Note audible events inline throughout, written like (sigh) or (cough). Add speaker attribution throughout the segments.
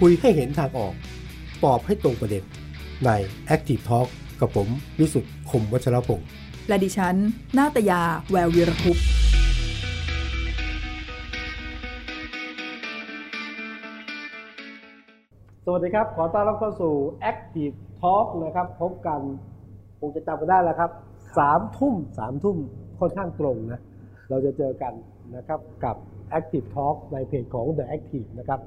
Speaker 1: คุยให้เห็นทางออก ตอบให้ตรงประเด็น ใน Active Talk กับผมวิสุทธ์คมวัชรพงศ์
Speaker 2: และดิฉัน นาตยา แวววีรคุปต์
Speaker 3: สวัสดีครับ ขอต้อนรับเข้าสู่ Active Talk นะครับ พบกันคงจะจำกันได้แล้วครับสามทุ่มสามทุ่มค่อนข้างตรงนะ เราจะเจอกันนะครับกับ Active Talk ในเพจของ The Active นะครับ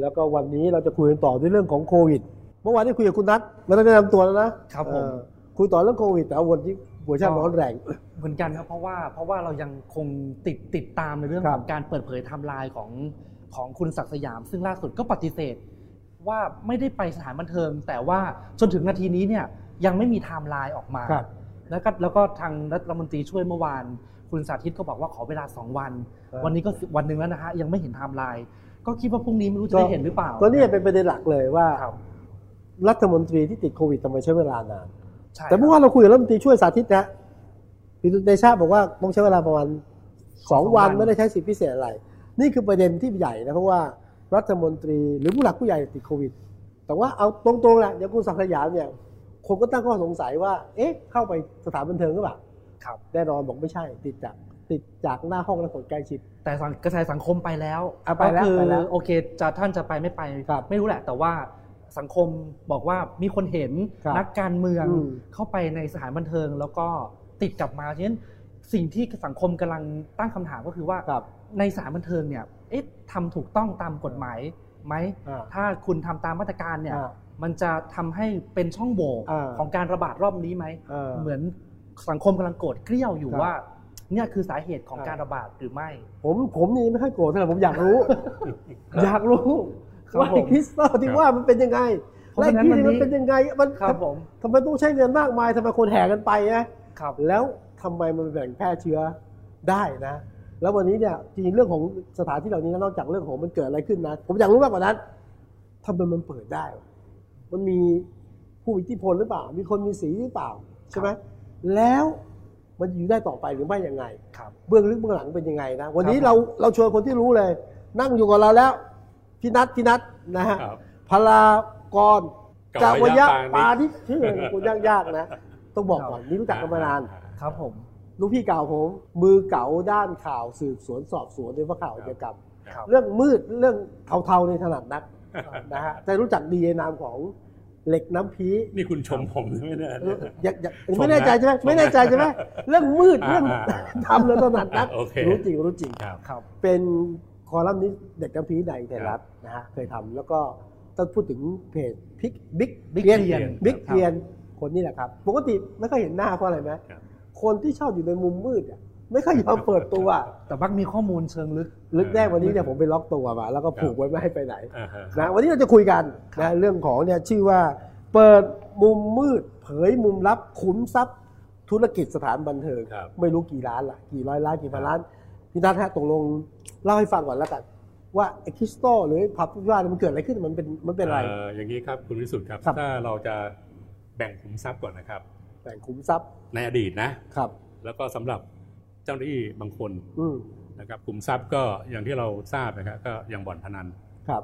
Speaker 3: แล้วก็วันนี้เราจะคุยกันต่อในเรื่องของโควิด เมื่อวานได้คุยกับคุณนัทไม่ต้องแนะนำตัวแล้วนะครับ
Speaker 4: ผม
Speaker 3: เอ่อคุยต่อเรื่องโควิดแต่วันนี้เวอร์ชันร้อนแรง
Speaker 4: เหมือนกันครับเพราะว่าเพราะว่าเรายังคงติดติดตามในเรื่อง
Speaker 3: ครั
Speaker 4: ข
Speaker 3: บ
Speaker 4: องการเปิดเผยไทม์ไลน์ของของคุณศักดิ์สยาม ซึ่งล่าสุดก็ปฏิเสธ ว่าไม่ได้ไปสถานบันเทิง แต่ว่าจนถึงนาทีนี้เนี่ยยังไม่มีไทม์ไลน์ออกมา
Speaker 3: ครับ
Speaker 4: แล้วก็แล้วก็ทางรัฐมนตรีช่วยเมื่อวาน คุณสาธิตก็บอกว่าขอเวลา 2 วัน
Speaker 3: ครับ
Speaker 4: วันนี้ก็สิบวันหนึ่งแล้วนะฮะยังไม่เห็นไทม์ไลน์ก็คิดว่าพรุ่งนี้ไม่รู้จะได้เห็นหรือเปล่า
Speaker 3: ก็เนี่ยเป็นประเด็นหลักเลยว่า
Speaker 4: ครับ
Speaker 3: รัฐมนตรีที่ติดโควิดทำไมใช้เวลานาน
Speaker 4: ใช่
Speaker 3: แต่เมื่อวานเราคุยกับรัฐมนตรีช่วยสาธิตนะพิทุเดชาบอกว่าต้องใช้เวลาประมาณสองวันไม่ได้ใช้สิทธิพิเศษอะไร นี่คือประเด็นที่ใหญ่นะเพราะว่ารัฐมนตรีหรือผู้หลักผู้ใหญ่ติดโควิด แต่ว่าเอาตรงๆแหละอย่างคุณศักดิ์สยามเนี่ยคนก็ตั้งข้อสงสัยว่า เอ๊ะ เข้าไปสถานบันเทิงหรือเปล่า
Speaker 4: ครับ
Speaker 3: แน่นอนบอกไม่ใช่ ติดจากติดจากหน้าห้องและคนใกล้ชิด
Speaker 4: แต่สังกระแสสังคมไปแล้ว
Speaker 3: อ่ะไปแล้ว
Speaker 4: ก็คือ
Speaker 3: ไปแล้ว
Speaker 4: โอเคจะท่านจะไปไม่ไป
Speaker 3: ครับ
Speaker 4: ไม่รู้แหละ แต่ว่าสังคมบอกว่ามีคนเห็น
Speaker 3: ครับ
Speaker 4: นักการเมือง
Speaker 3: อืม
Speaker 4: เข้าไปในสถานบันเทิง แล้วก็ติดกลับมาฉะนั้นสิ่งที่สังคมกำลังตั้งคำถามก็คือว่า
Speaker 3: ครับ
Speaker 4: ในสถานบันเทิงเนี่ยเอ๊ะทำถูกต้องตามกฎหมายไหม
Speaker 3: อ่า
Speaker 4: ถ้าคุณทำตามมาตรการเนี่ย
Speaker 3: อ่า
Speaker 4: มันจะทำให้เป็นช่องโหว่
Speaker 3: อ่า
Speaker 4: ของการระบาดรอบนี้ไหม
Speaker 3: เออ
Speaker 4: เหมือนสังคมกำลังโกรธเกลี้ยวอยู่
Speaker 3: ครับ
Speaker 4: ว่าเนี่ยคือสาเหตุของ
Speaker 3: อ่า
Speaker 4: การระบาดหรือไม่
Speaker 3: ผมผมนี่ไม่ค่อยโกรธเท่าไหร่ผมอยากรู้
Speaker 4: (laughs)
Speaker 3: อยากรู้
Speaker 4: ครับ
Speaker 3: ว่าไอ้
Speaker 4: ผม
Speaker 3: คริสตัลที่ว่ามันเป็นยังไง
Speaker 4: เพราะ
Speaker 3: และไอ้
Speaker 4: ฉะ
Speaker 3: ที่
Speaker 4: นั้นวันนี้
Speaker 3: มันเป็นยังไงมัน
Speaker 4: ครับผม
Speaker 3: ทำไมต้องใช้เงินมากมายทำไมคนแห่กันไปนะครับ แล้วทำไมมันแบ่งแพร่เชื้อได้นะ แล้ววันนี้เนี่ยจริงๆเรื่องของสถานที่เหล่านี้นะนอกจากเรื่องของมันเกิดอะไรขึ้นนะ ผมอยากรู้มากกว่านั้นทำไมมันเปิดได้วะมันมีผู้อิทธิพลหรือเปล่า มีคนมีสีหรือเปล่าใช่ไหมแล้วมันอยู่ได้ต่อไปหรือไม่ยังไง
Speaker 4: ครับ
Speaker 3: เบื้องลึกเบื้องหลังเป็นยังไงนะ วันนี้
Speaker 4: ครับ
Speaker 3: เราเราชวนคนที่รู้เลย นั่งอยู่กับเราแล้วพี่นัทพี่นัทนะฮะ
Speaker 5: ครับ
Speaker 3: พลากร
Speaker 5: กั
Speaker 3: กา
Speaker 5: บวย
Speaker 3: วะ
Speaker 5: ยะ
Speaker 3: ปา
Speaker 5: ปานิ
Speaker 3: นิ
Speaker 5: ช
Speaker 3: ชชื่อของคุณยากยากๆนะ ต้องบอกก่อนนี่รู้จักกันมานาน
Speaker 4: ครับผม
Speaker 3: ลูกพี่เก่าผมมือเก่าด้านข่าวสืบสวนสอบสวนโดยเฉพาะข่าวอาชญากรรม
Speaker 4: ครับ
Speaker 3: เรื่องมืดเรื่องเทาๆในถนัดนักนะฮะแต่รู้จักดีในนามของเหล็กน้ำพี
Speaker 5: นี่คุณชมผมใช่ไหมเนี่ย
Speaker 3: เอออยากอยาก
Speaker 5: ชมนะ
Speaker 3: ไม่แน่ใจใช่ไหม
Speaker 5: ชมนะ
Speaker 3: ไม่แน่ใจใช่ไหมเรื่องมืด
Speaker 5: อ่า
Speaker 3: เรื่อง
Speaker 5: อ่า
Speaker 3: ทำแล้วถนัดนัก
Speaker 5: โอเค
Speaker 3: รู้จริงรู้จริง
Speaker 5: ครับ
Speaker 4: ครับ
Speaker 3: เป็นคอลัมนิสต์เด็กกำพร้าในไทยรัฐนะฮะเคยทำแล้วก็ต้องพูดถึงเพจพิกบิ๊ก
Speaker 4: Big
Speaker 3: เรี
Speaker 4: Green
Speaker 3: บิ๊ก
Speaker 4: ครับ
Speaker 3: เรียนคนนี้แหละครับ ปกติไม่ค่อยเห็นหน้าเพราะอะไรไหม
Speaker 5: ครับ
Speaker 3: คนที่ชอบอยู่ในมุมมืดอะไม่ค่อยยอมเปิดตัว
Speaker 4: แต่บักมีข้อมูลเชิงลึก
Speaker 3: ลึกแรกวันนี้เนี่ยผมไปล็อกตัวมาแล้วก็ผูกไว้ไม่ให้ไปไหน
Speaker 5: อ่าฮะ
Speaker 3: นะวันนี้เราจะคุยกันนะเรื่องของเนี่ยชื่อว่า เปิดมุมมืด เผยมุมลับขุมทรัพย์ ธุรกิจสถานบันเทิง
Speaker 5: ครับ
Speaker 3: ไม่รู้กี่ล้านล่ะกี่ร้อยล้านกี่พันล้าน พี่นัทฮะตกลงเล่าให้ฟังก่อนแล้วกัน ว่าไอ้คริสตัลหรือผับที่ว่าเนี่ยมันเกิดอะไรขึ้นมันเป็นมันเป็นอะไร
Speaker 5: เอ่ออย่างนี้ครับคุณวิสุทธ์ครับ
Speaker 3: ครับ
Speaker 5: ถ้าเราจะแบ่งขุมทรัพย์ก่อนนะครับ
Speaker 3: แบ่งคุ้มทรัพย์
Speaker 5: ในอดีตนะ
Speaker 3: ครับ
Speaker 5: แล้วก็สำหรับเจ้าหน้าที่บางคน
Speaker 3: อืม
Speaker 5: นะครับขุมทรัพย์ก็อย่างที่เราทราบนะครับก็อย่างบ่อนพนัน
Speaker 3: ครับ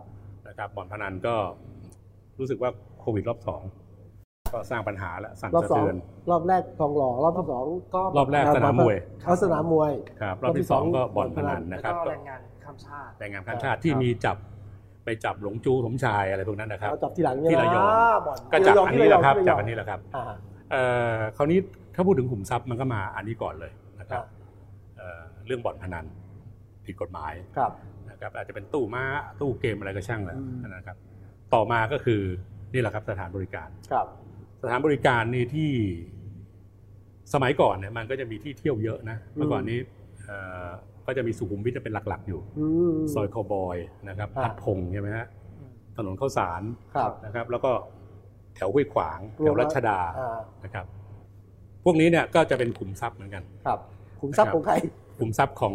Speaker 5: นะครับบ่อนพนันก็รู้สึกว่าโควิดรอบสองก็สร้างปัญหาและสั่น
Speaker 3: รอบ
Speaker 5: สะ
Speaker 3: สอง
Speaker 5: เทือน
Speaker 3: รอบแรกทองหล่อรอบที่สอง
Speaker 4: ก็
Speaker 5: รอบแรกสนามมวย
Speaker 3: เขาสนามมวย
Speaker 5: ครับรอบที่สองก็บ่อนพนัน
Speaker 4: แล้
Speaker 5: นะ
Speaker 4: ว
Speaker 5: ครับ
Speaker 4: ก็แรงงานข้ามชาติ
Speaker 5: แรงงานข้ามชาติที่มีจับไปจับหลงจูสมชายอะไรพวกนั้นนะครับ
Speaker 3: เราจับทีหลังเนี่ย
Speaker 5: ที่ระยอง
Speaker 3: อ่าบ่อน
Speaker 5: ก็จับ
Speaker 3: ที่
Speaker 5: อันนี้แหละครับ
Speaker 3: ที่
Speaker 5: จับอันนี้แหละครับ
Speaker 3: อ่า
Speaker 5: เอ่อคราวนี้ถ้าพูดถึงขุมทรัพย์มันก็มาอันนี้ก่อนเลยนะครั
Speaker 3: ค
Speaker 5: บ
Speaker 3: รับ
Speaker 5: เอ่อเรื่องบ่อนพนันผิดกฎหมาย
Speaker 3: ครับ
Speaker 5: นะครับอาจจะเป็นตู้ม้าตู้เกมอะไรก็ช่างแหละ
Speaker 4: อืม
Speaker 5: นะครับ ต่อมาก็คือนี่แหละครับสถานบริการ
Speaker 3: ครับ
Speaker 5: สถานบริการนี่ที่สมัยก่อนเนี่ยมันก็จะมีที่เที่ยวเยอะนะเมื่อก่อนนี้เอ่อก็จะมีสุขุมวิทจะเป็นหลักๆ อยู่
Speaker 3: อืม
Speaker 5: ซอยคาวบอยนะครับ
Speaker 3: อ่ะ
Speaker 5: พัดพงษ์ใช่ไหมฮะถนนข้าวสาร
Speaker 3: ครับ
Speaker 5: นะครับ แล้วก็แถวห้วยขวาง
Speaker 3: รวม
Speaker 5: แถวรัชดา
Speaker 3: อ่า
Speaker 5: นะครับ พวกนี้เนี่ยก็จะเป็นขุมทรัพย์เหมือนกัน
Speaker 3: ครับคุ้มทรัพย์ของใคร
Speaker 5: ขุมทรัพย์ของ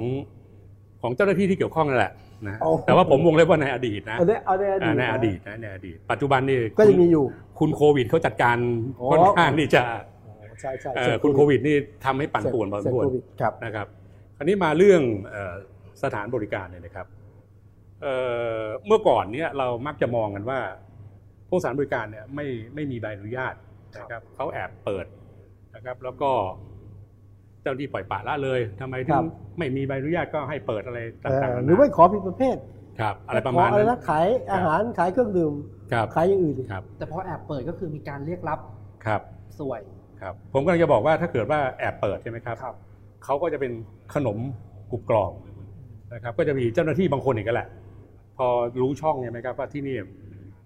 Speaker 5: ของเจ้าหน้าที่ที่เกี่ยวข้องนั่นแหละนะ
Speaker 3: โอ้
Speaker 5: แต่ว่าผมวงเล็บว่าในอดีตนะ
Speaker 3: เอาในเอาในอดี
Speaker 5: อ่า
Speaker 3: ต
Speaker 5: ในอดีตนะในอดีต ปัจจุบันนี่
Speaker 3: ก็ยังมีอยู่
Speaker 5: คุณโควิดเขาจัดการ
Speaker 3: อ๋อ
Speaker 5: ค่อนข้างที่จะ
Speaker 3: อ๋อใช่ใช่
Speaker 5: เอ่อคุณโควิดนี่ทำให้ปั่นป่วนพอสมควร
Speaker 3: ครับ
Speaker 5: นะครับ คราวนี้มาเรื่องเอ่อสถานบริการเนี่ยนะครับ เอ่อเมื่อก่อนเนี่ยเรามักจะมองกันว่าพวกสถานบริการเนี่ยไม่ไม่มีใบอนุญาตนะครับเขาแอบเปิดนะครับแล้วก็เจ้าหน้าที่ปล่อยปละละเลยทำไมถึ
Speaker 3: ครั
Speaker 5: ง
Speaker 3: บ
Speaker 5: ไม่มีใบอนุญาตก็ให้เปิดอะไร
Speaker 3: เอ่
Speaker 5: ต่าง
Speaker 3: อ
Speaker 5: ๆ
Speaker 3: หรือไม่ขอผิดประเภท
Speaker 5: ครับ อะไรประมาณ
Speaker 3: ขออะไร
Speaker 5: นั้น
Speaker 3: นะขายอาหารขายเครื่องดื่ม
Speaker 5: ครับ
Speaker 3: ขายอย่างอื่นอีก
Speaker 5: ครับ
Speaker 4: แต่พอแอบเปิดก็คือมีการเรียกรับ
Speaker 5: ครับ
Speaker 4: สวย
Speaker 5: ครับผมกำลังจะบอกว่าถ้าเกิดว่าแอบเปิดใช่ไหมครับ
Speaker 4: ครับ
Speaker 5: เขาก็จะเป็นขนมกรุบกรอบนะครับ ก็จะมีเจ้าหน้าที่บางคนอีกแหละ พอรู้ช่องใช่ไหมครับว่าที่นี่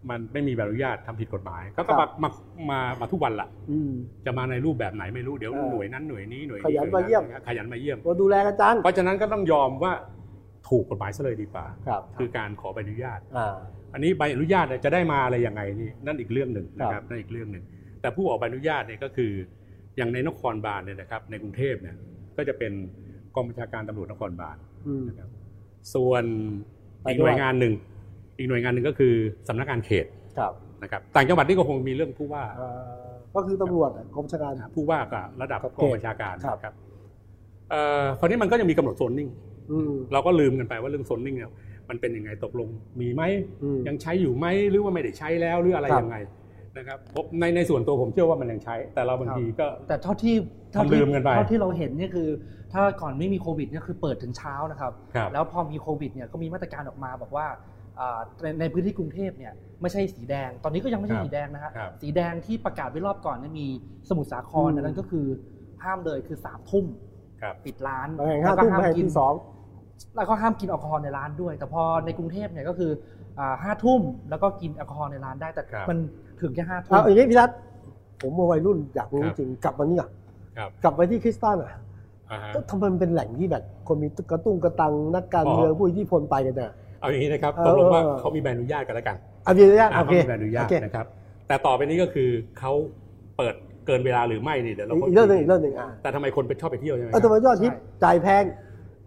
Speaker 5: มันไม่มีใบอนุญาตทำผิดกฎหมายเขาก็มามามามาทุกวันละ
Speaker 3: อืม
Speaker 5: จะมาในรูปแบบไหนไม่รู้เดี๋ยว
Speaker 3: เออ
Speaker 5: หน่วยนั้นหน่วยนี้หน่วย
Speaker 3: ขยัน
Speaker 5: หว
Speaker 3: มาเยี่ยม
Speaker 5: นะครับขยันมาเยี่ยม
Speaker 3: เราดูแลกันจัง
Speaker 5: เพราะฉะนั้นก็ต้องยอมว่าถูกกฎหมายซะเลยดีกว่า
Speaker 3: ครับ
Speaker 5: คือการขอใบอนุญาต
Speaker 3: อ่า
Speaker 5: อันนี้ใบอนุญาตเนี่ยจะได้มาอะไรยังไงนี่นั่นอีกเรื่องหนึ่งนะครับนั่นอีกเรื่องหนึ่งแต่ผู้ออกใบอนุญาตเนี่ยก็คืออย่างในนครบาลเนี่ยนะครับในกรุงเทพเนี่ยก็จะเป็นกองบัญชาการตำรวจนครบาล
Speaker 3: อืม
Speaker 5: นะครับส่วนอีก
Speaker 3: ไปด้วย
Speaker 5: หน่วยงานหนึ่งอีกหน่วยงานหนึ่งก็คือสำนักงานเขต
Speaker 3: ครับ
Speaker 5: นะครับต่างจังหวัดนี่ก็คงมีเรื่องผู้ว่า
Speaker 3: เอ่อก็คือตำรวจอะกรมราชการ
Speaker 5: ผู้ว่ากับระดับ
Speaker 3: ครับ
Speaker 5: กองบัญชาการ
Speaker 3: ครับ
Speaker 5: ครับเอ่อคราวนี้มันก็จะมีกำหนดโซนนิ่ง
Speaker 3: อืม
Speaker 5: เราก็ลืมกันไปว่าเรื่องโซนนิ่งเนี่ยมันเป็นยังไงตกลงมีไหม
Speaker 3: อืม
Speaker 5: ยังใช้อยู่ไหมหรือว่าไม่ได้ใช้แล้วหรืออะไร
Speaker 3: ครับ
Speaker 5: ยังไงนะครับผมในในส่วนตัวผมเชื่อว่ามันยังใช้ แต่เราบางทีก็
Speaker 4: แต่เท่าที่เท่า
Speaker 5: ลื
Speaker 4: ที่
Speaker 5: มกันไป
Speaker 4: เท่าที่เราเห็นเนี่ยคือ ถ้าก่อนไม่มีโควิดเนี่ยคือเปิดถึงเช้านะครับ
Speaker 5: ครับ
Speaker 4: แล้วพอมีโควิดเนี่ยก็มีมาตรการออกมาบอกว่าอ่าในในพื้นที่กรุงเทพเนี่ยไม่ใช่สีแดง ตอนนี้ก็ยังไม่ใช่สีแดงนะฮะ
Speaker 5: ครับ
Speaker 4: สีแดงที่ประกาศไว้รอบก่อนเนี่ยมีสมุทรสาคร
Speaker 3: อืม
Speaker 4: อันนั้นก็คือห้ามเลยคือสามทุ่ม
Speaker 5: ครับ
Speaker 4: ปิดร้าน
Speaker 3: บางแห่งห้าทุ่มบางแห่ง
Speaker 4: กิ
Speaker 3: ที่สอง
Speaker 4: แล้วก็ห้ามกินแอลกอฮอล์ในร้านด้วย แต่พอในกรุงเทพเนี่ยก็คืออ่าห้าทุ่มแล้วก็กินแอลกอฮอล์ในร้านได้แต่
Speaker 5: ครับ
Speaker 4: มันถึงแค่ห้าทุ่
Speaker 3: เอา
Speaker 4: ม
Speaker 3: อย่างนี้พี่รัตผมว่าวัยรุ่นอยากรู้
Speaker 5: ครั
Speaker 3: จ
Speaker 5: บ
Speaker 3: ริงๆกลับมานี่อ่ะ
Speaker 5: ครับ
Speaker 3: กลับไปที่คริสตันอ่ะ
Speaker 5: อ่าฮะ
Speaker 3: ก็ทำไมมันเป็นแหล่งที่แบบคนมีกระตุ้งกระตังนักการ
Speaker 5: อ๋อ
Speaker 3: เมืองผู้อิทธิพลไปกันน่ะ
Speaker 5: เอาอย่างนี้นะครับ
Speaker 3: เออ
Speaker 5: ตกลงว่า
Speaker 3: เออ
Speaker 5: เขามีใบอนุญาตกันแล้วกัน
Speaker 3: อันนี้อนุญาต
Speaker 5: อ่า
Speaker 3: โอ
Speaker 5: เขา
Speaker 3: เค
Speaker 5: มีใบอนุญา
Speaker 3: โอ
Speaker 5: ต
Speaker 3: เค
Speaker 5: นะครับ แต่ต่อไปนี้ก็คือเขาเปิดเกินเวลาหรือไม่นี่เดี๋ยวเรา
Speaker 3: อีกเรื่องหนึ่งอีกเรื่องหนึ่งอ่ะ
Speaker 5: แต่ทำไมคนไปชอบไปเที่ยวใช่ไหมค
Speaker 3: เออ
Speaker 5: รับ
Speaker 3: ทำไมยอดฮิต
Speaker 4: ใช่
Speaker 3: จ่ายแพง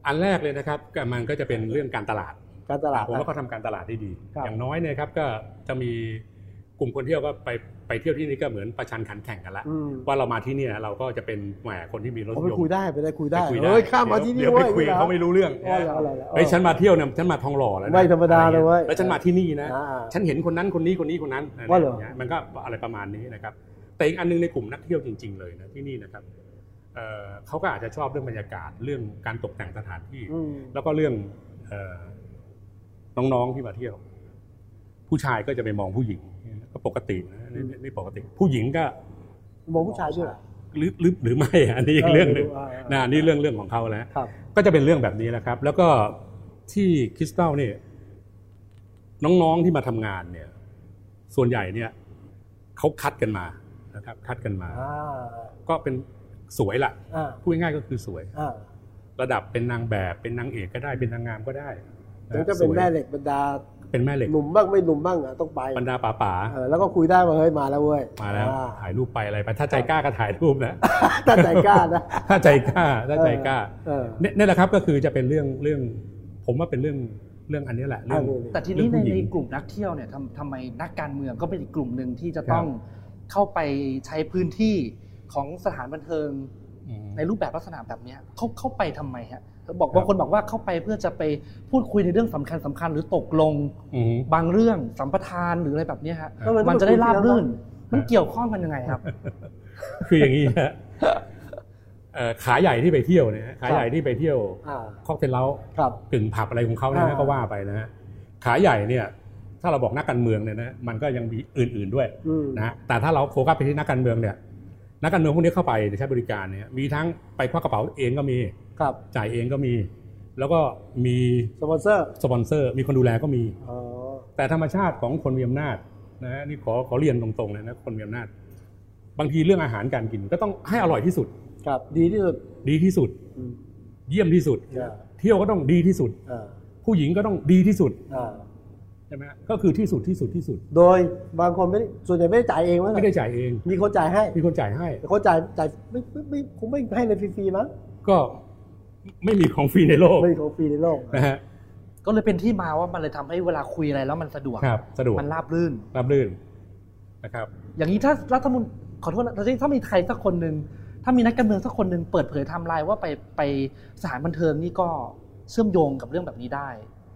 Speaker 5: อันแรกเลยนะครับก็มันก็จะเป็นเรื่องการตลาด
Speaker 3: การตลาด
Speaker 5: ผม
Speaker 3: นะ
Speaker 5: ว่าเขาทำการตลาดได้ดี
Speaker 3: ครับ
Speaker 5: อย่างน้อยเนี่ยครับก็จะมีกลุ่มคนเที่ยวก็ไปไปเที่ยวที่นี่ก็เหมือนประชันขันแข่งกันละ
Speaker 3: อืม
Speaker 5: ว่าเรามาที่เนี่ยเราก็จะเป็นแหมคนที่มีรถ
Speaker 3: เอา
Speaker 5: ย
Speaker 3: ไป
Speaker 5: น
Speaker 3: คุย
Speaker 5: ต์
Speaker 3: ได้ไปได้คุยได้
Speaker 5: ปคุย
Speaker 3: เฮ้ยข้ามมาที่นี่
Speaker 5: เดี๋ยว
Speaker 3: เว้ย
Speaker 5: ไปคุยเขาไม่รู้เรื่อง
Speaker 3: อ๋อเหรอเหรอเหรอ
Speaker 5: เฮ้ยฉันมาเที่ยวเนี่ยฉันมาทองหล่อแล้วนะ
Speaker 3: ไม่ธรรมดา
Speaker 5: อะ
Speaker 3: เลยเว้ย
Speaker 5: แล้วฉันมาที่นี่นะ
Speaker 3: อ่า
Speaker 5: ฉันเห็นคนนั้นคนนี้คนนี้คนนั้น
Speaker 3: ว่าเหรอ
Speaker 5: ะไย่งงี้ยมันก็อะไรประมาณนี้นะครับ แต่อีกอันหนึงในกลุ่มนักเที่ยวจริง ๆ เลยนะที่นี่นะครับเอ่อเขาก็อาจจะชอบเรื่องบรรยากาศเรื่องการตกแต่งสถานที่
Speaker 3: อืม
Speaker 5: แล้วก็เรื่องเออน้องๆที่มาเที่ยว ผู้ชายก็จะไปมองผู้หญิงก็ปกตินะนี่นี่ปกติ ผู้หญิงก็
Speaker 3: มองผู้ชายด้วยเหรอ
Speaker 5: หรือหรือหรือไม่ (laughs) อ่ะอันนี้อีกเรื่องหนึ่ง
Speaker 3: า
Speaker 5: นะอันนี่เรื่องเรื่องของเขาแล้ว
Speaker 3: ครับ
Speaker 5: ก็จะเป็นเรื่องแบบนี้แหละครับ แล้วก็ที่คริสตัลเนี่ยน้องๆที่มาทำงานเนี่ย ส่วนใหญ่เนี่ยเขาคัดกันมานะครับ คัดกันมา
Speaker 3: อ่า
Speaker 5: ก็เป็นสวยละ
Speaker 3: อ่า
Speaker 5: พูดง่ายๆก็คือสวย
Speaker 3: อ่า
Speaker 5: ระดับเป็นนางแบบเป็นนางเอกก็ได้เป็นนางงามก็ได้ะ
Speaker 3: แล้วก็เป็น
Speaker 5: สวย
Speaker 3: แม่เหล็กบรรดา
Speaker 5: เป็นแม่เหล็ก
Speaker 3: หนุ่มบ้างไม่หนุ่มบ้างอ่ะต้องไป
Speaker 5: บรรดาป๋าป๋า
Speaker 3: เออแล้วก็คุยได้ว่าเฮ้ยมาแล้วเว้ย
Speaker 5: มาแล้ว
Speaker 3: อ่
Speaker 5: ถ่ายรูปไปอะไรไปถ้าใจกล้าก็ถ่ายรูปนะ
Speaker 3: แต่ใจกล้านะ
Speaker 5: ถ้าใจกล้าถ้าใจกล้า
Speaker 3: เออ
Speaker 5: เนี่ยนี่แหละครับก็คือจะเป็นเรื่องเรื่อง ผมว่าเป็นเรื่องเรื่องอันนี้แหละเรื่อง
Speaker 3: อันนี้เลย
Speaker 4: แต่ทีนี้ใน
Speaker 5: เรื่องผู้ห
Speaker 4: ใน
Speaker 5: ญิง
Speaker 4: กลุ่มนักเที่ยวเนี่ยทำทำไมนักการเมืองก็เป็นอีกกลุ่มหนึ่งที่จะต้องเข้าไปใช้พื้นที่ของสถานบันเทิง
Speaker 5: อืม
Speaker 4: ในรูปแบบลักษณะแบบเนี้ยเขาเข้าไปทำไมฮะบอก
Speaker 5: ครับ
Speaker 4: บางคนบอกว่าเข้าไปเพื่อจะไปพูดคุยในเรื่องสำคัญสำคัญหรือตกลง
Speaker 5: อืม
Speaker 4: บางเรื่องสัมปทานหรืออะไรแบบเนี้ยฮะ
Speaker 5: ครับ
Speaker 4: มันจะได้ราบรื่น
Speaker 5: บ
Speaker 4: มันเกี่ยวข้องกันยังไงครับ
Speaker 5: คืออย่างนี้ฮะเอ่อขาใหญ่ที่ไปเที่ยวเนี่ยฮะขาใหญ่ที่ไปเที่ยว
Speaker 3: อ่า
Speaker 5: คอกเทลเล้า
Speaker 3: ครับ
Speaker 5: กึ่งผับอะไรของเขาเนี่ยนะ
Speaker 3: อ่า
Speaker 5: ก็ว่าไปนะฮะขาใหญ่เนี่ย ถ้าเราบอกนักการเมืองเนี่ยนะมันก็ยังมีอื่น ๆด้วย
Speaker 3: อืม
Speaker 5: นะฮะแต่ถ้าเราโฟกัสไปที่นักการเมืองเนี่ย นักการเมืองพวกนี้เข้าไปใช้บริการเนี่ย มีทั้งไปควักกระเป๋าเองก็มี
Speaker 3: ครับ
Speaker 5: จ่ายเองก็มี แล้วก็มี
Speaker 3: สปอนเซอร์
Speaker 5: สปอนเซอร์ มีคนดูแลก็มี
Speaker 3: อ๋อ
Speaker 5: แต่ธรรมชาติของคนมีอำนาจนะฮะนี่ขอขอเรียนตรงๆเลยนะคนมีอำนาจ บางทีเรื่องอาหารการกินก็ต้องให้อร่อยที่สุด
Speaker 3: ครับดีที่สุด
Speaker 5: ดีที่สุด
Speaker 3: อืม
Speaker 5: เยี่ยมที่สุด
Speaker 3: อ่า
Speaker 5: เที่ยวก็ต้องดีที่สุด
Speaker 3: อ่า
Speaker 5: ผู้หญิงก็ต้องดีที่สุด
Speaker 3: อ่า
Speaker 5: ใช่ไหมฮะก็คือที่สุดที่สุดที่สุด
Speaker 3: โดยบางคนไม่ได้ส่วนใหญ่ไม่ได้จ่ายเองมั้ง
Speaker 5: ไม่ได้จ่ายเอง
Speaker 3: มีคนจ่ายให้
Speaker 5: มีคนจ่ายให้
Speaker 3: แต่คนจ่ายจ่ายไม่ไม่ไม่คงไม่ให้เลยฟรีๆมั้ง
Speaker 5: ก็ไม่มีของฟรีในโลก
Speaker 3: ไม่มีของฟรีในโลก
Speaker 5: นะฮะ
Speaker 4: ก็เลยเป็นที่มาว่ามันเลยทำให้เวลาคุยอะไรแล้วมันสะดวก
Speaker 5: ครับสะดวก
Speaker 4: มันราบรื่น
Speaker 5: รับรื่นนะครับ
Speaker 4: อย่างนี้ถ้ารัฐมนตรีขอโทษนะถ้ามีใครสักคนหนึ่งถ้ามีนักการเมืองสักคนหนึ่งเปิดเผยไทม์ไลน์ว่าไปไปสถานบันเทิงนี่ก็เชื่อมโยงกับเรื่องแบบนี้ได้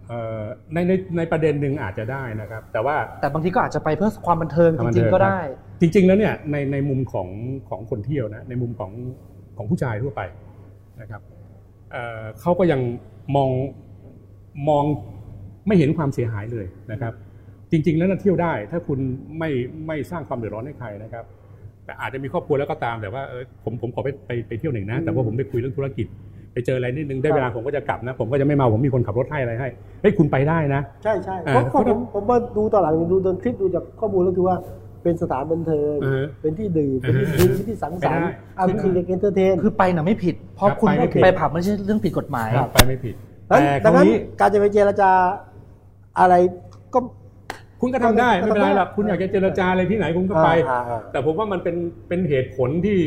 Speaker 5: เอ่อในในในประเด็นหนึ่งอาจจะได้นะครับ แต่ว่า
Speaker 4: แต่บางทีก็อาจจะไปเพื่อความบันเทิง
Speaker 5: ค
Speaker 4: จ
Speaker 5: วามบันเทิ
Speaker 4: ริง
Speaker 5: ง
Speaker 4: ๆก็ได้
Speaker 5: จริงๆแล้วเนี่ยในในมุมของของคนเที่ยวนะในมุมของของผู้ชายทั่วไปนะครับเอ่อเขาก็ยังมองมองไม่เห็นความเสียหายเลยนะครับ จริง ๆ แล้วน่ะเที่ยวได้ ถ้าคุณไม่ไม่สร้างความเดือดร้อนให้ใครนะครับ แต่อาจจะมีครอบครัวแล้วก็ตามแต่ว่าเออผมผมขอไปไปไปเที่ยวหนึ่งนะแต่ว่าผมไปคุยเรื่องธุรกิจ ไปเจออะไรนิดนึงได้เวลาผมก็จะกลับนะ ผมก็จะไม่เมาผมมีคนขับรถให้อะไรให้เฮ้ยคุณไปได้นะ
Speaker 3: ใช่ใช่
Speaker 5: อ่า
Speaker 3: เพราะเพราะผมผมว่าดูตอนหลังดูตอนคลิปดูจากข้อมูลแล้วคือว่าเป็นสถานบันเทิง
Speaker 5: เออ
Speaker 3: เป็นที่ดื่มเป็นที่กินเป็นที่สังสรรค์
Speaker 5: ไปได้
Speaker 3: อ่ะเป็นที่เอนเตอร์เทน
Speaker 4: คือไปน่ะไม่ผิด เพราะ
Speaker 5: ครับ
Speaker 4: คุณ
Speaker 5: ไปไม่ผิด
Speaker 4: ไปผับไม่ใช่เรื่องผิดกฎหมาย
Speaker 5: ไปไม่ผิด
Speaker 3: นั้นดั
Speaker 5: แต่คราง ว
Speaker 3: นั้น
Speaker 5: นี้
Speaker 3: การจะไปเจรจาอะไรก็
Speaker 5: คุณก็ทำได้
Speaker 3: ก็
Speaker 5: ไม่
Speaker 3: ทำ
Speaker 5: เป็นไร
Speaker 3: ได้
Speaker 5: หรอกคุณอยากจะเจรจาอะไรที่ไหนคุณก็ไป
Speaker 3: อ่าอ่า
Speaker 5: แต่ผมว่ามันเป็นเป็นเหตุผลที่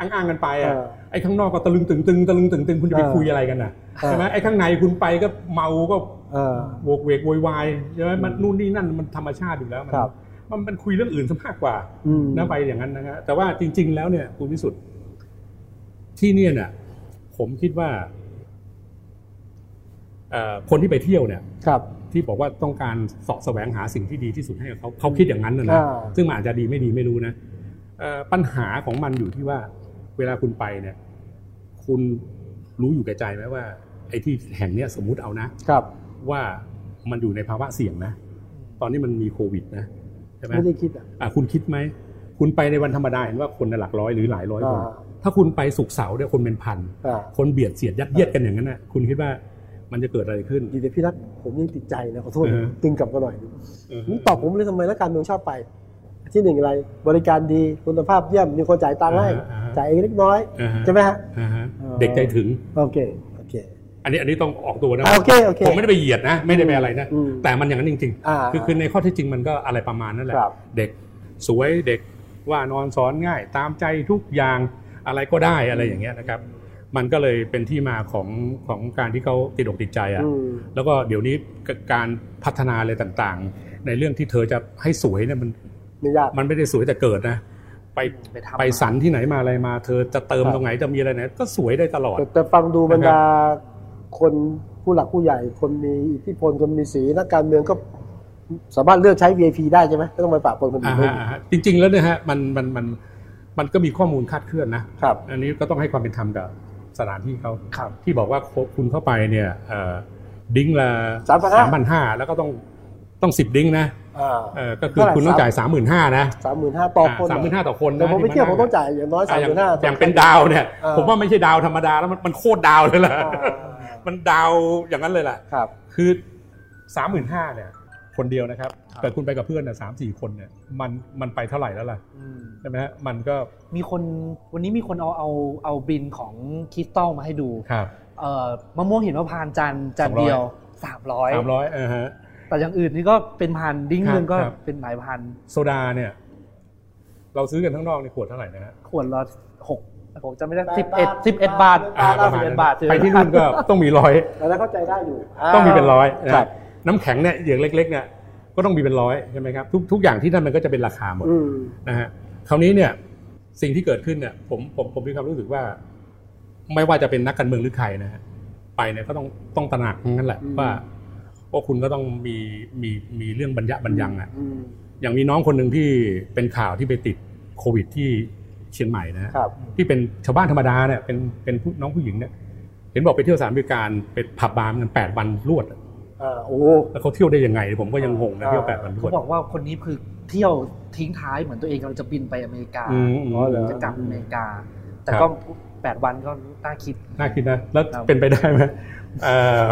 Speaker 5: อ้างๆกันไปอ่ะ
Speaker 3: เออ
Speaker 5: ไอ้ข้างนอกก็ตะลึงตึงตึงตะลึงตึงตึงคุณจะไป
Speaker 3: เออ
Speaker 5: คุยอะไรกันน่ะ
Speaker 3: เออ
Speaker 5: ใช่ไหมไอ้ข้างในคุณไปก็เมาก็
Speaker 3: เออ
Speaker 5: โวกเวกโวยวายใช่ไหมมันนู่นนี่นั่นมันธรรมชาติอยู่แล้วมั
Speaker 3: ครับ
Speaker 5: มันมันคุยเรื่องอื่นซะมากกว่า
Speaker 3: อืม
Speaker 5: นะไปอย่างนั้นนะฮะแต่ว่าจริง ๆ แล้วเนี่ยคุณวิสุทธิ์ที่เนี่ยเนี่ยผมคิดว่าเอ่อคนที่ไปเที่ยวเนี่ย
Speaker 3: ครับ
Speaker 5: ที่บอกว่าต้องการเสาะแสวงหาสิ่งที่ดีที่สุดให้กับเขาเขาคิดอย่างนั้นนะนะ
Speaker 3: อ่า
Speaker 5: ซึ่งมันอาจจะดีไม่ดีไม่รู้นะเอ่อปัญหาของมันอยู่ที่ว่า เวลาคุณไปเนี่ย คุณรู้อยู่แก่ใจไหมว่า ไอ้ที่แห่งเนี้ยสมมุติเอานะ
Speaker 3: ครับ
Speaker 5: ว่ามันอยู่ในภาวะเสี่ยงนะ ตอนนี้มันมีโควิดนะใช่ไหม
Speaker 3: ไม่ได้คิดอ่ะ
Speaker 5: อ่ะคุณคิดไหม คุณไปในวันธรรมดาเห็นว่าคนน่ะหลักร้อยหรือหลายร้อยคน
Speaker 3: อ่า
Speaker 5: ถ้าคุณไปสุกร์เสาร์เนี่ยคนเป็นพัน
Speaker 3: อ่า
Speaker 5: คนเบียดเสียดยัดเยียดกันอย่างนั้นนะคุณคิดว่ามันจะเกิดอะไรขึ้น
Speaker 3: ดีเดี๋ยวพี่รัตผมยังติดใจนะขอโทษ
Speaker 5: เออ
Speaker 3: ตึงกลับมาหน่อย
Speaker 5: เออ
Speaker 3: มึงตอบผมเลยทำไมนักการเมืองชอบไป ที่หนึ่งอะไร บริการดีคุณภาพเยี่ยมมีคนจ่ายตังค์ให้
Speaker 5: อ่าฮะ
Speaker 3: จ่ายเองเล็กน้อย
Speaker 5: อ่าฮะ
Speaker 3: ใช่ไหมฮะ
Speaker 5: อ่าฮะ
Speaker 3: เออ
Speaker 5: เด็กใจถึง
Speaker 3: โอเคโอเค
Speaker 5: อันนี้อันนี้ต้องออกตัวนะ
Speaker 3: อ่ะโอเคโอเค
Speaker 5: ผมไม่ได้ไปเหยียดนะ ไม่ได้ไปอะไรนะ
Speaker 3: อืม
Speaker 5: แต่มันอย่างนั้นจริง
Speaker 3: อ่า
Speaker 5: ๆ คือคือในข้อเที่จริงมันก็อะไรประมาณนั้นแหละ
Speaker 3: ครับ
Speaker 5: เด็กสวยเด็กว่านอนสอนง่าย ตามใจทุกอย่างอะไรก็ได้อะไรอย่างเงี้ยนะครับ มันก็เลยเป็นที่มาของของการที่เขาติดอกติดใจอ่ะ
Speaker 3: อืม
Speaker 5: แล้วก็เดี๋ยวนี้กการพัฒนาอะไรต่างๆ ในเรื่องที่เธอจะให้สวยเนี่ยมัน
Speaker 3: ไม่ยาก
Speaker 5: มันไม่ได้สวยแต่เกิดนะ ไป
Speaker 4: ไปทำ
Speaker 5: ไปสันที่ไหนมาอะไรมา เธอจะเติม
Speaker 3: ครับ
Speaker 5: ตรงไหนจะมีอะไรไหนก็สวยได้ตลอด
Speaker 3: แต่แต่ฟังดูบรรดาคนผู้หลักผู้ใหญ่ คนมีอิทธิพลคนมีสีนักการเมืองก็สามารถเลือกใช้ VIP ได้ใช่ไหมไม่ต้องไปปะปนคนอื่
Speaker 5: อ่าน
Speaker 3: ด้วย
Speaker 5: ฮะอ่าฮะจริง ๆ แล้วเนี่ยฮะมันมันมันมันก็มีข้อมูลคาดเคลื่อนนะครับ อันนี้ก็ต้องให้ความเป็นธรรมกับสถานที่เขา
Speaker 4: ครับ
Speaker 5: ที่บอกว่าคุณเข้าไปเนี่ยเอ่อดิ้งละ
Speaker 3: 3,500
Speaker 5: พันห้าแล้วก็ต้องต้องสิบดิ้งนะ
Speaker 3: อ่า
Speaker 5: เอ่อก็คือ
Speaker 3: เท่าไหร่
Speaker 5: คุณต้องจ่ายสามหมื่นห้านะ
Speaker 3: สามหมื่นห้าต่อคน
Speaker 5: สามหมื่นห้าต่อคนนะ
Speaker 3: แต่ผมไปเที่ยวผมต้องจ่ายอย่างน้อย
Speaker 5: อ่
Speaker 3: สามห
Speaker 5: ย่ง
Speaker 3: มื่นห้า
Speaker 5: อย่างเป็นดาวเนี่ย
Speaker 3: เออ
Speaker 5: ผมว่าไม่ใช่ดาวธรรมดาแล้วมันมันโคตรดาวเลยล่ะมันดาวอย่างนั้นเลยล่ะ
Speaker 3: ครับ
Speaker 5: คือสามหมื่นห้าเนี่ย คนเดียวนะครับเกิดคุณไปกับเพื่อนน่ะสามสี่คนเนี่ยมันมันไปเท่าไหร่แล้วล่ะ
Speaker 4: อืม
Speaker 5: ใช่ไหมฮะมันก็
Speaker 4: มีคนวันนี้มีคนเอาเอาเอาบินของคริสตัลมาให้ดู
Speaker 5: ครับ
Speaker 4: เอ่อมะม่วงหินมะพร้านต์จานจาน
Speaker 5: สามร้อย
Speaker 4: เดียวสามร้อย
Speaker 5: สามร้อยเออฮะ
Speaker 4: แต่อย่างอื่นนี่ก็เป็นพันดิ้ง
Speaker 5: ครับ
Speaker 4: หนึ่งก็
Speaker 5: ครับ
Speaker 4: เป็นหลายพัน
Speaker 5: โซดาเนี่ย เราซื้อกันข้างนอกในยขวดเท่าไหร่นะฮะ
Speaker 4: ขวดละหกผมจำไม่ได้
Speaker 3: แป
Speaker 4: สิ
Speaker 3: ด
Speaker 4: บเอ็ด
Speaker 3: บาท
Speaker 4: สิบเอ็ดบาท
Speaker 3: อ่า
Speaker 5: ประ
Speaker 4: สิบ
Speaker 5: มาณ
Speaker 4: เอ็ด
Speaker 5: นั้น
Speaker 4: บาทสิบ
Speaker 5: ไป
Speaker 4: เอ็ด
Speaker 5: ที่นู่นก็ต้องมีร้อย
Speaker 3: แต่นั้นเข้าใจได้อยู่า
Speaker 5: ต้องมีเป็นร้อยนะ
Speaker 3: ครั
Speaker 5: ฮะ
Speaker 3: บ
Speaker 5: น้ำแข็งเนี่ยเหยือกเล็กๆเนี่ยก็ต้องมีเป็นร้อยใช่ไหมครับทุกทุกอย่างที่นั่นมันก็จะเป็นราคาหมด
Speaker 3: อืม
Speaker 5: นะฮะคราวนี้เนี่ย สิ่งที่เกิดขึ้นเนี่ย ผมผมผมมีความรู้สึกว่า ไม่ว่าจะเป็นนักการเมืองหรือใครนะฮะไปเนี่ยก็ต้องต้องตระหนักทั้งนั้นแหละ
Speaker 3: อืม
Speaker 5: ว่าว่าคุณก็ต้องมีมีมีเรื่องบรรยะบรรยังอะ
Speaker 3: อืม
Speaker 5: อย่างมีน้องคนหนึ่งที่เป็นข่าวที่ไปติดโควิดที่เชียงใหม่นะฮะ
Speaker 3: ครับ
Speaker 5: ที่เป็นชาวบ้านธรรมดาเนี่ยเป็นเป็นผู้น้องผู้หญิงเนี่ยเห็นบอกไปเที่ยวสถานบริการไปผับบาร์กันแปดวันรวดอะ
Speaker 3: อ่า โอ้โห
Speaker 5: แล้วเขาเที่ยวได้ยังไง ผมก็ยังงงนะ
Speaker 3: อ่า
Speaker 5: เที่ยวแปดวันรว
Speaker 4: เขา
Speaker 5: ด
Speaker 4: บอกว่าคนนี้คือเที่ยวทิ้งท้ายเหมือนตัวเองกำลังจะบินไปอเมริกา
Speaker 5: อืมอืม
Speaker 3: อ๋อเหรอ
Speaker 4: จะกลับอเมริกา แต่
Speaker 5: ครับ
Speaker 4: ก็แปดวันก็น่าคิด
Speaker 5: น่าคิดนะแล้ว
Speaker 4: ครับ
Speaker 5: เป็นไปได้ไหมเอ่อ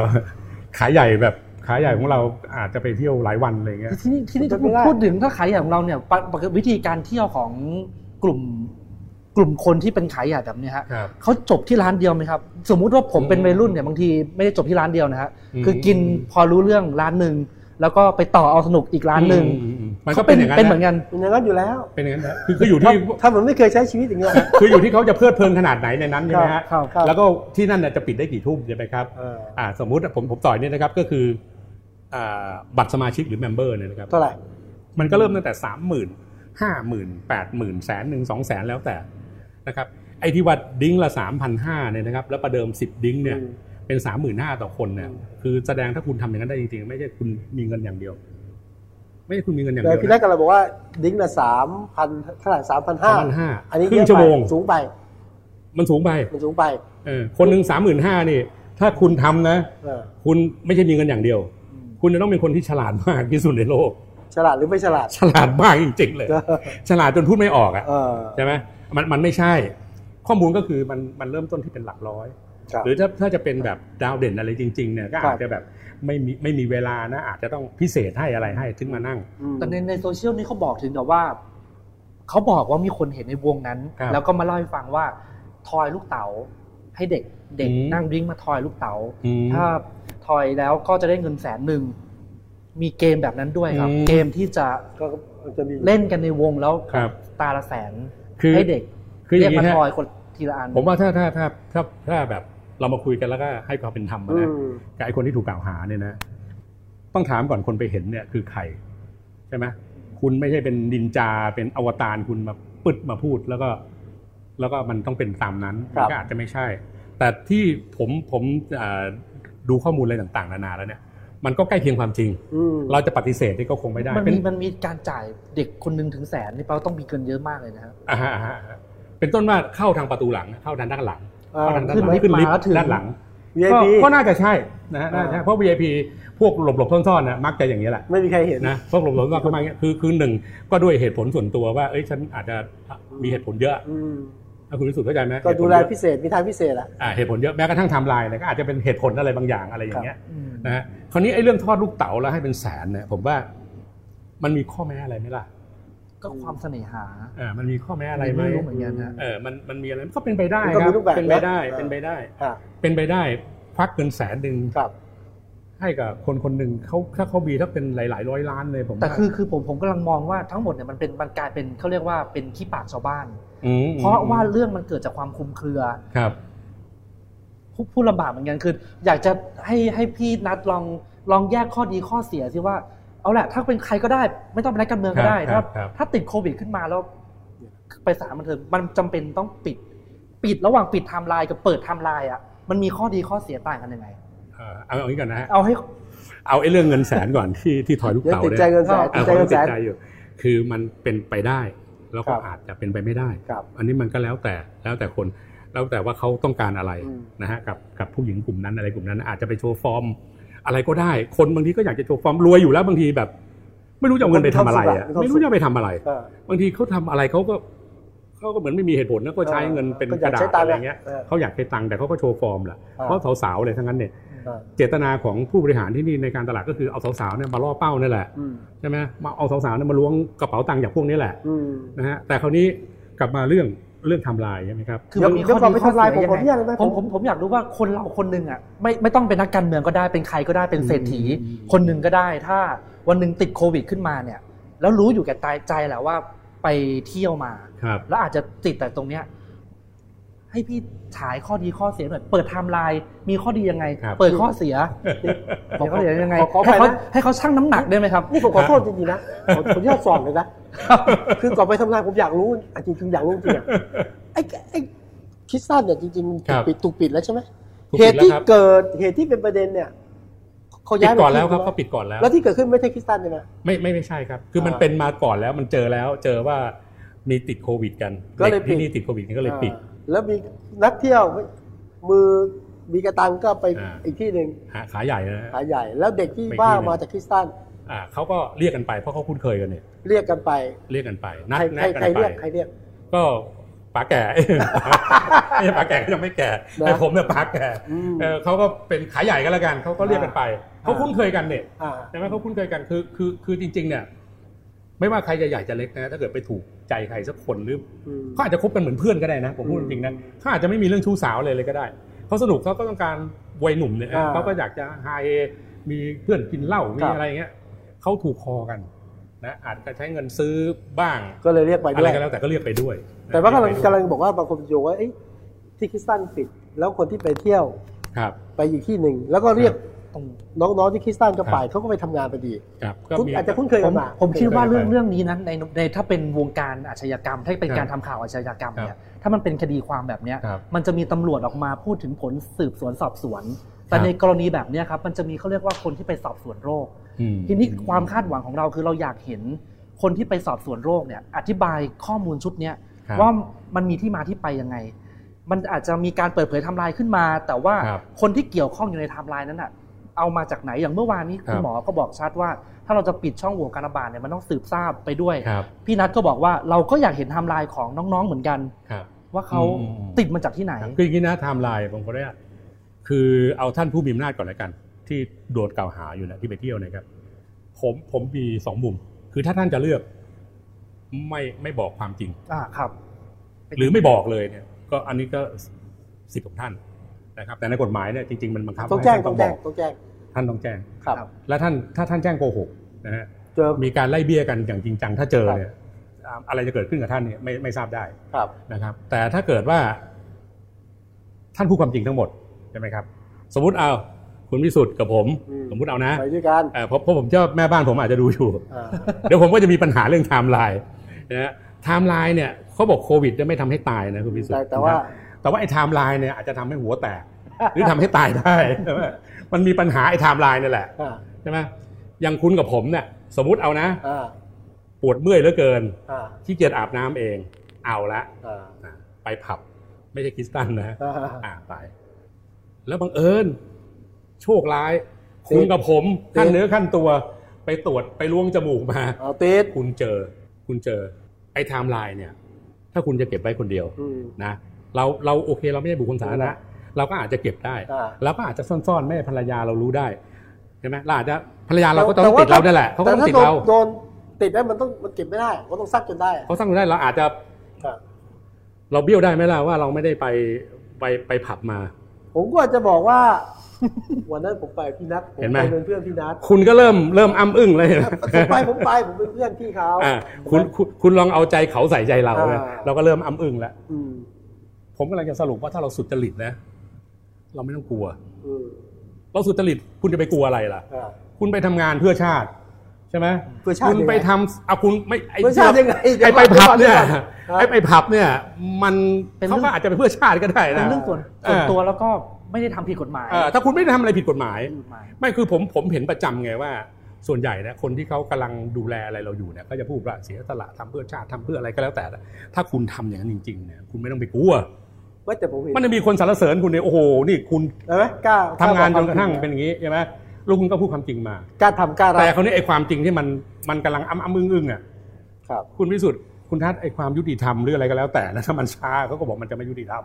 Speaker 5: ขาใหญ่แบบขาใหญ่ของเราอาจจะไปเที่ยวหลายวันอะไรเงี้ย
Speaker 4: ที่นี่ที่นี่
Speaker 3: เป็นไปได้
Speaker 4: พูดถึงถ้าขายใหญ่ของเราเนี่ยปะปะวิธีการเที่ยวของกลุ่ม กลุ่มคนที่เป็นขายใหญ่แบบเนี้ยฮะ
Speaker 5: ครับ
Speaker 4: เขาจบที่ร้านเดียวไหมครับ สมมุติว่าผมเป็น
Speaker 5: อืม
Speaker 4: วัยรุ่นเนี่ยบางทีไม่ได้จบที่ร้านเดียวนะฮะ
Speaker 5: อืม
Speaker 4: คือกินพอรู้เรื่องร้านหนึ่งแล้วก็ไปต่อเอาสนุกอีกร้านหนึ่ง
Speaker 5: อืมอืมอืมมันก็เป็นอย่างนั้
Speaker 4: เป็น
Speaker 5: น
Speaker 4: เหมือน
Speaker 5: นะ
Speaker 4: กัน
Speaker 3: เป็นอย่างนั้นอยู่แล้ว
Speaker 5: เป็นอย่างนั้นนะคือคืออยู่ที่
Speaker 3: ถ้ามันไม่เคยใช้ชีวิตอย่างเงี้ย
Speaker 5: คืออยู่ที่เขาจะเพลิดเพลินขนาดไหนในนั้นใช่ไหมฮะ
Speaker 3: ครับครับ
Speaker 5: แล้วก็ที่นั่นน่ะจะปิดได้กี่ทุ่มใช่ไหมครับ
Speaker 3: เออ
Speaker 5: อ่าสมมุติผมผมต่อยเนี่ยนะครับก็คืออ่าบัตรสมาชิกหรือเมมเบอร์เนี่ยนะครับ
Speaker 3: เท่าไหร่
Speaker 5: มันก็เริ่มตั้งแต่สามหมื่นห้าหมื่นแปดหมื่นแสนหนึ่งสองแสนแล้วแต่นะครับไอ้ที่ว่าดิ้งละสามพันห้าเนี่ยนะครับแล้วประเดิมสิบดิ้งเนี่ย
Speaker 3: อืม
Speaker 5: เป็นสามหมื่นห้าต่อคนเนี่ยคือแสดงถ้าคุณทำอย่างนั้นได้จริงๆ ไม่ใช่คุณมีเงินอย่างเดียว ไม่ใช่คุณมีเงินอย่าง
Speaker 3: แต่
Speaker 5: เดียว
Speaker 3: พี่แรกกำลังบอกว่าดิ้งละสามพันเท่าไหร่สามพันห้า
Speaker 5: สามพันห้า
Speaker 3: อันนี้
Speaker 5: ครึ่
Speaker 3: เย
Speaker 5: ง
Speaker 3: อะ
Speaker 5: ชั่
Speaker 3: ไป
Speaker 5: วโมง
Speaker 3: สูงไป
Speaker 5: มันสูงไป
Speaker 3: มันสูงไป
Speaker 5: เออคนหนึ่งสามหมื่นห้านี่ ถ้าคุณทำนะ
Speaker 3: เออ
Speaker 5: คุณไม่ใช่มีเงินอย่างเดียว คุณจะต้องเป็นคนที่ฉลาดมาก (laughs) ที่สุดในโลก
Speaker 3: ฉลาดหรือไม่ฉลาด
Speaker 5: ฉลาดมากจริงๆเลย ฉลาดจนพูดไม่ออกอ่ะ
Speaker 3: เออ
Speaker 5: ใช่ไหมมันมันไม่ใช่ ข้อมูลก็คือมันมันเริ่มต้นที่เป็นหลักร้อย
Speaker 3: ครับ
Speaker 5: หรือถ้าถ้าจะเป็นแบบดาวเด่นอะไรจริงๆเนี่ยก็
Speaker 3: ครั
Speaker 5: อา
Speaker 3: บ
Speaker 5: จจะแบบไม่มีไม่มีเวลานะ อาจจะต้องพิเศษให้อะไรให้ถึงมานั่ง
Speaker 3: ม
Speaker 4: แต่ในในโซเชียลนี่เขาบอกถึงกับว่า เขาบอกว่ามีคนเห็นในวงนั้น
Speaker 5: ครับ
Speaker 4: แล้วก็มาเล่าให้ฟังว่า ทอยลูกเต๋าให้เด็กเด็ก
Speaker 5: อืม
Speaker 4: นั่งดริ้งมาทอยลูกเต๋า
Speaker 5: อืม
Speaker 4: ถ้าทอยแล้วก็จะได้เงินแสนหนึ่งมีเกมแบบนั้นด้วยครับ
Speaker 5: อืม
Speaker 4: เกมที่จะ
Speaker 3: ก็จะมี
Speaker 4: เล่นกันในวงแล้ว
Speaker 5: ครับ
Speaker 4: ตาละแสน
Speaker 5: คือ
Speaker 4: ให้เด็ก
Speaker 5: คืออ
Speaker 4: เรี
Speaker 5: ย่าก งนี้
Speaker 4: มา
Speaker 5: ฮะ
Speaker 4: ทอยคนทีละอัน
Speaker 5: ผมว่าถ้าถ้าถ้าถ้าถ้าแบบเรามาคุยกันแล้วก็ให้ความเป็นธรรม
Speaker 3: อื
Speaker 5: นะ
Speaker 3: ม
Speaker 5: กับไอ้คนที่ถูกกล่าวหาเนี่ยนะ ต้องถามก่อนคนไปเห็นเนี่ยคือใครใช่ไหมคุณไม่ใช่เป็นดินจาเป็นอวตารคุณมาปึดมาพูดแล้วก็ แล้วก็มันต้องเป็นตามนั้น
Speaker 3: ครับ
Speaker 5: มันก็อาจจะไม่ใช่ แต่ที่ผมผมเอ่อดูข้อมูลอะไรต่างๆนานาแล้วเนี่ย มันก็ใกล้เคียงความจริง
Speaker 3: อืม
Speaker 5: เราจะปฏิเสธนี่ก็คงไม่ได้
Speaker 4: มัน
Speaker 5: เป็
Speaker 4: มี
Speaker 5: น
Speaker 4: มันมีการจ่ายเด็กคนหนึ่งถึงแสนนี่แปลว่าต้องมีเกินเยอะมากเลยนะครับ
Speaker 5: อ่าฮะอ่าฮะอ่าฮะเป็นต้นว่าเข้าทางประตูหลังเข้าทางด้านหลัง
Speaker 3: อ่า
Speaker 5: เข้าทางด้านหลั
Speaker 4: ขึ้นลิฟ
Speaker 5: ง
Speaker 4: ต์
Speaker 5: ขึ้นลิฟ
Speaker 4: มาแล้วถึ
Speaker 5: ต์
Speaker 4: ง
Speaker 5: ด้านหลัง ก็
Speaker 3: VIP
Speaker 5: ก็น่าจะใช่นะฮะน่าจะใช่
Speaker 3: อ่า
Speaker 5: เพราะ VIP พวกหลบหลบๆซ่อนๆนะมักจะอย่างนี้ยแหละ
Speaker 3: ไม่มีใครเห็น
Speaker 5: นะพวกหลบหลบๆซ่อนๆก็มาอย่างเงี้ยคือคือหนึ่งก็ด้วยเหตุผลส่วนตัวว่าเอ้ยฉันอาจจะมีเหตุผลเยอะ
Speaker 3: อืม
Speaker 5: อ่ะคุณวิสุทธ์เข้าใจไหม
Speaker 3: ก็ดูแล
Speaker 5: เหตุผลเยอะ
Speaker 3: พิเศษมีทางพิเศษอ่ะ
Speaker 5: อ่าเหตุผลเยอะแม้กระทั่งไทม์ไลน์เนี่ยก็อาจจะเป็นเหตุผลอะไรบางอย่างอะไรอย่างเงี้ย
Speaker 4: อืม
Speaker 5: นะฮะคราวนี้ไอ้เรื่องทอดลูกเต๋าแล้วให้เป็นแสนเนี่ยผมว่ามันมีข้อแม้อะไรไหมล่ะ
Speaker 4: ก็ความเสน่หา
Speaker 5: อ่ามันมีข้อแม้อะไรไหม
Speaker 4: ไม่รู้เหมือนกันนะ
Speaker 5: เออมันมันมีอะไรก็เป็นไปได้
Speaker 3: มันก็
Speaker 5: ครั
Speaker 3: มี
Speaker 5: บ
Speaker 3: รูปแบบ
Speaker 5: เป็นไปได้
Speaker 3: นะ
Speaker 5: เป็นไปได้
Speaker 3: อ่ะ
Speaker 5: เป็นไปได้ควักเงินแสนหนึ่ง
Speaker 3: ครับ
Speaker 5: ให้กับคนคนหนึ่งเขาถ้าเขามีถ้าเป็นหลาย ๆ ร้อยล้านเลยผม
Speaker 4: แต่คือคือผมผมกำลังมองว่าทั้งหมดเนี่ยมันเป็นมันกลายเป็นเขาเรียกว่าเป็นขี้ปากชาวบ้าน เพราะว่าเรื่องมันเกิดจากความคลุมเครือ
Speaker 5: ครับ
Speaker 4: ผู้ผู้ลำบากเหมือนกันคือ อยากจะให้ให้พี่นัดลองลองแยกข้อดีข้อเสียสิว่าเอาแหละ ถ้าเป็นใครก็ได้ ไม่ต้องเป็นนักการเมืองก็ได้
Speaker 5: ครั
Speaker 4: ถ้า
Speaker 5: บครับ
Speaker 4: ถ้าติดโควิดขึ้นมาแล้ว ไปสถารบันเทิงมันจำเป็นต้องปิด ปิดระหว่างปิดไทม์ไลน์กับเปิดไทม์ไลน์อ่ะมันมีข้อดีข้อเสียต่างกันยังไง
Speaker 5: เอ่อเอาอย่างนี้ก่อนนะฮะ
Speaker 4: เอาให้
Speaker 5: เอาไอ้เรื่องเงินแสนก่อนที่ที่ถอยลูก
Speaker 3: ยัง
Speaker 5: เต๋า
Speaker 3: ติด
Speaker 5: เนี่
Speaker 3: ใจ
Speaker 5: ย
Speaker 3: เงินแสน
Speaker 5: อ่า
Speaker 3: ติดใจ
Speaker 5: ผม
Speaker 3: เงิน
Speaker 5: ติ
Speaker 3: แส
Speaker 5: ด
Speaker 3: น
Speaker 5: ใจอยู่ คือมันเป็นไปได้ แล้ว
Speaker 3: ค
Speaker 5: ก็
Speaker 3: รับ
Speaker 5: อาจจะเป็นไปไม่ได้
Speaker 3: ครับ
Speaker 5: อันนี้มันก็แล้วแต่แล้วแต่คนแล้วแต่ว่าเขาต้องการอะไร
Speaker 3: อืม
Speaker 5: นะฮะกับกับผู้หญิงกลุ่มนั้นอะไรกลุ่มนั้น อาจจะไปโชว์ฟอร์ม อะไรก็ได้ คนบางทีก็อยากจะโชว์ฟอร์มรวยอยู่แล้วบางทีแบบ ไม่รู้จะเอาเงินไปทำอะไรอ่ะไม่รู้จะเอาไปทำอะไร
Speaker 3: เออบ
Speaker 5: างทีเขาทำอะไรเขาก็เขาก็เหมือนไม่มีเหตุผลนะก็ใช้เงินเป็นกระดาษอะไรเงี้ยเขาอยากใช้ตังค์แต่เขาก็โชว์ฟอร์มแหละเพราะสาวๆเลยทั้งนั้นเนี่ย
Speaker 3: เออ
Speaker 5: เจตนาของผู้บริหารที่นี่ในการตลาดก็คือเอาสาวๆเนี่ยมาล่อเป้านี่แหละ
Speaker 3: อืม
Speaker 5: ใช่ไหมมาเอาสาวๆเนี่ยมาล้วงกระเป๋าตังค์จากพวกนี้แหละ
Speaker 3: อืม
Speaker 5: นะฮะแต่คราวนี้กลับมาเรื่องเรื่องไทำลายใช่ไหมครับ
Speaker 4: คือมันมี
Speaker 3: เดี๋
Speaker 4: ข้
Speaker 3: ยว
Speaker 4: อ
Speaker 3: ก่อน
Speaker 4: ดี
Speaker 3: ไป
Speaker 4: ข้อ
Speaker 3: ทำลายผ
Speaker 4: เสี
Speaker 3: ม
Speaker 4: ย
Speaker 3: ข
Speaker 4: ยั
Speaker 3: อองนุญาต
Speaker 4: ไง
Speaker 3: ได้ไหม
Speaker 4: ผมผมผมอยากรู้ว่าคนเราคนหนึ่งอ่ะไม่ไม่ต้องเป็นนักการเมืองก็ได้เป็นใครก็ได้เป็นเศรษฐี
Speaker 5: อืม
Speaker 4: คนหนึ่งก็ได้ ถ้าวันหนึ่งติดโควิดขึ้นมาเนี่ย แล้วรู้อยู่แก่ตายใจแหละว่าไปเที่ยวมา
Speaker 5: (laughs) ครับ
Speaker 4: แล้วอาจจะติดแต่ตรงเนี้ยให้พี่ฉายข้อดีข้อเสียหน่อยเปิดไทม์ไลน์มีข้อดียังไง เปิดข้อเสียเปิดข้อเสียยังไง
Speaker 3: ขอขอไป
Speaker 4: ให้เขา
Speaker 3: นะ
Speaker 4: ให้เขาชั่งน้ำหนักได้ไหมครับ
Speaker 3: นี่ผมขอโทษจริงๆนะผมผมอยากสอนเลยนะ คือก่อนไปทำงานผมอยากรู้อ่ะจริงๆอยากรู้จริงๆอะไอ้ไอ้คิดสั้นเนี่ยจริงๆถูกปิดถูกปิดแล้วใช่ไหม
Speaker 5: ถูก
Speaker 3: เห
Speaker 5: ปิด
Speaker 3: ตุ
Speaker 5: แล้ว
Speaker 3: ที่
Speaker 5: ครับ
Speaker 3: เกิดเหตุที่เป็นประเด็นเนี่ยเขา
Speaker 5: ปิ
Speaker 3: ย้าย
Speaker 5: ดก่อนแล้วครับ
Speaker 3: มา
Speaker 5: เขาปิดก่อนแล้ว
Speaker 3: แล้วที่เกิดขึ้นไม่ใช่คิดสั้นใช่ไหม
Speaker 5: ไม่ไม่ไม่ใช่ครับ คือมัน
Speaker 3: อ่า
Speaker 5: เป็นมาก่อนแล้วมันเจอแล้วเจอว่ามีติดโควิดกัน
Speaker 3: ก็เลย
Speaker 5: ด็
Speaker 3: ปิด
Speaker 5: ที่นี่ติดโควิดกันก็เลยปิด
Speaker 3: อ่าแล้วมีนักเที่ยวมือมีกระตังก็ไป
Speaker 5: อ่า
Speaker 3: อีกที่หนึ่ง
Speaker 5: หาขาใหญ่นะฮะ
Speaker 3: ขายใหญ่ แล้วเด็กที่
Speaker 5: ไปอีก
Speaker 3: ว่า
Speaker 5: ที่หนึ่ง
Speaker 3: มาจากคริสตัน
Speaker 5: อ่าเขาก็เรียกกันไปเพราะเขาคุ้นเคยกันเนี่ย
Speaker 3: เรียกกันไป
Speaker 5: เรียกกันไปนัด
Speaker 3: ใครใคร
Speaker 5: แนะ
Speaker 3: ใครเรีย
Speaker 5: กันไป
Speaker 3: กใครเรียก
Speaker 5: ก็ป๋าแก่ (laughs) ไอ้ป๋าแก่ก็ยังไม่แก่
Speaker 3: นะ
Speaker 5: ไอ้ผมเนี่ยป๋าแก่
Speaker 3: อืม
Speaker 5: เออเขาก็เป็นขาใหญ่กันแล้วกันเขาก็เรียกกันไป
Speaker 3: อ่า
Speaker 5: เขาคุ้นเคยกันเนี่ย
Speaker 3: อ่า
Speaker 5: ใช่ไหมเขาคุ้นเคยกันคือคือคือจริง ๆ เนี่ย ไม่ว่าใครจะใหญ่จะเล็กนะถ้าเกิดไปถูกใจใครสักคนหรือ
Speaker 3: อืม
Speaker 5: เขาอาจจะคบกันเหมือนเพื่อนก็ได้นะผมพูด
Speaker 3: อื
Speaker 5: จ
Speaker 3: ม
Speaker 5: ริงๆนะเขาอาจจะไม่มีเรื่องชู้สาวเลยเลยก็ได้เขาสนุกเขาก็ต้องการวัยหนุ่มเนี่ย
Speaker 3: อ่า
Speaker 5: เขาก็อยากจะไฮเอมีเพื่อนกินเหล้ามี
Speaker 3: ครับ
Speaker 5: อะไรอย่างเงี้ยเขาถูกคอกันนะอาจจะใช้เงินซื้อบ้าง
Speaker 3: ก็เลยเรียกไป
Speaker 5: อะ
Speaker 3: ด้
Speaker 5: ไร
Speaker 3: วย
Speaker 5: ก็แล้วแต่ก็เรียกไปด้วยนะ
Speaker 3: แต่ว่ากำลัง
Speaker 5: เรีย
Speaker 3: กำ
Speaker 5: ไปด้วย
Speaker 3: ลังบอกว่าบางคนโยงว่าเอ้ยที่คริสตันปิด แล้วคนที่ไปเที่ยว
Speaker 5: ครับ
Speaker 3: ไปอีกที่หนึ่ง แล้วก็เรียก
Speaker 4: ตรง
Speaker 3: น้องๆที่คริสตันก็ไป
Speaker 5: ครับ
Speaker 3: เขาก็ไปทำงานพอดี
Speaker 5: ครับก็
Speaker 3: คุณ
Speaker 5: มี
Speaker 3: อาจจะคุ้นเคย
Speaker 4: ผ
Speaker 3: กัน
Speaker 4: ม
Speaker 3: มา
Speaker 4: ผมคิดว่า
Speaker 5: เคยไป
Speaker 4: เรื่องเรื่องนี้นั้นในในถ้าเป็นวงการอาชญากรรม ถ้าเป็น
Speaker 5: ครับ
Speaker 4: การทำข่าวอาชญากรรมเนี่
Speaker 5: ครั
Speaker 4: ย
Speaker 5: บ
Speaker 4: ถ้ามันเป็นคดีความแบบเนี้ย
Speaker 5: ครับ
Speaker 4: มันจะมีตำรวจออกมาพูดถึงผลสืบสวนสอบสวน แต่
Speaker 5: ครับ
Speaker 4: ในกรณีแบบเนี้ยครับมันจะมีเขาเรียกว่าคนที่ไปสอบสวนโรค
Speaker 5: อืม
Speaker 4: ทีนี้ความคาดหวังของเราคือเราอยากเห็นคนที่ไปสอบสวนโรคเนี่ยอธิบายข้อมูลชุดเนี้ย
Speaker 5: ครับ
Speaker 4: ว่ามันมีที่มาที่ไปยังไง มันอาจจะมีการเปิดเผยไทำลายขึ้นมา แต่ว่า
Speaker 5: ครับ
Speaker 4: คนที่เกี่ยวข้องอยู่ในไทำลายนั้นอ่ะเอามาจากไหนอย่างเมื่อวานนี้
Speaker 5: ครับ
Speaker 4: คุณหมอก็บอกชัดว่า ถ้าเราจะปิดช่องโหว่การระบาดเนี่ยมันต้องสืบทราบไปด้วย
Speaker 5: ครับ
Speaker 4: พี่นัทก็บอกว่าเราก็อยากเห็นไทำลายของน้องๆเหมือนกัน
Speaker 5: ครับ
Speaker 4: ว่าเขา
Speaker 5: อืมอืม
Speaker 4: ติดมาจากที่ไหน
Speaker 5: ครับคืออย่างนี้นะไทม์ไลน์ผมขออนุญาตคือเอาท่านผู้มีอำนาจก่อนแล้วกัน ที่โดนกล่าวหาอยู่เนะที่ไปเที่ยวเนะครับผมผมมีสองมุม คือถ้าท่านจะเลือกไม่ไม่บอกความจริง
Speaker 4: อ่าครับ
Speaker 5: หรือไม่บอกเลยเนี่ยก็อันนี้ก็สิทธิ์ของท่านนะครับ แต่ในกฎหมายเนี่ยจริงๆมันบังคับ
Speaker 3: ต้องแจ้ง
Speaker 5: ให้ท่าน
Speaker 3: ต้องแจ้งต้องแจ้ง
Speaker 5: ท่านต้องแจ้ง
Speaker 3: ครับ
Speaker 5: และท่านถ้าท่านแจ้งโกหกนะฮะ
Speaker 3: เจอ
Speaker 5: มีการไล่เบี้ยกันอย่างจริงจังถ้าเจอเนี่ยอ่าอะไรจะเกิดขึ้นกับท่านเนี่ยไม่ไม่ทราบได้
Speaker 3: ครับ
Speaker 5: นะครับแต่ถ้าเกิดว่าท่านพูดความจริงทั้งหมดใช่ไหมครับ สมมติเอาคุณวิสุทธ์กับผม
Speaker 3: อื
Speaker 5: สมมติเอานะ
Speaker 3: ไปด้วยกัน
Speaker 5: เอ่อเพราะเพราะผมเชื่อแม่บ้านผมอาจจะดูอยู่ (laughs)
Speaker 3: อ่า
Speaker 5: เดี๋ยวผมก็จะมีปัญหาเรื่องไทม์ไลน์นะฮะไทม์ไลน์เนี่ยเขาบอกโควิดเนี่ยไม่ทำให้ตายนะคุณวิสุท
Speaker 3: แต่
Speaker 5: ธ์
Speaker 3: แต่ว่า
Speaker 5: นะครับแต่ว่าไอ้ไทม์ไลน์เนี่ยอาจจะทำให้หัวแตก หรือทำให้ตายได้ (laughs) ใช่ไหมมันมีปัญหาไอ้ไทม์ไลน์นี่แหละ
Speaker 3: อ่า
Speaker 5: ใช่ไหมอย่างคุณกับผมเนี่ยสมมติเอานะ
Speaker 3: อ่า
Speaker 5: ปวดเมื่อยเหลือเกิน
Speaker 3: อ่า
Speaker 5: ขี้เกียจอาบน้ำเองเอาละ
Speaker 3: อ่า
Speaker 5: อ่ะไปผับไม่ใช่คริสตันนะ
Speaker 3: อ่า
Speaker 5: อ่าไป แล้วบังเอิญโชคร้าย
Speaker 3: ติด
Speaker 5: คุณกับผม
Speaker 3: ติด
Speaker 5: ขั้นเนื้อขั้นตัวไปตรวจไปล้วงจมูกมา
Speaker 3: เอาติด
Speaker 5: คุณเจอ คุณเจอ ไอ้ไทม์ไลน์เนี่ย ถ้าคุณจะเก็บไว้คนเดียว
Speaker 3: อืม
Speaker 5: นะเราเราโอเคเราไม่ใช่บุคคลสาธารณะเราก็อาจจะเก็บได้
Speaker 3: อ่า
Speaker 5: เราก็อาจจะซ่อนๆไม่ให้ภรรยาเรารู้ได้ใช่ไหมเราอาจจะภรรยาเราก็ต้องติดเราได้แหละเขาก็
Speaker 3: แต่
Speaker 5: ต้อง
Speaker 3: ถ้า
Speaker 5: ติด
Speaker 3: โดน
Speaker 5: เรา
Speaker 3: โดนติดได้มันต้องมันเก็บไม่ได้ก็ต้องซักจนได้อะ
Speaker 5: เขาสร้างเราได้เราอาจจะ
Speaker 3: อ่า
Speaker 5: เราเบี้ยวได้ไหมล่ะว่าเราไม่ได้ไปไปไปผับมา
Speaker 3: ผมก็อาจจะบอกว่า (laughs) วันนั้นผมไปพี่นัทผม
Speaker 5: เห็นไหม
Speaker 3: ไปเป็นเพื่อนพี่นัท
Speaker 5: คุณก็เริ่มเริ่มอ้ำอึ้งเลย
Speaker 3: ผมไปผมไปผมเป็นเพื่อนพี่เขา
Speaker 5: อ่าคุณคุณคุณลองเอาใจเขาใส่ใจเรานะ
Speaker 3: อ่า
Speaker 5: เราก็เริ่มอ้ำอึ้งแล้ว
Speaker 3: อืม
Speaker 5: ผมกำลังจะสรุปว่าถ้าเราสุจริตนะ เราไม่ต้องกลัว
Speaker 3: อืม
Speaker 5: เราสุจริตคุณจะไปกลัวอะไรล่ะ
Speaker 3: อ่า
Speaker 5: คุณไปทำงานเพื่อชาติ ใช่ไหม
Speaker 3: เพื่อชาติ
Speaker 5: คุณไปทำเอาคุณไม่ไอ้
Speaker 3: เพื่อชาติยังไงเดี๋ยว
Speaker 5: ไอ้ไปผับเนี่ย
Speaker 3: เดี๋ยวก่อน
Speaker 5: ไอ้ไปผับเนี่ย มัน
Speaker 4: เป็นเรื่
Speaker 5: เขา
Speaker 4: อง
Speaker 5: ก็อาจจะไปเพื่อชาติก็ได้
Speaker 4: เป็
Speaker 5: นะ
Speaker 4: นเรื่องส่วนส่วนตัวแล้วก็ไม่ได้ทำผิดกฎหมาย
Speaker 5: เออถ้าคุณไม่ได้ทำอะไรผิดกฎหมาย
Speaker 4: กฎหมาย
Speaker 5: ไม่คือผมผมเห็นประจำไงว่า ส่วนใหญ่นะคนที่เขากำลังดูแลอะไรเราอยู่เนี่ยก็จะพูดว่าเสียสละทำเพื่อชาติทำเพื่ออะไรก็แล้วแต่นะถ้าคุณทำอย่างนั้นจริงๆเนี่ยคุณไม่ต้องไปกลัว
Speaker 3: ไม่แต่ผมเห็น
Speaker 5: มันจะมีคนสรรเสริญคุณเนี่ยโอ้โหนี่คุณ
Speaker 3: เห็นไหมกล้า
Speaker 5: ทำงานจนกระทั่ง
Speaker 3: ล้าบอควม
Speaker 5: เป็นอย่างนี้ใช่ไหมแลูกคุณก็พูดความจริงมา
Speaker 3: กล้าทำกล้ารั
Speaker 5: แต่
Speaker 3: บ
Speaker 5: คราวนี้ไอ้ความจริงที่มันมันกำลังอ้ำอ้ำอึ้งอึ้งอ่ะ
Speaker 3: ครับ
Speaker 5: คุณวิสุทธ์คุณทัศน์ไอ้ความยุติธรรมหรืออะไรก็แล้วแต่นะถ้า (laughs) มันช้าเขาก็บอกมันจะไม่ยุติธรรม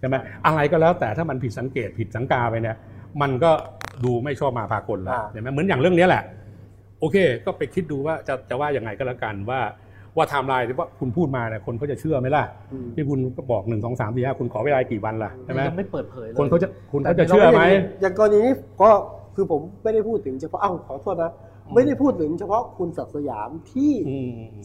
Speaker 5: ใช่ไหมอะไรก็แล้วแต่ถ้ามันผิดสังเกตผิดสังกาไปเนี่ย มันก็ดูไม่ชอบมาพากลแล้ว
Speaker 3: อ่า
Speaker 5: ใช่ไหมเหมือนอย่างเรื่องเนี้ยแหละ โอเค ก็ไปคิดดูว่าจะจะว่ายังไงก็แล้วกันว่าว่าไทม์ไลน์ที่ว่าคุณพูดมาเนี่ยคนเขาจะเชื่อไหมล่ะ
Speaker 3: อืม
Speaker 5: ที่คุณก็บอกหนึ่งสองสามสี่ห้าคุณขอเวลากี่วันล่ะใช่ไหม
Speaker 4: ยังไม่เปิดเผยเลย
Speaker 5: คนเขาจะคุณเขาจะเชื่อไหม
Speaker 3: อย่างกรณีนี้ก็คือผมไม่ได้พูดถึงเฉพาะเอ้าขอโทษนะ ไม่ได้พูดถึงเฉพาะคุณศักดิ์สยามที่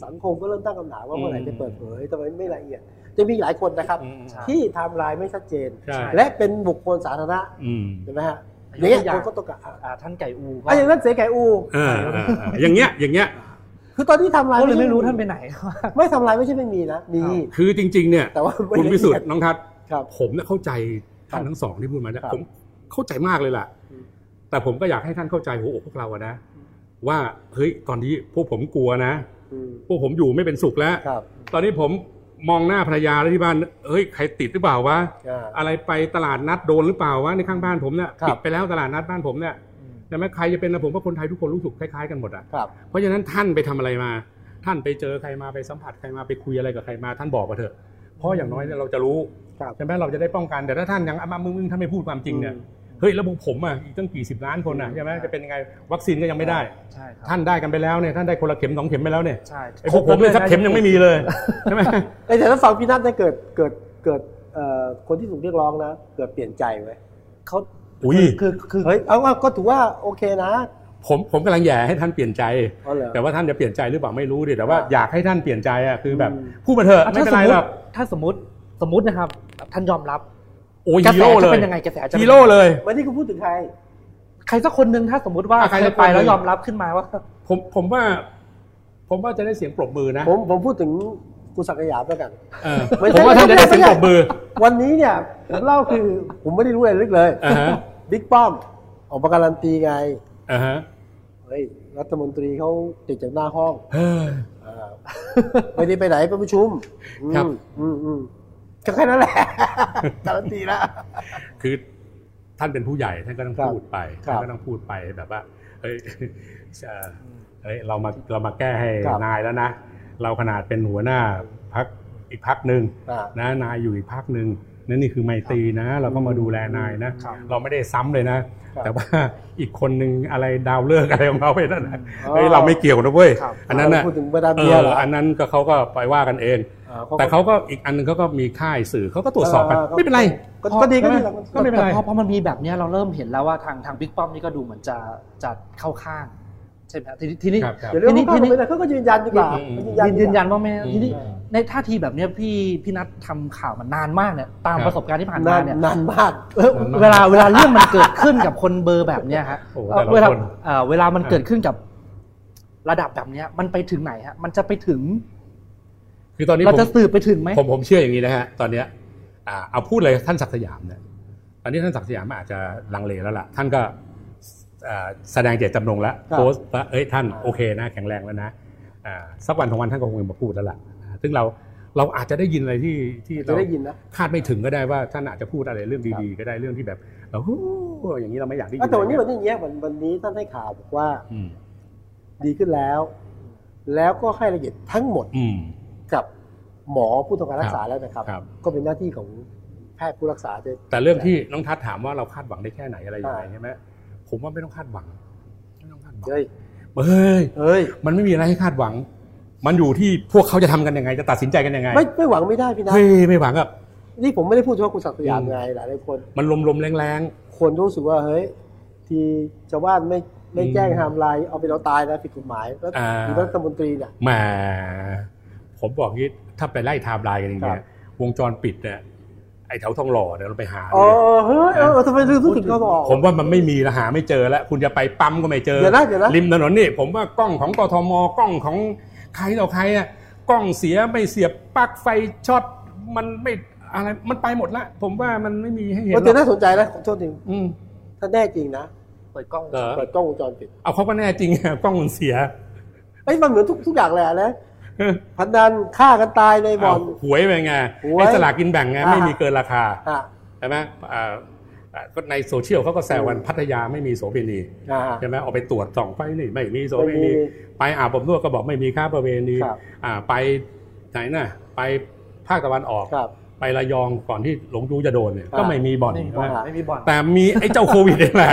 Speaker 3: สังคมก็เริ่มตั้งคำถามว่าเมื่อไหร่จะเปิดเผยทำไมไม่ละเอียด จะมีหลายคนนะครับ
Speaker 5: อืมใช่
Speaker 3: ที่ไทม์ไลน์ไม่ชัดเจน
Speaker 5: ใช่
Speaker 3: และเป็นบุคคลสาธารณะ
Speaker 5: อืม
Speaker 3: เห็นไหมฮะ
Speaker 4: ย
Speaker 3: เนี่
Speaker 4: ก
Speaker 3: ย
Speaker 4: ตัวอย่าง
Speaker 3: คนก็ต้องการอ่ะ
Speaker 4: อ่าท่านไก่อูก็
Speaker 3: อ่ะอย่างนั้นเสกไก่อู
Speaker 5: อ่าอ่าอ่าอย่างเงี้ยอย่างเงี้ย
Speaker 3: คือตอนที่ไทำลาย
Speaker 4: ก็เลยไม่รู้ท่านไป (laughs) ไหน
Speaker 3: ไม่ไทำลายไม่ใช่ไม่มีนะมี
Speaker 5: คือจริง ๆ เนี่ย
Speaker 3: แต่ว่าไม่
Speaker 5: คุณ
Speaker 3: ละเอียด
Speaker 5: พิสุทธิ์น้องทัศน์
Speaker 3: ครับ
Speaker 5: ผมเนี่ยเข้าใจท่านทั้งสองที่พูดมาเนี่ย
Speaker 3: ครับ
Speaker 5: ผมเข้าใจมากเลยล่ะ
Speaker 3: อืม
Speaker 5: แต่ผมก็อยากให้ท่านเข้าใจหัวอกพวกเราอะนะ ว่าเฮ้ยตอนนี้พวกผมกลัวนะ
Speaker 3: อืม
Speaker 5: พวกผมอยู่ไม่เป็นสุขแล้ว
Speaker 3: ครับ
Speaker 5: ตอนนี้ผมมองหน้าภรรยาแล้วที่บ้านเฮ้ยใครติดหรือเปล่าวะ
Speaker 3: อ่า
Speaker 5: อะไรไปตลาดนัดโดนหรือเปล่าวะในข้างบ้านผมเนี่ย
Speaker 3: ครับ
Speaker 5: ปิดไปแล้วตลาดนัดบ้านผมเนี่ยแต่แม้ใครจะเป็นนะผมว่าคนไทยทุกคนรู้สึกคล้ายๆกันหมดอ่ะ
Speaker 3: ครับ
Speaker 5: เพราะฉะนั้นท่านไปทำอะไรมา ท่านไปเจอใครมาไปสัมผัสใครมาไปคุยอะไรกับใครมาท่านบอกมาเถอะ เพราะอย่างน้อยเนี่ยเราจะรู้
Speaker 3: ครับ
Speaker 5: ใช่ไหมเราจะได้ป้องกันแต่ถ้าท่านยังอ้ำๆมึงๆท่านไม่พูดความจริงเนี่ยเฮ้ยแล้วพวกผมอ่ะอีกตั้งกี่สิบล้านคนอ่ะใช่ไหมจะเป็นยังไงวัคซีนก็ยังไม่ได้
Speaker 4: ใช่ครับ
Speaker 5: ท่านได้กันไปแล้วเนี่ยท่านได้คนละเข็มสองเข็มไปแล้วเนี่ย
Speaker 4: ใช่
Speaker 5: ไอ้พวกผมเนี่ยสักเข็มยังไม่มีเลยใช่ไหม
Speaker 3: เอ้ยแต่ถ้าฟังพี่นัทเนี่ยเกิดเกิดเกิดเอ่อคนที่ถูกเรียกร้องนะ เกิดเปลี่ยนใจไว้ย
Speaker 4: เขา
Speaker 5: อุ๊ย
Speaker 4: คือคือ
Speaker 3: เฮ้ยเอาเอาก็ถือว่าโอเคนะ
Speaker 5: ผมผมกำลังแย่ให้ท่านเปลี่ยนใจ
Speaker 3: เอาเหรอ
Speaker 5: แต่ว่าท่านจะเปลี่ยนใจหรือเปล่าไม่รู้ดิแต่ว่าอยากให้ท่านเปลี่ยนใจอ่ะคือแบบ
Speaker 3: อืม
Speaker 5: พูดมาเถอะ
Speaker 4: อ่ะ
Speaker 5: ไม่
Speaker 4: ถ้า
Speaker 5: เป็
Speaker 4: ส
Speaker 5: น
Speaker 4: ม
Speaker 5: ไร
Speaker 4: ม
Speaker 5: หร
Speaker 4: ติ
Speaker 5: อก
Speaker 4: ถ้าสมมติสมมตินะครับ ท่านยอมรับ
Speaker 5: โอ้ย
Speaker 4: กระ
Speaker 5: ฮี
Speaker 4: แส
Speaker 5: โร่เล
Speaker 4: จะ
Speaker 5: ย
Speaker 4: เป็นยังไงกระแสจะเป็นยั
Speaker 5: ฮี
Speaker 4: งไง
Speaker 5: โร่เลย
Speaker 3: วันนี้คุณพูดถึงใคร
Speaker 4: ใครสักคนหนึ่งถ้าสมมติว่า
Speaker 5: อ่ะใครสัก
Speaker 4: ไป
Speaker 5: คนหนึ่ง
Speaker 4: แล้วยอมรับขึ้นมาว่า
Speaker 5: ผมผมว่า ผมว่าจะได้เสียงปรบมือนะ
Speaker 3: ผมผมพูดถึงคุณศักดิ์สยามแล้วกัน
Speaker 5: เออ
Speaker 3: ไม่ใช่
Speaker 5: ผมว่าท่านจะได้
Speaker 3: ไม่
Speaker 5: เสียง
Speaker 3: ใช่
Speaker 5: ปรบมือ
Speaker 3: วันนี้เนี่ยผมเล่าคือผมไม่ได้รู้อะไรลึกเลย
Speaker 5: อ่าฮะ
Speaker 3: บิ๊กป้อมออกมาการันตีไง
Speaker 5: อ่าฮะ
Speaker 3: เฮ้ยรัฐมนตรีเขาติดจากหน้าห้อง
Speaker 5: เฮ้ย
Speaker 3: ไม่ได้ไปไหนไปประชุมอืม
Speaker 5: ครับ
Speaker 3: อืมอืมก็แค่นั้นแหละ การันตีแล้ว
Speaker 5: คือท่านเป็นผู้ใหญ่ท่านก็ต้อง
Speaker 3: ครับ
Speaker 5: พูดไป
Speaker 3: ครับ
Speaker 5: ท่านก็ต้องพูดไปแบบว่าเฮ้ย (laughs) เอ่อเฮ้ยเรามาเรามาแก้ให้
Speaker 3: ครับ
Speaker 5: นายแล้วนะ เราขนาดเป็นหัวหน้าพักอีกพักหนึ่ง
Speaker 3: อ่า
Speaker 5: นะนายอยู่อีกพักหนึ่งนั่นนี่คือไมตรีนะ เราก็มาดูแลนายนะ
Speaker 4: ครับ
Speaker 5: เราไม่ได้ซ้ำเลยนะ
Speaker 3: ครับ
Speaker 5: แต่ว่าอีกคนนึงอะไรดาวเลิกษ์อะไรของเขาไปนั่นนะ
Speaker 3: อ๋อ
Speaker 5: เฮ้ยเราไม่เกี่ยวนะเว้ย
Speaker 4: ครับ
Speaker 5: อันนั้นนะ
Speaker 3: พูดถึงประดาม
Speaker 5: เอ
Speaker 3: เบีย
Speaker 5: อ
Speaker 3: เหรอ
Speaker 5: อันนั้นก็เขาก็ไปว่ากันเอง
Speaker 3: อ่า
Speaker 5: แต่เขาก็อีกอันนึงเขาก็มีค่ายสื่อเขาก็ตรวจสอบกัน
Speaker 3: เออเออ
Speaker 5: ไม่เป็นไร
Speaker 3: ก็ก็ดีก็ดีแหละ
Speaker 5: ก็ไม่เป็นไร
Speaker 4: แต่พอพอมันมีแบบเนี้ยเราเริ่มเห็นแล้วว่าทางทางบิ๊กป้อมนี่ก็ดูเหมือนจะจะเข้าข้าง ใช่ไหมฮะทีนี้ทีนี้
Speaker 5: ครับครับ
Speaker 3: เดี๋ยวเรื่อง
Speaker 4: ทีนี้
Speaker 3: นี้
Speaker 4: ทีนี้
Speaker 3: ไม่ได้เขาก็ยืนยันดีกว่า
Speaker 5: อืมอืม
Speaker 3: เขาดีก
Speaker 4: ยืน
Speaker 3: ว่า
Speaker 4: ยืนยันว่าไม่
Speaker 5: อืม
Speaker 4: ทีนี้ในท่าทีแบบเนี้ยพี่พี่นัททำข่าวมานานมากเนี่ยตาม
Speaker 5: ครับ
Speaker 4: ประสบการณ์ที่ผ่า
Speaker 3: นาม
Speaker 4: นาน เนี่ย
Speaker 3: นานมาก
Speaker 4: เออเวลาเวลาเรื่องมันเกิดขึ้นกับคนเบอร์แบบเนี้ยฮะ
Speaker 5: โอ้โหแต่
Speaker 4: เว
Speaker 5: ละ
Speaker 4: ลา
Speaker 5: คน
Speaker 4: เอ่อเวลามันเกิดขึ้นกับระดับแบบเนี้ย มันไปถึงไหนฮะ มันจะไปถึง
Speaker 5: คือตอนนี้
Speaker 4: เรา
Speaker 5: ผม
Speaker 4: จะสืบไปถึงไหม
Speaker 5: ผมผมเชื่ออย่างนี้นะฮะตอนเนี้ยอ่าเอาพูดเลยท่านศักดิ์สยามเนี่ยตอนนี้ท่านศักดิ์สยามอาจจะลังเลแล้วล่ะ ท่านก็อ่าแสดงเจตจำนงแล้ว
Speaker 3: ครับ
Speaker 5: โพสต์ว่าเอ้ยท่านโอเคนะแข็งแรงแล้วนะอ่าสักวันของวันท่านก็คงมาพูดแล้วล่ะอ่าซึ่งเราเราอาจจะได้ยินอะไรที่ที่
Speaker 3: จะ
Speaker 5: เรา
Speaker 3: ได้ยินนะ
Speaker 5: คาดไม่ถึงก็ได้ว่าท่านอาจจะพูดอะไรเรื่องดีๆก็ได้เรื่องที่แบบเราฮู้อย่างนี้เราไม่อยากได้ยิ
Speaker 3: อ่ะ
Speaker 5: น
Speaker 3: แต่วันนี้วันนี้อย่างเงี้ยวันวันนี้ท่านให้ข่าวบอกว่า
Speaker 5: อืม
Speaker 3: ดีขึ้นแล้ว แล้วก็ให้รายละเอียดทั้งหมด
Speaker 5: อืม
Speaker 3: กับหมอผู้ทำการรักษาแล้วนะครับ
Speaker 5: ครับ
Speaker 3: ก็เป็นหน้าที่ของแพทย์ผู้รักษาจะ
Speaker 5: แต่เรื่องที่น้องทัศน์ถามว่าเราคาดหวังได้แค่ไหนอะไรยังไง
Speaker 3: อ่า
Speaker 5: ใช่ไหมผมว่าไม่ต้องคาดหวังไม่ต้องคาดหวัง
Speaker 3: เฮ้ย
Speaker 5: เฮ้ย
Speaker 3: เฮ้ย
Speaker 5: มันไม่มีอะไรให้คาดหวัง มันอยู่ที่พวกเขาจะทำกันยังไง จะตัดสินใจกันยังไง
Speaker 3: ไม่ไม่หวังไม่ได้พี่นะ
Speaker 5: เฮ้ย ไม่หวังอะ
Speaker 3: นี่ผมไม่ได้พูดเฉพาะคุณศักดิ์สยาม
Speaker 5: อืม
Speaker 3: ไงหลายหลายคน
Speaker 5: มันลมๆแรง
Speaker 3: คนรู้สึกว่าเฮ้ย ทีชาวบ้านไม่ไม่แจ้งไทม์ไลน์เอาไปเราตายนะผิดกฎหมายแล้ว
Speaker 5: ๆอ่า
Speaker 3: หรือรัฐมนตรีเนี่ย
Speaker 5: แหมผมบอกงี้ ถ้าไปไล่ไทม์ไลน์กันอย่างเงี้ย วงจรปิดเนี่ย ไอ้แถวทองหล่อเนี่ยเราไปหา
Speaker 3: อ๋อ
Speaker 5: เนี่ย
Speaker 3: เฮ้ยเออเออทำไมรู้สึกเขาบอก
Speaker 5: ผมว่ามันไม่มีและหาไม่เจอแล้ว คุณจะไปปั๊มก็ไม่เจอ
Speaker 3: เดี๋ยวนะเดี๋ยวนะ
Speaker 5: ริมถนนนี่ ผมว่ากล้องของกทมกล้องของใครต่อใครอะกล้องเสียไม่เสียบปลั๊กไฟช็อตมันไม่อะไรมันไปหมดละผมว่ามันไม่มีให้เห็นห
Speaker 3: มัน
Speaker 5: ร
Speaker 3: จะ
Speaker 5: อก
Speaker 3: น่าสนใจนะขอโทษที
Speaker 5: อืม
Speaker 3: ถ้าแน่จริงนะ
Speaker 4: เปิดกล้อง
Speaker 5: เหรอ
Speaker 3: เปิดกล้องวงจรปิด
Speaker 5: เอาเขาก็แน่จริงอะกล้องมันเสีย
Speaker 3: เอ้ยมันเหมือนทุกทุกอย่างแหละนะพันดันฆ่ากันตายในบ่อน
Speaker 5: เอาหวยไปไง
Speaker 3: หวย
Speaker 5: ไอ้สลากกินแบ่งไง
Speaker 3: อ่า
Speaker 5: ไม่มีเกินราคา
Speaker 3: อ่า
Speaker 5: ใช่ไหมอ่าอ่าก็ในโซเชียลเขาก็แซววันพัทยาไม่มีโสเภณี
Speaker 3: อ่า
Speaker 5: ใช่ไหมเอาไปตรวจส่องไปนี่ไม่มีโสเภณี ไปอาบอบนวดก็บอกไม่มีค่าประเวณี
Speaker 3: ครับ
Speaker 5: อ่าไปไหนน่ะไปภาคตะวันออก
Speaker 3: ครับ
Speaker 5: ไประยองก่อนที่หลงจูจะโดนเนี่ย
Speaker 3: อ่า
Speaker 5: ก็ไม่มีบ่อน
Speaker 4: ไม่มีบ่อน
Speaker 5: นะ
Speaker 4: ไม่มีบอล
Speaker 5: แต่มีไอ้เจ้าโควิดนี่แหละ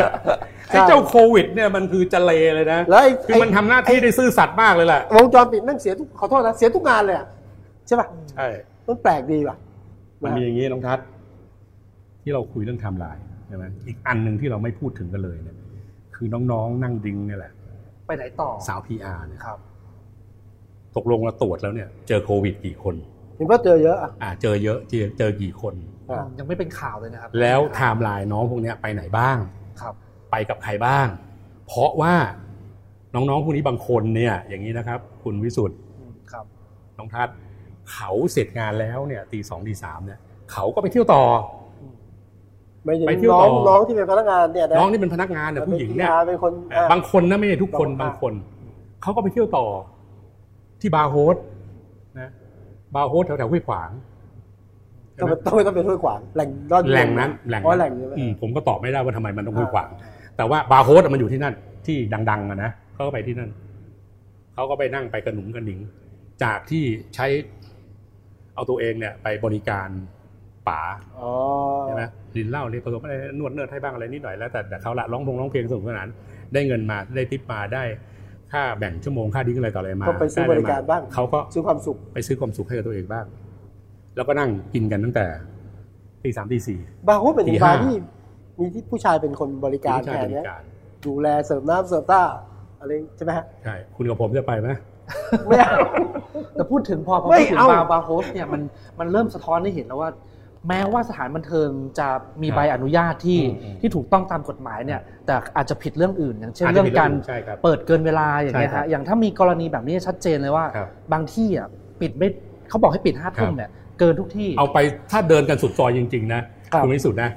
Speaker 3: ใช่
Speaker 5: ไอ้เจ้าโควิดเนี่ยมันคือจะเลเลยนะ
Speaker 3: แล้วไอ้
Speaker 5: คือมันทำหน้าที่ได้ซื่อสัตย์มากเลยแหละ
Speaker 3: ไอ้วงจรปิดนั่งเสียทุกขอโทษนะเสียทุกงานเลยอะใช่ป่ะ
Speaker 5: ใช่
Speaker 3: มันแปลกดีว่ะ
Speaker 5: มันมีอย่างนี้น้องทัศน์ที่เราคุยเรื่องไทม์ไลน์ใช่ไหมอีกอันหนึ่งที่เราไม่พูดถึงกันเลยเนี่ยคือน้องๆ นั่งดิ้งเนี่ยแหละ
Speaker 4: ไปไหนต่อ
Speaker 5: สาวพีอาร์เนี่ย
Speaker 4: ครับ
Speaker 5: ตกลงเราตรวจแล้วเนี่ยเจอโควิดกี่คน
Speaker 3: เห็นว่าเจอเยอะอ่ะ
Speaker 5: อ่าเจอเยอะเจอเจอกี่คน
Speaker 3: อ่า
Speaker 4: ยังไม่เป็นข่าวเลยนะครับ
Speaker 5: แล้วไทม์ไลน์น้องพวกเนี้ยไปไหนบ้าง
Speaker 4: ครับ
Speaker 5: ไปกับใครบ้าง เพราะว่าน้องๆพวกนี้บางคนเนี่ย อย่างนี้นะครับ คุณวิสุทธ์
Speaker 4: ครับ
Speaker 5: น้องทัศน์เขาเสร็จงานแล้วเนี่ยตีสองตีสามเนี่ยเขาก็ไปเที่ยวต่อ
Speaker 3: ไม่ใช่
Speaker 5: ไปเที่ยว
Speaker 3: น้อ
Speaker 5: ต่
Speaker 3: ง
Speaker 5: อ
Speaker 3: น้องที่เป็นพนักงานเนี่ยนะ
Speaker 5: น้องที่เป็นพนักงานเนี่ยผู้หญิงเนี่ย
Speaker 3: ป็ PR เป็นคนอ่ะ
Speaker 5: บางคนนะไม่ใช่ทุกคน
Speaker 3: บางคน
Speaker 5: บางคน เขาก็ไปเที่ยวต่อที่บาร์โฮสนะบาร์โฮสแถวแถวๆห้วยขวาง
Speaker 3: ก็มันต้องต้องเป็นห้วยขวางแหล่งยอดเยี่ยม
Speaker 5: แหล่งนั้นแหล่ง
Speaker 3: อ๋อ
Speaker 5: นั้น
Speaker 3: แหล่งใช่ไหม
Speaker 5: อืมผมก็ตอบไม่ได้ว่าทำไมมันต้องห้วยขวาง
Speaker 3: อ่า
Speaker 5: แต่ว่าบาร์โฮสอะมันอยู่ที่นั่น ที่ดังๆอะนะเขาก็ไปที่นั่น เขาก็ไปนั่งไปกระหนุงกระหนิง จากที่ใช้เอาตัวเองเนี่ย ไปบริการป๋า
Speaker 3: อ๋อ
Speaker 5: ใช่ไหมลินเหล้าเรียนผสมอะไรนวดเนิร์ดให้บ้างอะไรนิดหน่อยแล้วแต่แต่เขาละร้องพงร้องเพลงสนุกสนานได้เงินมาได้ทิปมาได้ค่าแบ่งชั่วโมงค่าดิ้งอะไรต่ออะไรมา
Speaker 3: ก็ไปซื้อ
Speaker 5: ด้ะม
Speaker 3: บริการบ้าง
Speaker 5: เขาก็
Speaker 3: ซื้อความสุข
Speaker 5: ไปซื้อความสุขให้กับตัวเองบ้าง แล้วก็นั่งกินกันตั้งแต่ตีสามตีสี่
Speaker 3: บาร์โฮสเป็น
Speaker 5: ตี
Speaker 3: บา
Speaker 5: ห้า
Speaker 3: ร์ที่มีที่ผู้ชายเป็นคนบริการ
Speaker 5: ผู้
Speaker 3: แท
Speaker 5: ชย
Speaker 3: น
Speaker 5: บริ
Speaker 3: เนี้ย
Speaker 5: การ
Speaker 3: ดูแลเสริมน้ำเสริมต้าอะไรใช่ไหมฮะ
Speaker 5: ใช่คุณกับผมจะไปไหม
Speaker 3: ไม่เอา
Speaker 4: แต่พูดถึงพอพอ
Speaker 3: ไม่
Speaker 4: พูดถึง
Speaker 3: เอา
Speaker 4: บาร์บาร์โฮสเนี่ยมันมันเริ่มสะท้อนให้เห็นแล้วว่า แม้ว่าสถานบันเทิงจะมีใบอนุญาตที่
Speaker 5: อืมอืม
Speaker 4: ที่ถูกต้องตามกฎหมายเนี่ย แต่อาจจะผิดเรื่องอื่น อย่างเช่น
Speaker 5: จจะ
Speaker 4: เรื่องการ
Speaker 5: ใช่ครับ
Speaker 4: เปิดเกินเวลาอย่างเงี้ย
Speaker 5: ใช่ครั
Speaker 4: ฮะ
Speaker 5: บ
Speaker 4: อย่างถ้ามีกรณีแบบนี้ชัดเจนเลยว่า
Speaker 5: ครับ
Speaker 4: งที่อ่ะปิดไม่เขาบอกให้ปิดห้าทุ่มเนี่ยเกินทุกที่
Speaker 5: เอาไปถ้าเดินกันสุดซอยจริง ๆ นะครับ ณวิสุทธ์นะ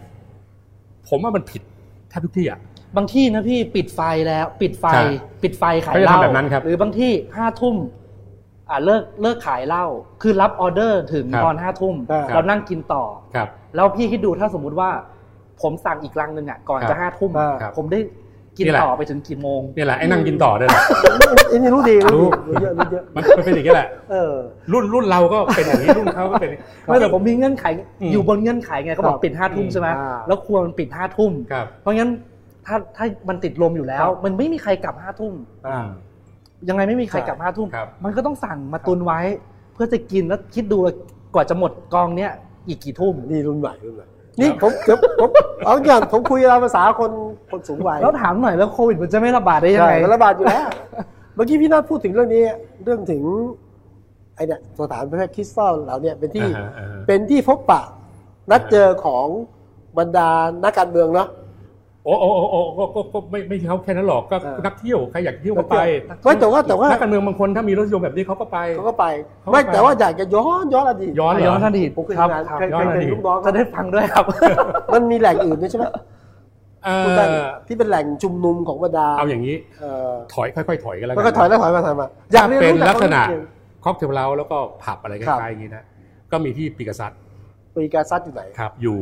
Speaker 5: ผมว่ามันผิด แทบทุกที่อ่ะ
Speaker 4: บางที่นะพี่ปิดไฟแล้ว ปิดไฟ
Speaker 5: ใช่
Speaker 4: ปิดไฟขาย
Speaker 5: เขาจะ
Speaker 4: เหล้า
Speaker 5: ทำแบบนั้นครับ
Speaker 4: หรือบางที่ห้าทุ่มอ่าเลิกเลิกขายเหล้าคือรับออเดอร์ถึง
Speaker 5: ครับ
Speaker 4: ตอนห้าทุ่ม
Speaker 3: ครับ
Speaker 4: เรานั่งกินต่อ
Speaker 5: ครับ
Speaker 4: แล้วพี่คิดดูถ้าสมมุติว่า ผมสั่งอีกลังหนึ่งอ่ะก่อน
Speaker 5: ครับ
Speaker 4: จะห้าทุ่ม
Speaker 5: ครับ
Speaker 4: ผมได้กินต่อไปถึงกี่โมง
Speaker 5: นี่แหละไอ้นั่งกินต่อด้วยแหละ
Speaker 3: อันนี้รู้ดี
Speaker 5: รู้
Speaker 3: รู้ดีรู้เยอะรู้เยอะ
Speaker 5: มันมันเป็นอย่างนี้แหละ
Speaker 3: เออ
Speaker 5: รุ่นรุ่นเราก็เป็นอย่างนี้รุ่นเขาก็เป็นอย่างนี้
Speaker 4: ไม่แต่ผมมีเงื่อนไข
Speaker 5: อืม
Speaker 4: อยู่บนเงื่อนไขไงเขาบ
Speaker 3: ค
Speaker 4: อก
Speaker 3: รับ
Speaker 4: ปิดห้าทุ่ม
Speaker 5: อืม
Speaker 4: ใช่ไหม
Speaker 3: อ่า
Speaker 4: แล้วครัวมันปิดห้าทุ่ม
Speaker 5: ครับ
Speaker 4: เพราะงั้นถ้าถ้ามันติดลมอยู่แล้ว มันไม่มีใครกลับห้าทุ่ม
Speaker 3: อ่า
Speaker 4: ยังไงไม่มีใครกลับห้าทุ่ม
Speaker 5: ครับ
Speaker 4: มันก็ต้องสั่งมาตุนไว้ เพื่อจะกินแล้วคิดดูกว่าจะหมดกองเนี้ยอีกกี่ทุ่ม
Speaker 3: นี่รุ่นใหม่รุ่นใหม่นี่ผมผมผมเอาอย่างผมคุยเราภาษาคนคนสูงวัย
Speaker 4: แล้วถามหน่อยแล้วโควิดมันจะไม่ระบาดได้ยัง
Speaker 3: ใช่
Speaker 4: ไง
Speaker 3: มันระบาดอยู่แล้ว เมื่อกี้พี่นัทพูดถึงเรื่องนี้ เรื่องถึงไอเนี่ยสถานประเภทคริสตัลเหล่าเนี่ยเป็นที่
Speaker 5: อ่าฮะอ่าฮะ
Speaker 3: เป็นที่พบปะ นัดเจอของบรรดานักการเมืองเนาะ
Speaker 5: โอ้โอ้โอ้โอ้ก็ก็ก็ไม่ไม่ใช่เขาแค่นั้นหรอกก็
Speaker 3: เออ
Speaker 5: นักเที่ยวใครอยากเที่ยวก็ไป
Speaker 3: ไม่แต่ว่าแต่ว่า
Speaker 5: นักการเมืองบางคนถ้ามีรถยนต์แบบนี้เขาก็ไป
Speaker 3: เขาก็ไป
Speaker 5: เขาก็ไป
Speaker 3: ไม่แต่ว่าอยากจะย้อนย้อนอดีต
Speaker 5: ย้อนเหร
Speaker 4: ย้อ
Speaker 5: อน
Speaker 4: อดีต
Speaker 3: ผมเคย
Speaker 4: ครับ
Speaker 3: ทำงานเคย
Speaker 5: ย้อ
Speaker 3: เคย
Speaker 5: นอ
Speaker 3: เป็น
Speaker 5: ดีต
Speaker 3: ลูกน้อง
Speaker 4: จะได้ฟังด้วยครับ
Speaker 3: มันมีแหล่งอื่นด้วยใช่ไหม
Speaker 5: เอ่
Speaker 3: คุณแบงค์
Speaker 5: อ
Speaker 3: ที่เป็นแหล่งชุมนุมของบรรดา
Speaker 5: เอาอย่างนี้
Speaker 3: เอ่อ
Speaker 5: ถอยค่อยๆถอยกันแล้ว
Speaker 3: มัน
Speaker 5: น
Speaker 3: ก็ถอยแล้วถอยมาถอยมาอยา
Speaker 5: ถ้าก
Speaker 3: รีย
Speaker 5: เป็น
Speaker 3: รู้จั
Speaker 5: ลักษณะ
Speaker 3: เขานิดนึง
Speaker 5: ค็อกเทลเล้าแล้วก็ผับอะไรค
Speaker 3: ครับ
Speaker 5: ล้ายๆอย่างนี้นะก็มีที่ปิกัสซัต
Speaker 3: ปีการซัดอยู่ไหน
Speaker 5: ครับอยู่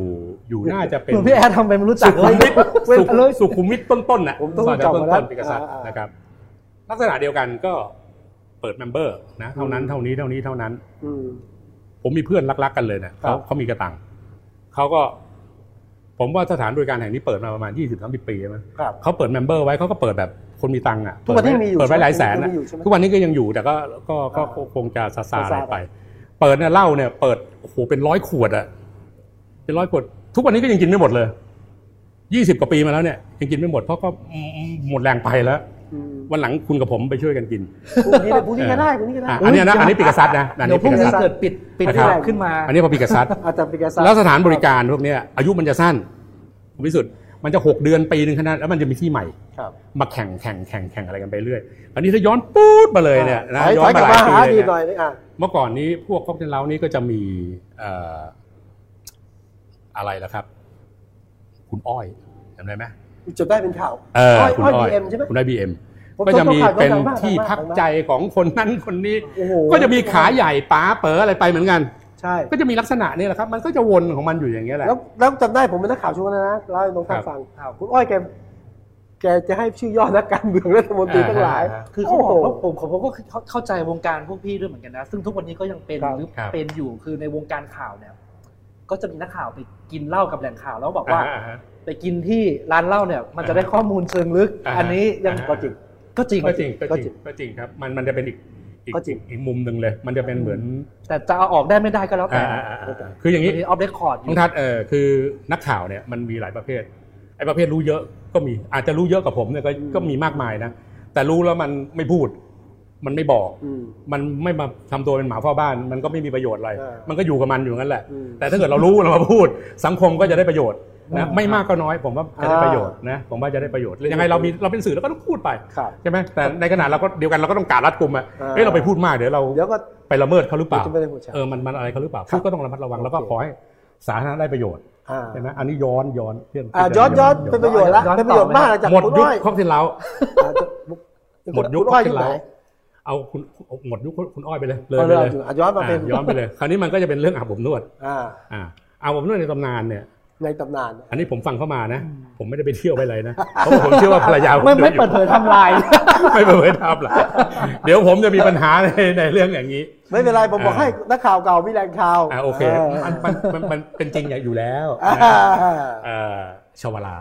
Speaker 5: อยู่น่าจะเป็น
Speaker 4: หลวงพี่แอร์ทำไปไม่รู้จั
Speaker 5: สุ
Speaker 4: กเล
Speaker 5: ขุ
Speaker 4: ย
Speaker 5: มวิท
Speaker 4: เว้น
Speaker 5: สุขุม
Speaker 4: เลย
Speaker 5: สุขุมวิทต้นๆน่ะ
Speaker 3: ผมต้อง
Speaker 5: ซอย
Speaker 3: จำมาแล้ว
Speaker 5: ต้นๆปิกัสซัต
Speaker 3: อ่าๆ
Speaker 5: นะครับ ลักษณะเดียวกันก็เปิดเมมเบอร์นะเท่านั้นเท่านี้เท่านี้เท่านั้น
Speaker 3: อืม
Speaker 5: ผมมีเพื่อนรักๆกันเลยเนี่ย
Speaker 3: ครั
Speaker 5: เขา
Speaker 3: บ
Speaker 5: เขามีกระตังเขาก็ ผมว่าสถานบริการแห่งนี้เปิดมาประมาณยี่สิบสามสิบปีใช่ไหม
Speaker 3: ครับ
Speaker 5: เขาเปิดเมมเบอร์ไว้เขาก็เปิดแบบคนมีตังค์อ่ะ
Speaker 3: ทุกวันนี้มีอยู่
Speaker 5: เปิดไว้หลายแสน
Speaker 3: ยัง
Speaker 5: อะ
Speaker 3: มีอยู่ใช่ไหม
Speaker 5: ทุกวันนี้ก็ยังอยู่แต่ก็ก็ก็
Speaker 3: อ่า
Speaker 5: คงจะซาซา
Speaker 3: ซา
Speaker 5: อะไร
Speaker 3: ซา
Speaker 5: ไป เปิดเนี่ยเหล้าเนี่ย เปิดโอ้โหเป็นร้อยขวดอ่ะเป็นร้อยขวด ทุกวันนี้ก็ยังกินไม่หมดเลยยี่สิบกว่าปีมาแล้วเนี่ยยังกินไม่หมดเพราะก็หมดแรงไปแล้ว
Speaker 3: อืม
Speaker 5: วันหลังคุณกับผมไปช่วยกันกิน
Speaker 3: พรุ่งนี้เลยพรุ่งนี้ก็ได้พรุ่งนี้ก็ได้
Speaker 5: อ่ะอันเนี้ยนะอันนี้ปิกัสซัตนะอัน
Speaker 4: เดี๋ย
Speaker 5: นี้
Speaker 4: วพ
Speaker 5: ปิ
Speaker 4: รุ่ง
Speaker 5: กัส
Speaker 4: นี้
Speaker 5: ซัต
Speaker 4: เกิดปิดปิด
Speaker 3: นะค
Speaker 4: แล
Speaker 3: รับ
Speaker 4: บขึ้นมา
Speaker 5: อันนี้พอปิกัสซัต
Speaker 3: อาจารย์ปีการซัด
Speaker 5: แล้วสถานบริการพวกเนี้ยอายุมันจะสั้นคุณพิสุทธิ์มันจะหกเดือนปีหนึ่งขนาดแล้วมันจะมีที่ใหม่
Speaker 3: ครับ
Speaker 5: มาแข่งแข่งแข่งแข่งอะไรกันไปเรื่อยอันนี้ถ้าย้อนปู๊ดมาเลยเนี่ยนะ
Speaker 3: ถอยถ
Speaker 5: ย้อ
Speaker 3: อน ยกลับ
Speaker 5: ห
Speaker 3: มา
Speaker 5: ลาย
Speaker 3: หา
Speaker 5: ปีเล
Speaker 3: ดี
Speaker 5: ย
Speaker 3: หน่อย
Speaker 5: เนี่ย
Speaker 3: นี่อ่ะ
Speaker 5: เมื่อก่อนนี้พวกค็อกเทลเล้านี่ก็จะมีเอ่ออะไรล่ะครับ คุณอ้อยจำได้ไหม
Speaker 3: จบได้เป็นข่าว
Speaker 5: เออ
Speaker 3: อย
Speaker 5: คุณ
Speaker 3: อ้อย
Speaker 5: อ้อย
Speaker 3: บีเอ็มใช่ไหม
Speaker 5: คุณอ้อยบีเอ็ม
Speaker 3: ผ
Speaker 5: ก็จะมี
Speaker 3: จำข่าว
Speaker 5: เป็น
Speaker 3: จำได้มาก
Speaker 5: ที่
Speaker 3: จำได้
Speaker 5: พัก
Speaker 3: จำได้
Speaker 5: ใจของคนนั้นคนนี้
Speaker 3: โอ้โห
Speaker 5: ก็จะมีขาใหญ่ป๋าเป๋ออะไรไปเหมือนกัน
Speaker 3: ใช่
Speaker 5: ก็จะมีลักษณะนี่แหละครับ มันก็จะวนของมันอยู่อย่างนี้ยแหละ
Speaker 3: แล้วแล้วจำได้ผมเป็นนักข่าวช่วงนั้นนะเล่าให้น้องท่าน
Speaker 5: ครับ
Speaker 3: ฟังคุณอ้อยแกแกจะให้ชื่อย่อนักการเมืองรัฐมนตรี
Speaker 5: อ่า
Speaker 3: ทั้งหลาย
Speaker 5: ฮะฮะ
Speaker 4: คือเขาบอ
Speaker 3: โ
Speaker 4: กว่าผมผมผมก็เข้าเข้าใจวงการพวกพี่ด้วยเหมือนกันนะ ซึ่งทุกวันนี้ก็ยังเป็น
Speaker 3: ครับ
Speaker 4: หรือ
Speaker 5: ครับ
Speaker 4: เป็นอยู่คือในวงการข่าวเนี่ย ก็จะมีนักข่าวไปกินเหล้ากับแหล่งข่าวแล้วบอกว่า
Speaker 5: อ่ฮะ
Speaker 4: ไปกินที่ร้านเหล้าเนี่ย มันจะได้ข้อมูลเชิงลึก
Speaker 5: อ่าฮะ
Speaker 4: อันนี้ยัง
Speaker 5: อ่าฮะ
Speaker 4: ก็จริงก็จริง
Speaker 5: ก็จริงก็
Speaker 3: ก็จริง
Speaker 5: จริงก็จริงครับมันมันจะเป็นอีกอีก
Speaker 3: ก็จริง
Speaker 5: อีกมุมหนึ่งเลย มันจะเป็นเหมือน
Speaker 4: แต่จะเอาออกได้ไม่ได้ก็แล้วแต่
Speaker 5: อ่าอ่าอ่าอ่าคืออย่าง
Speaker 4: นี้
Speaker 5: นี้
Speaker 4: ออฟเดคคอร์ด
Speaker 5: น้องทัศน์เออคือนักข่าวเนี่ยมันมีหลายประเภทไอ้ประเภทรู้เยอะก็มีอาจจะรู้เยอะกับผมเนี่ยก็ก็มีมากมายนะแต่รู้แล้วมันไม่พูด มันไม่บอก
Speaker 3: อืม
Speaker 5: มันไม่มาทำตัวเป็นหมาเฝ้าบ้าน มันก็ไม่มีประโยชน์อะไร
Speaker 3: อ่ามั
Speaker 5: มันก็อยู่กับมันอยู่งั้นแหละ
Speaker 3: อืม
Speaker 5: แต่ถ้าเกิดเรารู้เรามาพูด สังคมก็จะได้ประโยชน์
Speaker 3: อ่า
Speaker 5: นะไม่มากก็น้อย ผมว่าจะได้
Speaker 3: อ่า
Speaker 5: ประโยชน์นะผมว่าจะได้ประโยชน์ยังไงเรามีเราเป็นสื่อเราก็ต้องพูดไป
Speaker 3: ครับ
Speaker 5: ใช่ไหมแต่ในขณะเราก็เดียวกันเราก็ต้องการรัดกุมอ่ะ
Speaker 3: อ่า
Speaker 5: เอ้ยเราไปพูดมากเดี๋ยวเรา
Speaker 3: เดี๋ยวก็
Speaker 5: ไปละเมิดเขาหรือเปล่า
Speaker 3: จะไม่ได้หัวใจ
Speaker 5: เออมันมันอะไรเขาหรือเปล่าพูดก็ต้องระมัดระวังแล้วก็
Speaker 3: โอเค
Speaker 5: ขอให้สาธารณะได้ประโยชน์
Speaker 3: อ่า
Speaker 5: ใช่ไหมอันนี้ย้อนย้อนเรื่อง
Speaker 3: อ่าย้อนย้อนเป็นประโยชน์ละเป็นประโยชน์มากนะจาก
Speaker 5: หมด
Speaker 3: คุณ
Speaker 5: ยุค
Speaker 3: อ้อย
Speaker 5: ข้อที่เรา
Speaker 3: อ่า
Speaker 5: หมดยุค
Speaker 3: คุณ
Speaker 5: ข้
Speaker 3: อ้
Speaker 5: อ
Speaker 3: อยอ
Speaker 5: ที่
Speaker 3: ยู่ไหน
Speaker 5: เราเอาคุณหมดยุคคุณอ้อยไปเลยเลย
Speaker 3: เอา
Speaker 5: ไป
Speaker 3: เรื่อ
Speaker 5: เล
Speaker 3: ง
Speaker 5: ย
Speaker 3: อยู่อ่ะย้อนมาเป็น
Speaker 5: อ่ะย้อนไปเลย คราวนี้มันก็จะเป็นเรื่องอาบอบนวด
Speaker 3: อ่า
Speaker 5: อ่าอาบอบนวดในตำนานเนี่ย
Speaker 3: ในตำนาน
Speaker 5: อันนี้ผมฟังเข้ามานะ ผมไม่ได้ไปเที่ยวไปอะไรนะเพราะผมเชื่อว่าภรรยาผ
Speaker 4: ไม่ไม่
Speaker 5: ดูอยู่
Speaker 4: เปิดเผยไทำลาย
Speaker 5: (laughs) ไม่เปิดทับหรอกเดี๋ยวผมจะมีปัญหาในในเรื่องอย่างนี้
Speaker 3: ไม่เป็นไรผมบอก
Speaker 5: อ่า
Speaker 3: ให้นักข่าวเก่ามีแรงข่าว
Speaker 5: อ่าโอเคมันมันมันมันเป็นจริงอย่างอยู่แล้ว
Speaker 3: อ่า
Speaker 5: นะเอ่อชวลา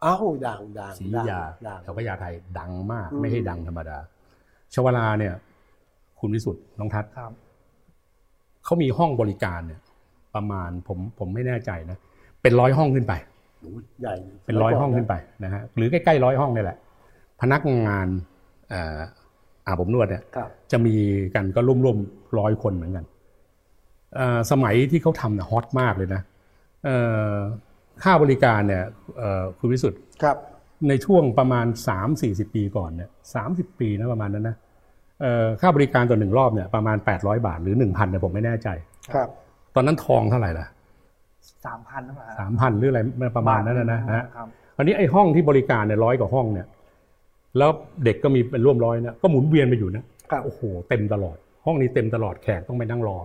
Speaker 3: เอ้าวดังดัง
Speaker 5: ศรีอยุธยา
Speaker 3: ดัง
Speaker 5: แถวพระยาไทยดังมาก
Speaker 3: อืม
Speaker 5: ไม่ใช่ดังธรรมดา ชวลาเนี่ย คุณวิสุทธ์น้องทัศน์
Speaker 4: ครับ
Speaker 5: เขามีห้องบริการเนี่ย ประมาณผมผมไม่แน่ใจนะ เป็นร้อยห้องขึ้นไป
Speaker 3: ใหญ่
Speaker 5: เป็นร้อยห้องขึ้นไปนะฮะหรือใกล้ๆร้อยห้องนี่แหละ พนักงานเอ่ออาบอบนวดเนี่ย
Speaker 3: ครับ
Speaker 5: จะมีกันก็ร่วมๆร้อยคนเหมือนกันเอ่อสมัยที่เขาทำนะฮอตมากเลยนะเอ่อค่าบริการเนี่ยเอ่อคุณวิสุทธ์
Speaker 3: ครับ
Speaker 5: ในช่วงประมาณ 3 4 0 ปีก่อนเนี่ยสาปีนะประมาณนั้นนะเอ่อค่าบริการต่อหนึ่งรอบเนี่ยประมาณ 800 บาทหรือ 1,000เนี่ยผมไม่แน่ใจ
Speaker 3: ครับ
Speaker 5: ตอนนั้นทองเท่าไหร่ล่ะ
Speaker 4: สามพันเท่าไหร่
Speaker 5: 3,000 หรืออะไรประมาณนั้นนะนะฮะ
Speaker 4: ครับ
Speaker 5: อันนี้ไอ้ห้องที่บริการเนี่ยร้อยกว่าห้องเนี่ย แล้วเด็กก็มีเป็นร่วมร้อยนะก็หมุนเวียนไปอยู่นะครับ โอ้โหเต็มตลอด ห้องนี้เต็มตลอดแขกต้องไปนั่งรอ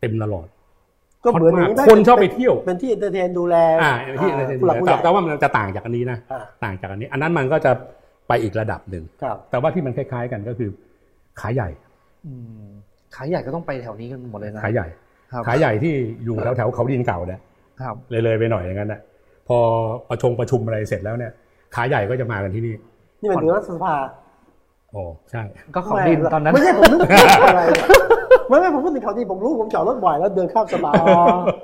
Speaker 5: เต็มตลอด
Speaker 3: ก็เหมือน
Speaker 5: ฮอตมาก
Speaker 3: ย่างด้
Speaker 5: คนชอบไปเที่ยว
Speaker 3: เป็นที่เอนเตอร์เทนดูแล
Speaker 5: อ่าที่อะไรที่
Speaker 3: ผู้หลักผู้
Speaker 5: แต่
Speaker 3: ใหญ่
Speaker 5: แต่ว่ามันจะต่างจากอันนี้นะ
Speaker 3: อ่า
Speaker 5: ต่างจากอันนี้ อันนั้นมันก็จะไปอีกระดับหนึ่ง
Speaker 3: ครับ
Speaker 5: แต่ว่าที่มันคล้าย ๆ กันก็คือ ขายใหญ่
Speaker 4: อืมขายใหญ่ก็ต้องไปแถวนี้กันหมดเลยนะ
Speaker 5: ขายใหญ่
Speaker 4: ครับ
Speaker 5: ขายใหญ่ที่อยู่แถวแถวๆเขาดินเก่าเนี่ย
Speaker 4: ครับ
Speaker 5: เลยเลยไปหน่อยอย่างนั้นแหละพอประชงประชุมอะไรเสร็จแล้วเนี่ยขาใหญ่ก็จะมากันที่นี่
Speaker 3: นี่มันถึงรัฐสภา
Speaker 5: อ๋อใช่
Speaker 4: ก็ของดินตอนนั้น
Speaker 3: ไม่ใช่ผมนึกถึงอะไรเนี่ย (laughs) ไม่ไม่ผมพูดถึงเขาดีผมรู้ผมจอดรถบ่อยแล้วเดินข้ามสภา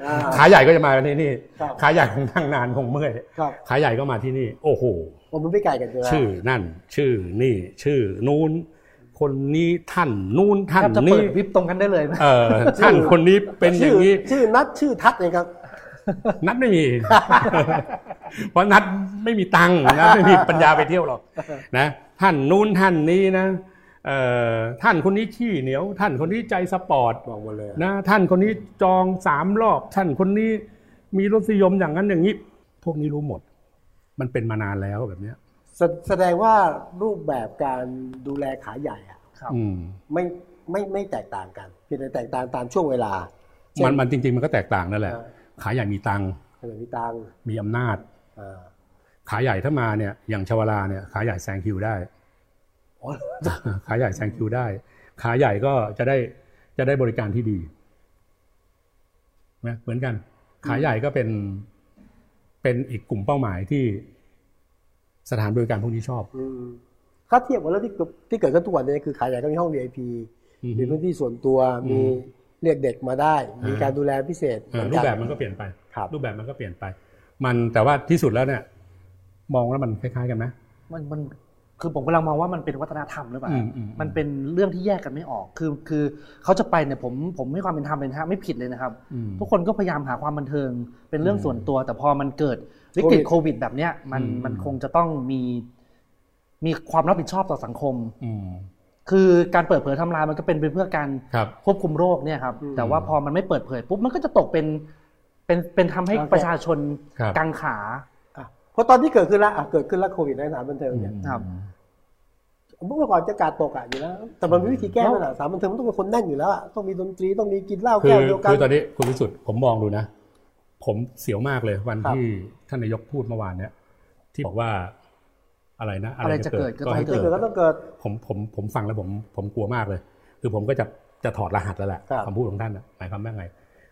Speaker 3: อ่า
Speaker 5: ขาใหญ่ก็จะมากันที่นี่
Speaker 3: ครับ
Speaker 5: ขาใหญ่คงนั่งนานคงเมื่อย
Speaker 3: ครับ
Speaker 5: ขาใหญ่ก็มาที่นี่ โอ้โห
Speaker 3: ผมมันไม่ไกลกันใช่ไหม
Speaker 5: ชื่อนั่น ชื่อนี่ ชื่อนู้นคนนี้ท่านนู้นท่าน
Speaker 4: แทบจะเปิ
Speaker 5: นี่
Speaker 4: ดวิบตรงกันได้เลยนะ
Speaker 5: เออท่านคนนี้เป็นอ
Speaker 3: ชื่
Speaker 5: ย่างนี้
Speaker 3: ชื่อนัดชื่อทัศน์เนี่ยครับ
Speaker 5: นัดไม่มี เพราะนัดไม่มีตังค์นะไม่มีปัญญาไปเที่ยวหรอกนะท่านนู้นท่านนี้นะเอ่อท่านคนนี้ขี้เหนียว ท่านคนนี้ใจสปอร์ต
Speaker 3: บอกหมดเลย
Speaker 5: นะท่านคนนี้จองสามรอบ ท่านคนนี้มีรสนิยมอย่างนั้นอย่างนี้ พวกนี้รู้หมด มันเป็นมานานแล้วแบบเนี้ย
Speaker 3: แสแสดงว่ารูปแบบการดูแลขาใหญ่อะ
Speaker 4: ครับ
Speaker 5: อืม
Speaker 3: ไม่ไม่ไม่แตกต่างกันเพียงแต่แตกต่างตามช่วงเวลา ใช่
Speaker 5: มันมันจริง ๆ มันก็แตกต่างนั่นแหละ
Speaker 3: อ่า
Speaker 5: ขายใหญ่มีตังค์
Speaker 3: ขนมมีตังค์
Speaker 5: มีอำนาจ
Speaker 3: อ่า
Speaker 5: ขายใหญ่ถ้ามาเนี่ยอย่างชวลาเนี่ยขายใหญ่แซงคิวได้ (laughs)
Speaker 3: อ๋อ
Speaker 5: ขายใหญ่แซงคิวได้ ขายใหญ่ก็จะได้จะได้บริการที่ดีนะเหมือนกัน ขายใหญ่ก็เป็นเป็นอีกกลุ่มเป้าหมายที่สถานบริการพวกนี้ชอบ
Speaker 3: อืมถ้าเทียบกับแล้วที่เกิดที่เกิดขึ้นทุกวันเนี้คือขาใหญ่ก็มีห้อง VIP
Speaker 5: อือฮึ
Speaker 3: มีพื้นที่ส่วนตัว
Speaker 5: อืม
Speaker 3: มีเรียกเด็กมาได้ มี
Speaker 5: อ่า
Speaker 3: การดูแลพิเศษ
Speaker 5: เออ
Speaker 3: เหอ
Speaker 5: รูปแบบมันก็เปลี่ยนไป
Speaker 3: ครับ
Speaker 5: รูปแบบมันก็เปลี่ยนไป มันแต่ว่าที่สุดแล้วเนี่ย มองแล้วมันคล้ายๆกันไหม
Speaker 4: มันมันคือผมกำลังมองว่ามันเป็นวัฒนธรรมหรือเปล่า
Speaker 5: อืมอืมอืม
Speaker 4: มันเป็นเรื่องที่แยกกันไม่ออก คือคือเขาจะไปเนี่ยผมผมให้ความเป็นธรรมเลยนะฮะไม่ผิดเลยนะครับ ทุกคนก็พยายามหาความบันเทิง เป็นเรื่องส่วนตัว แต่พอมันเกิดวิกฤตโควิด แบบเนี้ยมัน
Speaker 5: อืม
Speaker 4: มันคงจะต้องมี มีความรับผิดชอบต่อสังคม
Speaker 5: อืม
Speaker 4: คือการเปิดเผยไทำลายมันก็เป็นไปเพื่อการ
Speaker 5: ครับ
Speaker 4: ควบคุมโรคเนี่ยครับ แต่ว่าพอมันไม่เปิดเผยปุ๊บมันก็จะตกเป็น เป็นเป็นทำให้ประชาชน
Speaker 5: ครับ
Speaker 4: กังขา
Speaker 3: อ่ะเพราะตอนที่เกิดขึ้นแล้วอ่ะเกิดขึ้นแล้วโควิดในสถานบันเทิงเนี่ย
Speaker 4: ครับ
Speaker 3: เมื่อก่อนจะกาดตกอ่ะอยู่แล้วแต่มันมีวิธีแก้มันอ่ะสถานบันเทิงมันต้องเป็นคนแน่นอยู่แล้วอ่ะต้องมีดนตรีต้องมีกินเหล้า
Speaker 5: คื
Speaker 3: แก้
Speaker 5: อ
Speaker 3: วเดียวกัน
Speaker 5: คือตอนนี้คุณวิสุทธิ์ผมมองดูนะ ผมเสียวมากเลยวัน
Speaker 3: ครับ
Speaker 5: ที่ท่านนายกพูดเมื่อวานเนี่ยที่บอกว่าอะไรนะ
Speaker 4: อะไรจะเกิดก็ต้อง
Speaker 5: ให้
Speaker 3: เกิดก็ต้องเกิด
Speaker 5: ผมผมผมฟังแล้วผมผมกลัวมากเลย คือผมก็จะจะถอดรหัสแล้วแหละ
Speaker 3: ครับ
Speaker 5: คำพูดของท่านน่ะหมายความว่าไง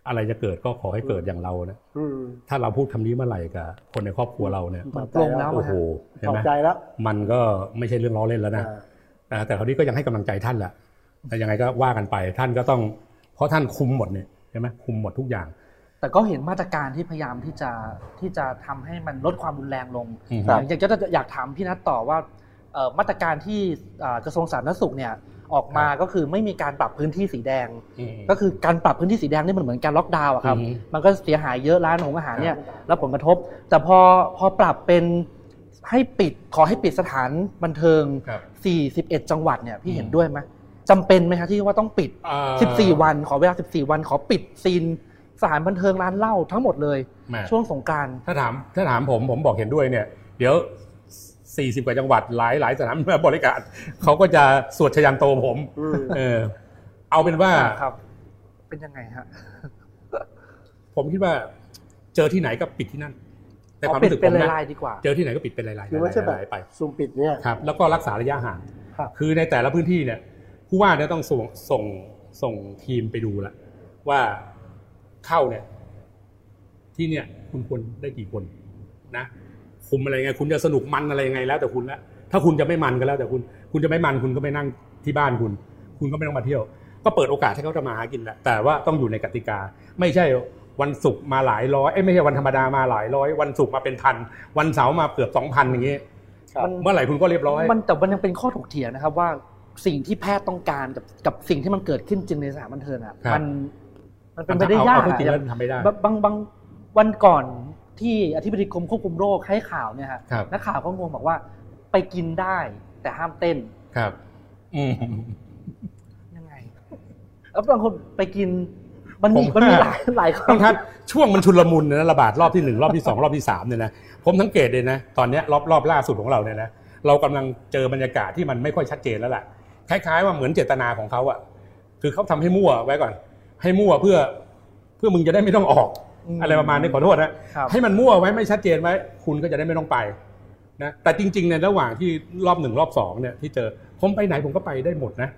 Speaker 5: อะไรจะเกิดก็ขอให้เกิดอย่างเรานะ
Speaker 3: อืม
Speaker 5: ถ้าเราพูดคำนี้เมื่อไหร่กับคนในครอบครัวเราเนี่ย
Speaker 4: มันปลงแล้ว
Speaker 5: โอ้
Speaker 4: อะ
Speaker 5: โห
Speaker 4: ฮะ
Speaker 5: เห็น
Speaker 3: ขอ
Speaker 5: ไห
Speaker 3: บ
Speaker 5: ม
Speaker 3: ใจแล้ว
Speaker 5: มันก็ไม่ใช่เรื่องล้อเล่นแล้วนะ
Speaker 3: อ่า
Speaker 5: อ่าแต่คราวนี้ก็ยังให้กำลังใจท่านแหละแต่ยังไงก็ว่ากันไป ท่านก็ต้อง เพราะท่านคุมหมดเนี่ยใช่ไหมคุมหมดทุกอย่าง
Speaker 4: แต่ก็เห็นมาตรการที่พยายามที่จะที่จะทำให้มันลดความรุนแรงลง
Speaker 5: อืม
Speaker 4: อยากอยากจะอยากถามพี่นัทต่อว่าเอ่อมาตรการที่เอ่อกระทรวงสาธารณสุขเนี่ยออกมาก็คือไม่มีการปรับพื้นที่สีแดง ก็คือการปรับพื้นที่สีแดงนี่มันเหมือนการล็อกดาวน์อะครับ
Speaker 5: อือฮึ
Speaker 4: มันก็เสียหายเยอะร้านของอาหารเนี่ยรับผลกระทบ แต่พอพอปรับเป็นให้ปิดขอให้ปิดสถานบันเทิง
Speaker 5: ครับ
Speaker 4: 41 จังหวัดเนี่ยพี่
Speaker 5: อืม
Speaker 4: เห็นด้วยไหมจำเป็นไหมครับที่ว่าต้องปิด
Speaker 5: อ่า
Speaker 4: 14 วัน ขอเวลา 14 วัน ขอปิดซีนสถานบันเทิงร้านเหล้าทั้งหมดเลย
Speaker 5: แหม่
Speaker 4: ช่วงสงกราร
Speaker 5: ถ้าถามถ้าถามผมผมบอกเห็นด้วยเนี่ย เดี๋ยว 40 กว่าจังหวัดหลายหลายสถานบริการเขาก็จะสวดชยันโตผม
Speaker 3: อืม
Speaker 5: เออ เอาเป็นว่า
Speaker 4: ครับ เป็นยังไงฮะ
Speaker 5: ผมคิดว่า เจอที่ไหนก็ปิดที่นั่น แต่
Speaker 4: ข
Speaker 5: ค
Speaker 4: อ
Speaker 5: วาม
Speaker 4: ปิด
Speaker 5: รู้สึกผ
Speaker 4: เป็น
Speaker 5: มนะ
Speaker 4: รายๆดีกว่า
Speaker 5: เจอที่ไหนก็ปิดเป็นรายๆ
Speaker 3: คือไม่ใช่แบบ
Speaker 5: รายๆไป
Speaker 3: ซูมปิดเนี่ย
Speaker 5: ครับแล้วก็รักษาระยะห่าง
Speaker 3: ครับ
Speaker 5: คือในแต่ละพื้นที่เนี่ยผู้ว่าเนี่ยต้องส่งส่งส่งทีมไปดูละว่าเข้าเนี่ย ที่เนี่ย คุณควรได้กี่คนนะคุมอะไรไง คุณจะสนุกมันอะไรยังไงแล้วแต่คุณละถ้าคุณจะไม่มันก็แล้ว แต่คุณ คุณจะไม่มันคุณก็ไปนั่งที่บ้านคุณ คุณก็ไม่ต้องมาเที่ยว ก็เปิดโอกาสให้เขาทำมาหากินแหละแต่ว่าต้องอยู่ในกติกา ไม่ใช่วันศุกร์มาหลายร้อยเอ้ยไม่ใช่วันธรรมดามาหลายร้อย วันศุกร์มาเป็นพัน วันเสาร์มาเกือบสองพันอย่างเงี้ย
Speaker 3: ครับ
Speaker 4: มัน
Speaker 5: เมื่อไหร่คุณก็เรียบร้อย
Speaker 4: มันแต่มันยังเป็นข้อถกเถียงนะครับว่าสิ่งที่แพทย์ต้องการกับกับสิ่งที่มันเกิดขึ้นจริงในสถานบันเทิงอ่ะ
Speaker 5: ครับ
Speaker 4: มันมันเป็นไปได้ยาก
Speaker 5: เอเข้
Speaker 4: อะ
Speaker 5: จริง
Speaker 4: อ
Speaker 5: แล้ว
Speaker 4: ย่าง
Speaker 5: ทำไม่ได้
Speaker 4: บางบางบางวันก่อนที่อธิบดีกรมควบคุมโรคให้ข่าวเนี่ยฮะ
Speaker 5: ครับ
Speaker 4: นักข่าวก็งงบอกว่า ไปกินได้ แต่ห้ามเต้น
Speaker 5: ครับ อืม
Speaker 4: ยังไงแล้วบางคนไปกิน มันมี
Speaker 5: ผม
Speaker 4: มันมีหลายหลายคน
Speaker 5: ต้องทัดช่วงมันชุลมุนเนยนะระบาดรอบที่หนึ่งรอบที่สองรอบที่สามเนี่ยนะผมสังเกตเลยนะตอนเนี้ยรอบรอบล่าสุดของเราเนี่ยนะเรากำลังเจอบรรยากาศที่มันไม่ค่อยชัดเจนแล้วล่ะคล้าย ๆ ว่าเหมือนเจตนาของเขาอะคือเขาทำให้มั่วไว้ก่อน ให้มั่วเพื่อเพื่อมึงจะได้ไม่ต้องออกอะไรประมาณนี้ขอโทษนะ
Speaker 4: ครับ
Speaker 5: ให้มันมั่วไว้ไม่ชัดเจนไว้ คุณก็จะได้ไม่ต้องไปนะแต่จริงๆในระหว่างที่รอบหนึ่งรอบสองเนี่ยที่เจอผมไปไหนผมก็ไปได้หมดนะ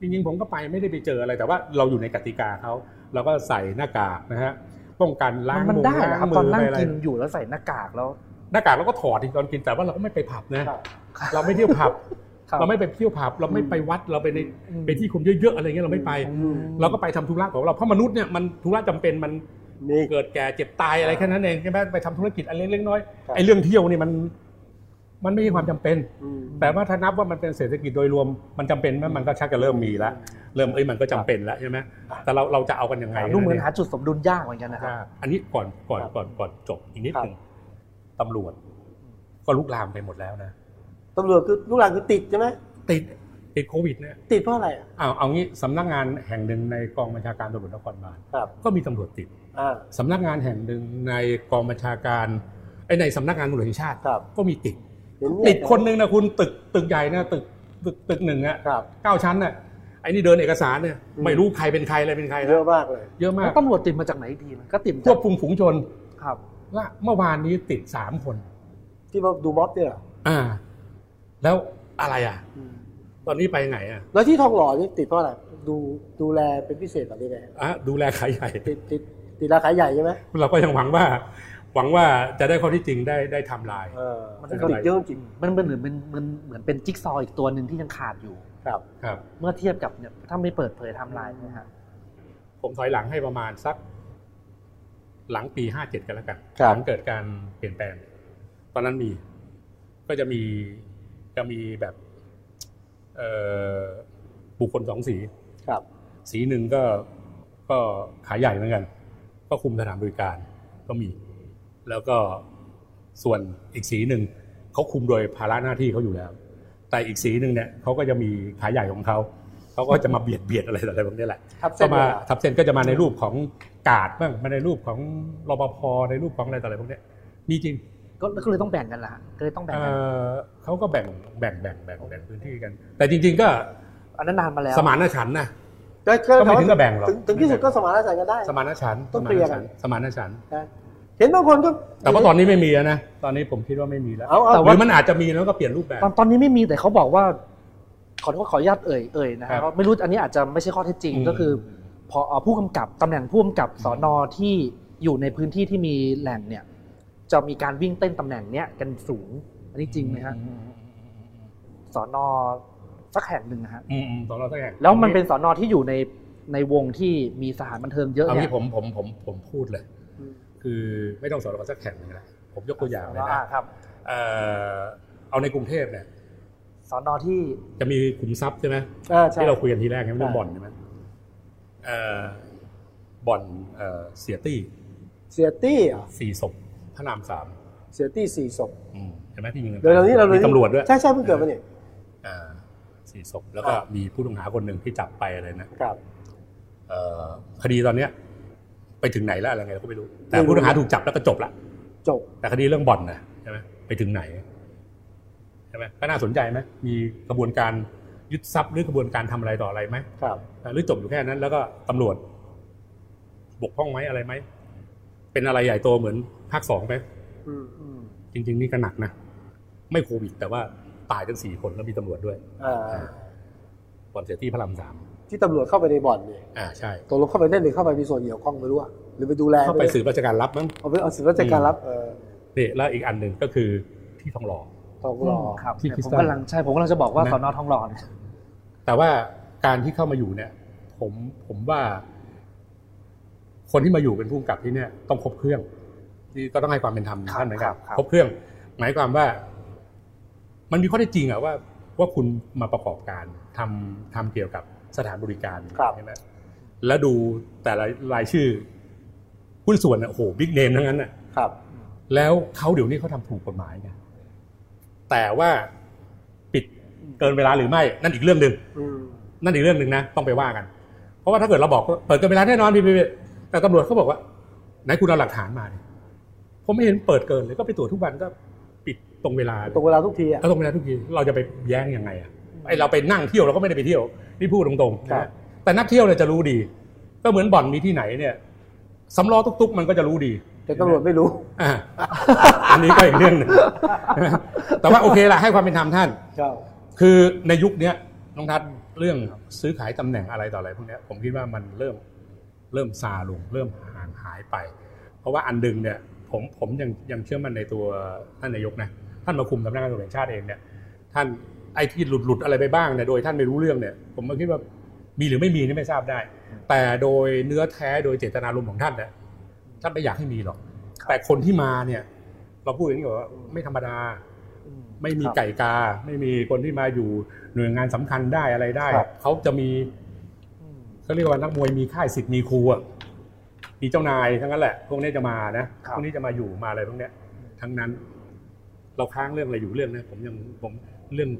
Speaker 5: จริงๆผมก็ไปไม่ได้ไปเจออะไรแต่ว่าเราอยู่ในกติกาเขาเราก็ใส่หน้ากากนะฮะป้องกันล้าง
Speaker 4: มัน
Speaker 5: มื
Speaker 4: ได้เหรอ
Speaker 5: ล้า
Speaker 4: ครั
Speaker 5: ง
Speaker 4: บ
Speaker 5: มื
Speaker 4: ตอนนั่ง
Speaker 5: ไปอะไร
Speaker 4: กินอยู่แล้วใส่หน้ากากแล้ว
Speaker 5: หน้ากากเราก็ถอดอีกตอนกินแต่ว่าเราก็ไม่ไปผับนะครับ เราไม่เที่ยวผับ
Speaker 4: คบ
Speaker 5: เราไม่ไปเที่ยวผับ เราไม่ไปวัดเราไปใน
Speaker 4: อืม
Speaker 5: ไปที่คนเยอะๆอะไรเงี้ยเราไม่ไป
Speaker 4: อืม
Speaker 5: เราก็ไปทำธุระของเราเพราะมนุษย์เนี่ยมันธุระจำเป็นมัน
Speaker 3: นี่
Speaker 5: เกิดแก่เจ็บตายอะไรแค่นั้นเองใช่ไหมไปทำธุรกิจอะไรเล็กๆน้อย
Speaker 3: ครับ
Speaker 5: ๆไอ้เรื่องเที่ยวนี่มัน มันไม่ใช่ความจำเป็น
Speaker 3: อืม
Speaker 5: แต่ว่าถ้านับว่ามันเป็นเศรษฐกิจโดยรวมมันจำเป็นไหมมันก็ชักจะเริ่มมีละเริ่มเอ้ยมันก็จำเป็นละใช่ไหมแต่เราเราจะเอากันยังไง
Speaker 4: ดูเหมือน
Speaker 5: ย
Speaker 4: หาจุดสมดุลยากเหมือนกันนะครับ
Speaker 5: อันนี้ก่อนก่อนก่อนก่อนจบอีกนิดหนึ่งตำรวจ ก็ลุกลามไปหมดแล้วนะ
Speaker 3: ตำรวจคือลูกหลานคือติดใช่ไหม
Speaker 5: ติดติดโควิดเนี่ย
Speaker 3: ติดเพราะอะไรอ่ะ
Speaker 5: เอาเอางี้สำนักงานแห่งหนึ่งในกองบัญชาการตำรวจนครบาล
Speaker 3: ครับ
Speaker 5: ก็มีตำรวจติด
Speaker 3: อ่า
Speaker 5: สำนักงานแห่งหนึ่งในกองบัญชาการไอ้ยในสำนักงานตำรวจแห่งชาติ
Speaker 3: ครับ
Speaker 5: ก็มีติด
Speaker 3: เห็เย
Speaker 5: ติดคนหนึ่งนะคุณตึกตึกใหญ่นะตึกตึกตึกหนึ่งอะ
Speaker 3: ครับ
Speaker 5: เก้าชั้นน่ะไอ้นี่เดินเอกสารเนี่ย
Speaker 3: อืม
Speaker 5: ไม่รู้ใครเป็นใครอะไรเป็นใคร
Speaker 3: เย
Speaker 5: นะ
Speaker 3: อะมากเลย
Speaker 5: เยอะมา
Speaker 4: แล้ว
Speaker 5: ก
Speaker 4: ตำรวจติดมาจากไหนอีกทีมันก็ติดมา
Speaker 5: ค
Speaker 4: จาว ก
Speaker 5: บคุมฝูงชน
Speaker 4: ครับ
Speaker 5: ละเมื่อวานนี้ติดสามคน
Speaker 3: ที่มาดูม็อบเนี่ยเหรอ
Speaker 5: อ่า แล้วอะไรอ่ะ
Speaker 3: อืม
Speaker 5: ตอนนี้ไปไหนอ่ะ
Speaker 3: แล้วที่ทองหล่อนี่ติดเพราะอะไร ดูดูแลเป็นพิเศษแบบนี้ไง
Speaker 5: อ่ะดูแลขายใหญ่
Speaker 3: ติดติดติดราคาใหญ่ใช่ไหม
Speaker 5: เราก็ยังหวังว่า หวังว่าจะได้ข้อที่จริงได้ได้ไทำลาย
Speaker 3: เออ
Speaker 4: มั
Speaker 3: มัน
Speaker 4: น
Speaker 3: ติดเยอะจริง
Speaker 4: มันเป็นเหมือนเป็นมันเหมือนเป็นจิ๊กซอว์อีกตัวหนึ่งที่ยังขาดอยู่
Speaker 3: ครับ
Speaker 5: ครับ
Speaker 4: เมื่อเทียบกับเนี่ยถ้าไม่เปิดเผยไทำลายนะฮะ
Speaker 5: ผมถอยหลังให้ประมาณสักหลังปีห้าเจ็ดกันแล้วกัน
Speaker 3: ครับ
Speaker 5: หลังเกิดการเปลี่ยนแปลง ตอนนั้นมี ก็จะมีจะมีแบบเอ่อบุคคลสองสี
Speaker 3: ครับ
Speaker 5: สีหนึ่งก็ก็ขายใหญ่เหมือนกัน ก็คุมสถานบริการก็มี แล้วก็ส่วนอีกสีหนึ่งเขาคุมโดยภาระหน้าที่เขาอยู่แล้ว แต่อีกสีหนึ่งเนี่ยเขาก็จะมีขายใหญ่ของเขาเขาก็จะมาเบียดเบียดอะไรต่ออะไรพวกนี้แหละ
Speaker 3: ครับเส้
Speaker 5: ก็
Speaker 3: น
Speaker 5: มา
Speaker 3: เวลา
Speaker 5: ทับเส้นก็จะมาในรูปของกาดบ้างมาในรูปของรปภในรูปของอะไรต่ออะไรพวกเนี้ยมีจริง
Speaker 4: ก็ก็เลยต้องแบ่งกันละฮะก็เลยต้องแบ่ง
Speaker 5: เอ่
Speaker 4: กัน
Speaker 5: อเขาก็แบ่งแบ่งแบ่งแบ่งแบ่งพื้นที่กัน แต่จริง ๆ ก็
Speaker 4: อันนั้นนานมาแล้ว
Speaker 5: สมานฉันท์นะ
Speaker 3: ก็
Speaker 5: ก็ไม่ถึงกับแบ่งหรอก
Speaker 3: ถึถึงที่สุดก็สมานฉันท์กันได้
Speaker 5: สมานฉันท์
Speaker 3: ต้อง
Speaker 5: ส
Speaker 3: เคลียร์
Speaker 5: มาน
Speaker 3: กัน
Speaker 5: ฉันท์สมานฉันท์
Speaker 3: นะเห็นบางคนก็
Speaker 5: แต่ว่าตอนนี้ไม่มีแล้วนะตอนนี้ผมคิดว่าไม่มีแล้ว
Speaker 3: เอาเอา
Speaker 5: หรือมันอาจจะมีแล้วก็เปลี่ยนรูปแบบ
Speaker 4: ตอนตอนนี้ไม่มีแต่เขาบอกว่า ขอโทษขออนุญาตเอ่ยเอ่ยนะ
Speaker 5: ครั
Speaker 4: ฮะ
Speaker 5: บ
Speaker 4: ว่าไม่รู้อันนี้อาจจะไม่ใช่ข้อเท็จจริง
Speaker 5: อืม
Speaker 4: ก็คือพอผู้กำกับตำแหน่งผู้กำกับสอนอที่อยู่ในพื้นที่ที่มีแหล่งเนี่ย จะมีการวิ่งเต้นตำแหน่งเนี้ยกันสูง อันนี้จริงไหมฮะ สอนอสักแห่งหนึ่งนะฮะ
Speaker 5: อืมอืมตอนเราตั้งแต่
Speaker 4: แล้วมันเป็นสอนอที่อยู่ในในวงที่มีสถานบันเทิงเยอะ
Speaker 5: เอา
Speaker 4: เนี่
Speaker 5: งี้
Speaker 4: ย
Speaker 5: ผมผมผมผมพูดเลย คือไม่ต้องสอนเราสักแข่งหนึงนะผมยกตัวอย่างเลย
Speaker 4: อ่า
Speaker 5: นะครับเอ่อเอาในกรุงเทพเนี่ย
Speaker 4: สอนอที่
Speaker 5: จะมีขุมทรัพย์ใช่ไหม
Speaker 3: อ่าใช่
Speaker 5: ที่เราคุยกันทีแรกใช่ไหมเรื่อง
Speaker 3: ใช่
Speaker 5: บ่อนใช่ไหมเอ่อบ่อนเอ่อเสียตี้
Speaker 3: เสียตี้เหรอ
Speaker 5: สี่ศพพระนามสาม
Speaker 3: เสียตี้สี่ศพ
Speaker 5: อืมใช่ไหมที่ยิงกัน
Speaker 3: เดี๋ยวเรานี้เรา
Speaker 5: มี
Speaker 3: นี้
Speaker 5: ตำรวจด้วย
Speaker 3: ใช่ใช่เพิ่งเกิดมาเนี่ย
Speaker 5: อ่าสี่ศพแล้วก็
Speaker 3: ครับ
Speaker 5: มีผู้ต้องหาคนหนึ่งที่จับไปอะไรนะครับ เอ่อคดีตอนเนี้ย ไปถึงไหนแล้วอะไรไงเราก็ไม่รู้ แต่
Speaker 3: ไม่รู้
Speaker 5: ผู้ต้องหาถูกจับแล้วก็จบละ
Speaker 3: จบ
Speaker 5: แต่คดีเรื่องบ่อนนะใช่ไหมไปถึงไหนใช่ไหมก็น่าสนใจไหมมีกระบวนการยึดทรัพย์หรือกระบวนการทำอะไรต่ออะไรไหม
Speaker 3: ครับ
Speaker 5: หรือจบอยู่แค่นั้นแล้วก็ตำรวจ บกพร่องไหมอะไรไหม เป็นอะไรใหญ่โตเหมือนภาคสองไหม
Speaker 3: อืม
Speaker 4: อืม
Speaker 5: จริง ๆ นี่ก็หนักนะ ไม่โควิด แต่ว่าตายทั้งสี่คนแล้วมีตำรวจด้วย
Speaker 3: อ่า
Speaker 5: บ่อนเสียที่พระรามสาม
Speaker 3: ที่ตำรวจเข้าไปในบ่อนเนี่ย
Speaker 5: อ่าใช่
Speaker 3: ตกลงเข้าไปเล่นหรือเข้าไปมีส่วนเกี่ยวข้องไม่รู้อะหรือไปดูแล
Speaker 5: เข้าไปสืบราชการรับมั้ง
Speaker 3: เอาไปเอาสืบราชการรับเออ
Speaker 5: นี่แล้วอีกอันหนึ่งก็คือที่ทองหล่อ
Speaker 3: ทองหล่ออ
Speaker 4: ครับ
Speaker 5: ที่
Speaker 4: เนี่ย
Speaker 5: คริส
Speaker 4: ผม
Speaker 5: ตัล
Speaker 4: กำลังใช่ผมกำลังจะบอกว่า
Speaker 5: นะ
Speaker 4: สอนอทองหล่อเนี่ย
Speaker 5: แต่ว่าการที่เข้ามาอยู่เนี่ย ผมผมว่า คนที่มาอยู่เป็นผู้กำกับที่เนี่ย ต้องครบเครื่องนี่ก็ต้องให้ความเป็นธรรมท่านเหมือนกันครบเครื่อง หมายความว่า มันมีข้อเท็จจริงอะว่า ว่าคุณมาประกอบการทำทำเกี่ยวกับสถานบริการใช่ไหมแล้วดูแต่ละรายชื่อหุ้นส่วนอะโอ้โหบิ๊กเนมทั้งนั้นอะ
Speaker 3: ครับ
Speaker 5: แล้วเขาเดี๋ยวนี้เขาทำถูกกฎหมายไงแต่ว่าปิดเกินเวลาหรือไม่ นั่นอีกเรื่องหนึ่ง
Speaker 3: อืม
Speaker 5: นั่นอีกเรื่องหนึ่งนะ ต้องไปว่ากัน เพราะว่าถ้าเกิดเราบอกว่าเปิดเกินเวลาแน่นอนพี่พี่พี่ แต่ตำรวจเขาบอกว่า ไหนคุณเอาหลักฐานมาดิผมไม่เห็นเปิดเกินเลยก็ไปตรวจทุกวันก็ปิดตรงเวลา
Speaker 3: ตรงเวลาทุกทีอ่ะ
Speaker 5: ก็ตรงเวลาทุกทีเราจะไปแย้งยังไงอ่ะไอเราไปนั่งเที่ยวเราก็ไม่ได้ไปเที่ยวนี่พูดตรงๆ
Speaker 3: ครั
Speaker 5: นะ
Speaker 3: บ
Speaker 5: แต่นักเที่ยวเนี่ยจะรู้ดี ก็เหมือนบ่อนมีที่ไหนเนี่ยสำล้อตุกๆมันก็จะรู้ดี
Speaker 3: แต่ตำรวจไม่รู้
Speaker 5: อ่ะอันนี้ก็อีกเรื่องหนึ่งนะแต่ว่าโอเคละให้ความเป็นธรรมท่าน
Speaker 3: ครับ
Speaker 5: คือในยุคเนี้ยน้องทัศน์เรื่องซื้อขายตำแหน่งอะไรต่ออะไรพวกเนี้ยผมคิดว่ามันเริ่มเริ่มซาลงเริ่มห่างหายไป เพราะว่าอันดึงเนี่ยผมผมยังยังเชื่อมั่นในตัวท่านนายกนะท่านมาคุมสำนักงานตำรวจแห่งชาติเองเนี่ยท่านไอ้ที่หลุดหลุดอะไรไปบ้างเนี่ยโดยท่านไม่รู้เรื่องเนี่ย ผมก็คิดว่ามีหรือไม่มีนี่ไม่ทราบได้ แต่โดยเนื้อแท้โดยเจตนารมณ์ของท่านเนี่ยท่านไม่อยากให้มีหรอก แต่คนที่มาเนี่ย เราพูดอย่างนี้ก่อนว่าไม่ธรรมดา ไม่มีไก่กา ไม่มีคนที่มาอยู่หน่วยงานสำคัญได้อะไรได้
Speaker 3: ครับ
Speaker 5: เขาจะมีเขาเรียกว่านักมวยมีค่ายสิทธิ์มีครูอะมีเจ้านายทั้งนั้นแหละ พวกนี้จะมานะครับ พวกนี้จะมาอยู่มาอะไรพวกเนี้ย ทั้งนั้น เราค้างเรื่องอะไรอยู่เรื่องนะผมยังผมเรื่อง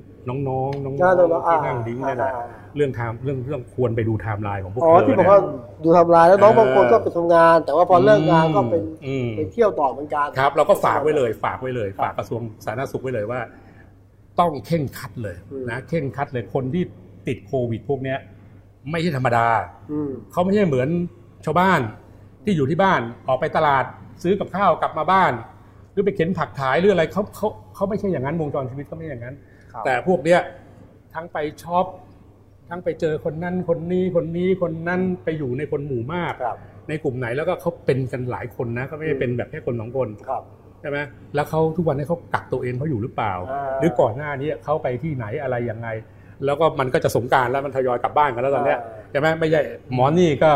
Speaker 5: น้องๆน้องๆ
Speaker 3: อ่าน้องๆอ่า
Speaker 5: ที่นั่งดิ้งนั่นแหละ
Speaker 3: อ่า
Speaker 5: เรื่องไทม์เรื่องเรื่องควรไปดูไทม์ไลน์ของพวก
Speaker 3: อ๋อ
Speaker 5: เธอ
Speaker 3: ที่บอ
Speaker 5: เนี่
Speaker 3: ก
Speaker 5: ย
Speaker 3: ว่าดูทำลายแล้วน้อง
Speaker 5: เออ
Speaker 3: บางคนก็ไปทำงาน แต่ว่าพอเลิกงานก็เป็น
Speaker 5: อืม
Speaker 3: ไปเที่ยวต่อเหมือนกัน
Speaker 5: ครับเราก็ฝากไว้เลย ฝากไว้เลย ฝากกระทรวงสาธารณสุขไว้เลยว่า ต้องเข่งครัดเลย
Speaker 3: อืม
Speaker 5: นะเข่งครัดเลยคนที่ติดโควิดพวกเนี้ย ไม่ใช่ธรรมดา
Speaker 3: อืม
Speaker 5: เขาไม่ใช่เหมือนชาวบ้านที่อยู่ที่บ้านออกไปตลาดซื้อกับข้าวกลับมาบ้าน หรือไปเข็นผักขายหรืออะไรเขาเขาเขาไม่ใช่อย่างนั้นวงจรชีวิตเขาไม่ใช่อย่างนั้น
Speaker 4: ครับ
Speaker 5: แต่พวกเนี้ยทั้งไปช็อปทั้งไปเจอคนนั้นคนนี้คนนี้คนนั้นไปอยู่ในคนหมู่มาก
Speaker 3: ครับ
Speaker 5: ในกลุ่มไหนแล้วก็เขาเป็นกันหลายคนนะเขาไม่ได้เป็นแบบแค่คนสองคน
Speaker 3: ครับ
Speaker 5: ใช่ไหมแล้วเขาทุกวันนี้เขากักตัวเองเขาอยู่หรือเปล่า
Speaker 3: อ่า
Speaker 5: หรือก่อนหน้านี้เขาไปที่ไหนอะไรยังไง แล้วก็มันก็จะสงกรารแล้วมันทยอยกลับบ้านกันแล้วตอนเนี้ย
Speaker 3: อ่า
Speaker 5: ใช่ไหมไม่ใช่หมอนี่ก็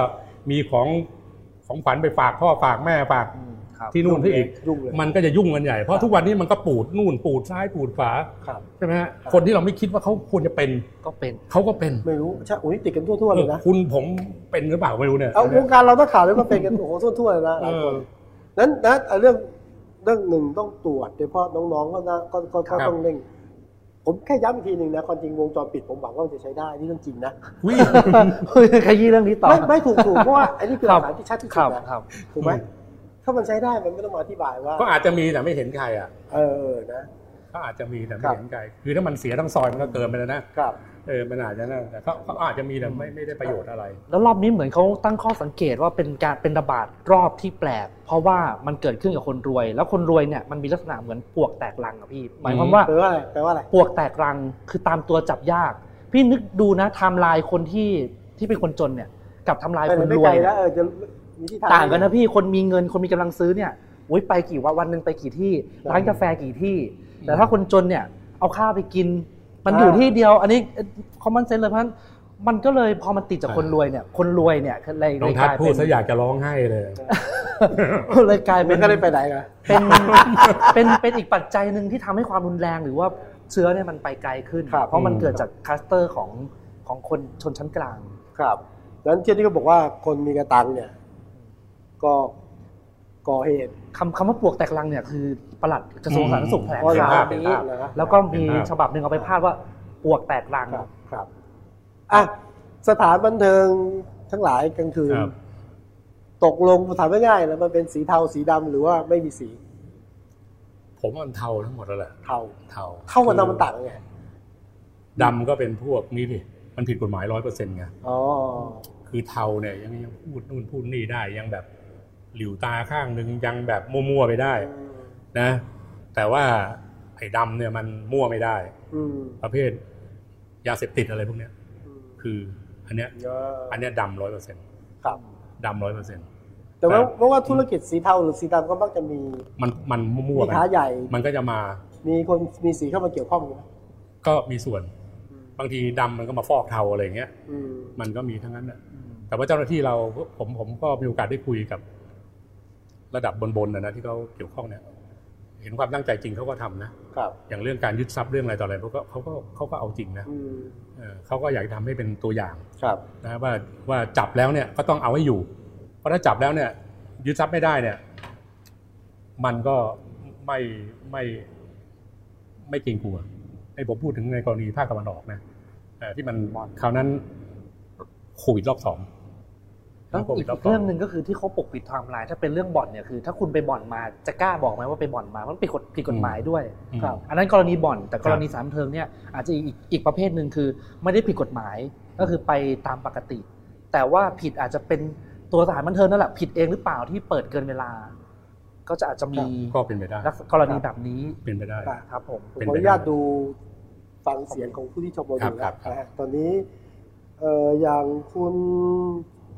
Speaker 5: มีของของขวัญไปฝากพ่อฝากแม่ฝาก
Speaker 4: ครับ
Speaker 5: ที่นู่นที่อีก
Speaker 3: ยุ่งเลย
Speaker 5: มันก็จะยุ่งกันใหญ่ เพราะทุกวันนี้มันก็ปูดนู่นปูดซ้ายปูดขวา
Speaker 3: ครับ
Speaker 5: ใช่ไหมฮะคนที่เราไม่คิดว่าเขาควรจะเป็น
Speaker 4: ก็เป็น
Speaker 5: เขาก็เป็น
Speaker 3: ไม่รู้ใช่อุ้ยติดกันทั่วๆ
Speaker 5: เอ
Speaker 3: เล
Speaker 5: อย
Speaker 3: นะ
Speaker 5: คุณผมเป็นหรือเปล่าไม่รู้เนี่ย
Speaker 3: เอาวงการเราต้องข่าวแล้วก็เป็นกันโอ้โหทั่วๆเลยนะห
Speaker 5: เอ
Speaker 3: ลายค
Speaker 5: อน
Speaker 3: นั้นนะเอาเรื่องเรื่องหนึ่งต้องตรวจโดยเฉพาะน้องๆก็นะก็ก็ก็ต้องเร่ง ผมแค่ย้ำอีกทีหนึ่งนะความจริงวงจรปิดผมหวังว่ามันจะใช้ได้นี่เรื่องจริงนะ
Speaker 5: วิ่ง
Speaker 4: ขยี้เรื่องนี้ต่อ
Speaker 3: ไม่ไม่ถูกถูกเพราะว่าไอ้นี่คือหลักฐานที่ชัดที่สุ
Speaker 4: ครับ
Speaker 3: ดนะครับ (laughs) ถูกไหม
Speaker 5: อืม
Speaker 3: ถ้ามันใช้ได้มันไม่ต้องมาอธิบายว่า
Speaker 5: เขาอาจจะมีแต่ไม่เห็นใครอ่ะ
Speaker 3: เออนะ
Speaker 5: เขาอาจจะมีแต่ไม่
Speaker 3: ครับ
Speaker 5: เห็นใครคือถ้ามันเสียทั้งซอยมันก็เกินไปแล้วนะ
Speaker 3: ครับ
Speaker 5: เออมันอาจจะนั่นแต่เขาเขาอาจจะมีแต่ไม่ไม่ได้ประโยชน์อะไร
Speaker 4: แล้วรอบนี้เหมือนเขาตั้งข้อสังเกตว่าเป็นการเป็นระบาดรอบที่แปลก เพราะว่ามันเกิดขึ้นกับคนรวย แล้วคนรวยเนี่ยมันมีลักษณะเหมือนปลวกแตกรังอะพี่ หมายความว่า
Speaker 3: แปลว่าอะไรแปลว่าอะไร
Speaker 4: ปลวกแตกรังคือตามตัวจับยาก พี่นึกดูนะไทม์ไลน์คนที่ที่เป็นคนจนเนี่ย กับไทม์ไลน์คน
Speaker 3: ไม่
Speaker 4: รว
Speaker 3: ไกล
Speaker 4: ย
Speaker 3: นะ
Speaker 4: เนี่ย
Speaker 3: เออจะมีที่ทาง
Speaker 4: ต่างกันนะพี่คนมีเงินคนมีกำลังซื้อเนี่ยโอ้ยไปกี่วันวันหนึ่งไปกี่ที่
Speaker 3: ครับ
Speaker 4: ร้านกาแฟกี่ที่ แต่ถ้าคนจนเนี่ยเอาข้าวไปกิน มัน
Speaker 3: อ่า
Speaker 4: อยู่ที่เดียว อันนี้คอมมอนเซนเลยเพราะฉะนั้นมันก็เลยพอมันติดจาก
Speaker 5: อ่า
Speaker 4: คนรวยเนี่ยคนรวยเนี่ยเลย
Speaker 5: น้
Speaker 4: เล
Speaker 5: อง
Speaker 4: ย
Speaker 5: ทั
Speaker 4: ก
Speaker 5: ศ
Speaker 4: ลาย
Speaker 5: น์พู
Speaker 4: เป็
Speaker 5: ด
Speaker 4: น
Speaker 5: ซะอยากจะร้องไห้เลย
Speaker 4: เลยกลายเป็
Speaker 3: มัน
Speaker 4: น
Speaker 3: ก็ได้ไปไหนกัน
Speaker 4: เป็น (laughs) เป็นเป็นอีกปัจจัยหนึ่งที่ทำให้ความรุนแรงหรือว่าเชื้อเนี่ยมันไปไกลขึ้น
Speaker 3: ครับ
Speaker 4: เพราะมัน
Speaker 5: อืม
Speaker 4: เกิดจากคลัสเตอร์ของของคนชนชั้นกลาง
Speaker 3: ครับนั้นเช่นที่เขาบอกว่าคนมีกระตังเนี่ย ก็ก่อเหตุ
Speaker 4: คำคำว่าปลวกแตกรังเนี่ยคือประหลัดกระทรวงสาธารณสุขแถลง
Speaker 3: เพราะ
Speaker 5: เห็น
Speaker 3: ร้า
Speaker 5: ภาน พเห็น
Speaker 3: นี้
Speaker 5: ภาพ
Speaker 3: นะ
Speaker 4: แล้วก็มี
Speaker 5: เห็นภาพ
Speaker 4: ฉบับหนึ่งเอาไปพาดว่าปลวกแตกรัง
Speaker 3: ครับครับอ่ะสถานบันเทิงทั้งหลายกลางคืน
Speaker 5: ครับ
Speaker 3: ตกลงถามง่ายๆแล้วมันเป็นสีเทาสีดำหรือว่าไม่มีสี
Speaker 5: ผมว่ามันเทาทั้งหมดแล้วแหละ
Speaker 3: เทา
Speaker 5: เทา
Speaker 3: เทามันทำมันต่างไง
Speaker 5: ดำก็เป็นพวกนี้ดิมันผิดกฎหมายร้อยเปอร์เซ็นต์ไง
Speaker 3: อ๋อ
Speaker 5: คือเทาเนี่ยยังยังพูดนู่นพูดนี่ได้ยังแบบหลิวตาข้างหนึ่งยังแบบมั่วๆไปได้นะ แต่ว่าไอ้ดำเนี่ยมันมั่วไม่ได้
Speaker 3: อืม
Speaker 5: ประเภทยาเสพติดอะไรพวกเนี้ย
Speaker 3: อืม
Speaker 5: คือ อันเนี้ยอันเนี้ยดำร้อยเปอร์เซ็นต์
Speaker 3: ครับ
Speaker 5: ดำร้อยเปอร์เซ็นต์
Speaker 3: แต่ว่าเพราะว่าธุรกิจสีเทาหรือสีดำก็มักจะมี
Speaker 5: มันมันมั่
Speaker 3: มี
Speaker 5: วๆกัน
Speaker 3: ค้าใหญ่
Speaker 5: มันก็จะมา
Speaker 3: มีคนมีสีเข้ามาเกี่ยวข้องอยู่นะ
Speaker 5: ก็มีส่วน บางทีดำมันก็มาฟอกเทาอะไรอย่างเงี้ย
Speaker 3: อืม
Speaker 5: มันก็มีทั้งนั้นแหละแต่ว่าเจ้าหน้าที่เราผมผมก็มีโอกาสได้คุยกับ ระดับบนๆนะนะที่เขาเกี่ยวข้องเนี่ย เห็นความตั้งใจจริงเขาก็ทำนะครับ อย่างเรื่องการยึดทรัพย์เรื่องอะไรต่ออะไรเขาก็เขาก็เขาก็เอาจริงนะ
Speaker 3: อืม
Speaker 5: เออเขาก็อยากจะทำให้เป็นตัวอย่าง
Speaker 3: ครับ
Speaker 5: นะว่าว่าจับแล้วเนี่ยก็ต้องเอาให้อยู่ เพราะถ้าจับแล้วเนี่ย ยึดทรัพย์ไม่ได้เนี่ย มันก็ไม่ไม่ไม่เกรงกลัวไอ้ผมพูดถึงในกรณีภาคตะวันออกนะเอ่อที่มันคราวนั้นโควิดรอบสอง
Speaker 4: แล้วอีก
Speaker 5: รับผิดชบ
Speaker 4: เรื่องหนึ่งก็คือที่เขาปกปิดไทม์ไลน์ถ้าเป็นเรื่องบ่อนเนี่ยคือ ถ้าคุณไปบ่อนมาจะกล้าบอกไหมว่าไปบ่อนมามันผิดกฎผิดกฎหมายด้วย
Speaker 5: อืม
Speaker 4: ครับอันนั้นกรณีบ่อนแต่กรณีสามเทิงเนี่ยอาจจะอีกอีกประเภทหนึ่งคือ ไม่ได้ผิดกฎหมายก็คือไปตามปกติ แต่ว่าผิดอาจจะเป็นตัวสถานบันเทิงนั่นแหละผิดเองหรือเปล่าที่เปิดเกินเวลา ก็จะอาจจะมี
Speaker 5: ก็เป็นไปได้
Speaker 4: ลักษณะกรณีแบบนี้
Speaker 5: เป็นไปได้
Speaker 4: ครับผม
Speaker 5: เป็น
Speaker 3: ขอ
Speaker 5: ไป
Speaker 3: อ
Speaker 5: ได้
Speaker 3: นุญาตดูฟังเสียงของผู้ที่ชมเราอยู่
Speaker 5: ครั
Speaker 3: นะ
Speaker 5: บครับ
Speaker 3: นะฮะตอนนี้เอ่ออย่างคุณ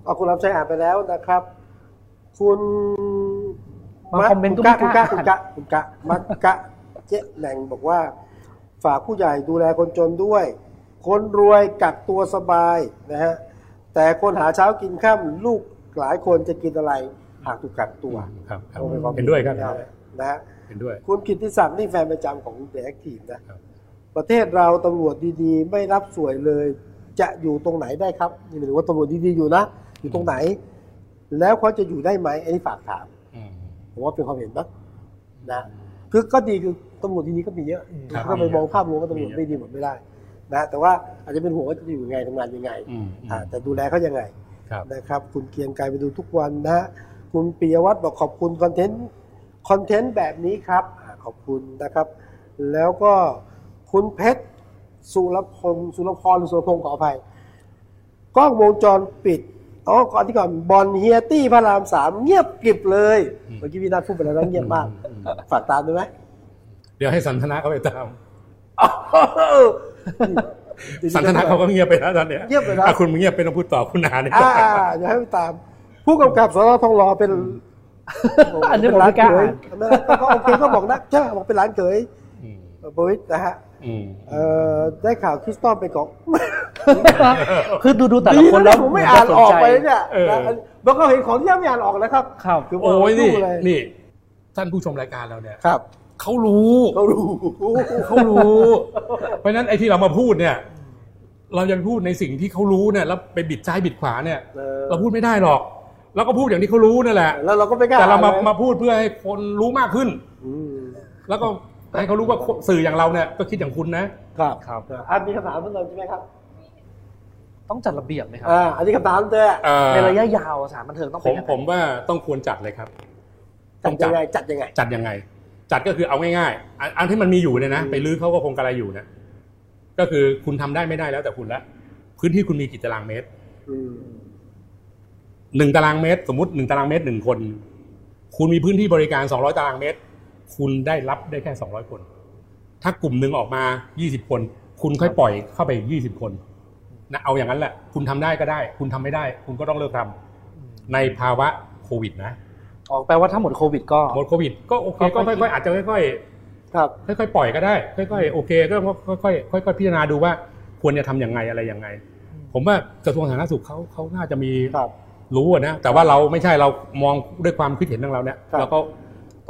Speaker 3: เอาคุณรับใช้อ่านไปแล้วนะครับ คุณ
Speaker 4: บางคอมเมนต์ก็
Speaker 3: คุณกะ
Speaker 4: ไม่
Speaker 3: คุณ
Speaker 4: ก
Speaker 3: กะ
Speaker 4: ล้า
Speaker 3: คุณกะคุณกะมักกะเจ๊แหน่งบอกว่า ฝากผู้ใหญ่ดูแลคนจนด้วย คนรวยกักตัวสบายนะฮะแต่คนหาเช้ากินข้ามลูกหลายคนจะกินอะไรหากถูกกักตัว
Speaker 5: ครับครับ
Speaker 3: อาไความ
Speaker 5: เห็นด้วยครับ
Speaker 3: นะฮะ
Speaker 5: เห็นด้วย
Speaker 3: คุณกิตติศักดิ์นี่แฟนประจำของแดกทีมนะครับ ประเทศเราตำรวจดีๆ ไม่รับสวยเลย จะอยู่ตรงไหนได้ครับนี่หมายถึงว่าตำรวจดีๆอยู่นะ อยู่ตรงไหน แล้วเขาจะอยู่ได้ไหมอันนี้ฝากถาม
Speaker 5: อืม
Speaker 3: ผมว่าเป็นความเห็นนะนะคือก็ดีคือตำรวจดีๆก็มีเยอะ
Speaker 5: ครับ
Speaker 3: ก็ไปมองภาพรวมว่าตำรวจไม่ดีหมดไม่ได้นะแต่ว่าอาจจะเป็นห่วงว่าจะอยู่ยังไงทำงานยังไง
Speaker 5: อืม
Speaker 3: อ่าแต่ดูแลเขายังไง
Speaker 5: ครับ
Speaker 3: นะครับคุณเกรียงไกรไปดูทุกวันนะฮะคุณปิยวัฒน์บอกขอบคุณคอนเทนต์คอนเทนต์แบบนี้ครับอาขอบคุณนะครับ แล้วก็คุณเพชรสุรพงศ์สุรพรหรือสุรพงศ์ขออภัยกล้องวงจรปิดอ๋อก่อนที่ก่อนบอลเฮียตี้พระรามสามเงียบกริบเลย
Speaker 5: อืม
Speaker 3: เมื่อกี้พี่นัทพูดไปแล้วนะเงียบมาก
Speaker 5: อืม
Speaker 3: ฝากตามด้วยไหม
Speaker 5: เดี๋ยวให้สันทนาเขาไปตาม
Speaker 3: อ้ (laughs) าวนี่
Speaker 5: สันทนาเขาก็เงียบไปแล้วตอนเนี้ย
Speaker 3: เงียบไปแล้ว
Speaker 5: อ่ะคุณเงียบไปต้องพูดต่อคุณอาเนี่ย
Speaker 3: อ่าเดี๋ยวให้ไปตาม ผู้กำกับสนทองรอเป็น
Speaker 4: อันนี้ผมไม่กล้า
Speaker 3: เยไม่ได้ก็โอเคก็บอกนะใช่บอกเป็นร้านเขย
Speaker 5: อืม
Speaker 3: บริษนะฮะ
Speaker 5: อืม
Speaker 3: เอ่อได้ข่าวคริสตอมไปของ
Speaker 4: คือดูดูๆแต่ละคนแล้ว
Speaker 3: ดีะผมไม่อ่านออกไป
Speaker 4: น่าสนใจ
Speaker 3: เนี่ยนะบางคนเห็นของที่ยังไม่อ่านออกนะครับ
Speaker 4: ครับ
Speaker 3: คืผม
Speaker 5: โอ้ยนี่
Speaker 3: รู้เลย
Speaker 5: นี่ ท่านผู้ชมรายการเราเนี่ย
Speaker 3: ครับ
Speaker 5: เขารู้
Speaker 3: เรารู้
Speaker 5: เขารู้ เพราะฉะนั้นไอ้ที่เรามาพูดเนี่ย เราจะไปพูดในสิ่งที่เขารู้เนี่ยแล้วไปบิดซ้ายบิดขวาเนี่ย
Speaker 3: เออ
Speaker 5: เราพูดไม่ได้หรอกเราก็พูดอย่างที่เขารู้นั่นแหละ
Speaker 3: แล้วเราก็ไม่กล้า
Speaker 5: แต่เรามา
Speaker 3: อ่นลย
Speaker 5: มาพูดเพื่อให้คนรู้มากขึ้น
Speaker 3: อืม
Speaker 5: แล้วก็ให้เขารู้ว่าสื่ออย่างเราเนี่ยก็คิดอย่างคุณนะ
Speaker 3: ครับ
Speaker 4: ครับ
Speaker 3: อันมีคำถามเพิ่มเติมใช่ไหมครับ
Speaker 4: ต้องจัดระเบียบไหมครับ
Speaker 3: อ่าอันนี้คำถามเจอ
Speaker 5: เอ่อ
Speaker 4: ในระยะยาวสถานบันเทิงต้อง
Speaker 5: ผ
Speaker 4: เป็น
Speaker 5: ม
Speaker 4: ยังไง
Speaker 5: ผมว่าต้องควรจัดเลยครับ
Speaker 3: จั
Speaker 5: ต้
Speaker 3: ด
Speaker 5: อง
Speaker 3: ยัง
Speaker 5: จัด
Speaker 3: ไงจัดยังไง
Speaker 5: จัดยังไง จัดก็คือเอาง่ายๆอันอันที่มันมีอยู่เนี่ยนะไปรื้อเขาก็คงกระไรอยู่นะก็คือคุณทำได้ไม่ได้แล้วแต่คุณละพื้นที่คุณมีกี่ตารางเมตร
Speaker 3: อืม
Speaker 5: หนึ่งตารางเมตร สมมติหนึ่งตารางเมตรหนึ่งคน คุณมีพื้นที่บริการสองร้อยตารางเมตร คุณได้รับได้แค่สองร้อยคน ถ้ากลุ่มหนึ่งออกมายี่สิบคน คุณค่อยปล่อยเข้าไปยี่สิบคนนะเอาอย่างนั้นแหละ คุณทำได้ก็ได้ คุณทำไม่ได้ คุณก็ต้องเลิกทำในภาวะโควิดนะ
Speaker 4: ออกแปลว่าถ้าหมดโควิดก็
Speaker 5: หมดโควิดก็โอเค
Speaker 4: ก็
Speaker 5: ก็
Speaker 4: ค่อย
Speaker 5: ค่อยๆอาจจะค่อย
Speaker 3: ครับ
Speaker 5: ๆค่อยๆปล่อยก็ได้ ค่อยๆโอเคก็ค่อยๆค่อยๆพิจารณาดูว่าควรจะทำยังไงอะไรยังไง ผมว่ากระทรวงสาธารณสุขเขาเขาน่าจะมี
Speaker 3: ครับ
Speaker 5: รู้อะนะแต่ว่าเราไม่ใช่เรามองด้วยความคิดเห็นของเราเนี่ย
Speaker 3: ครับ
Speaker 5: เราก็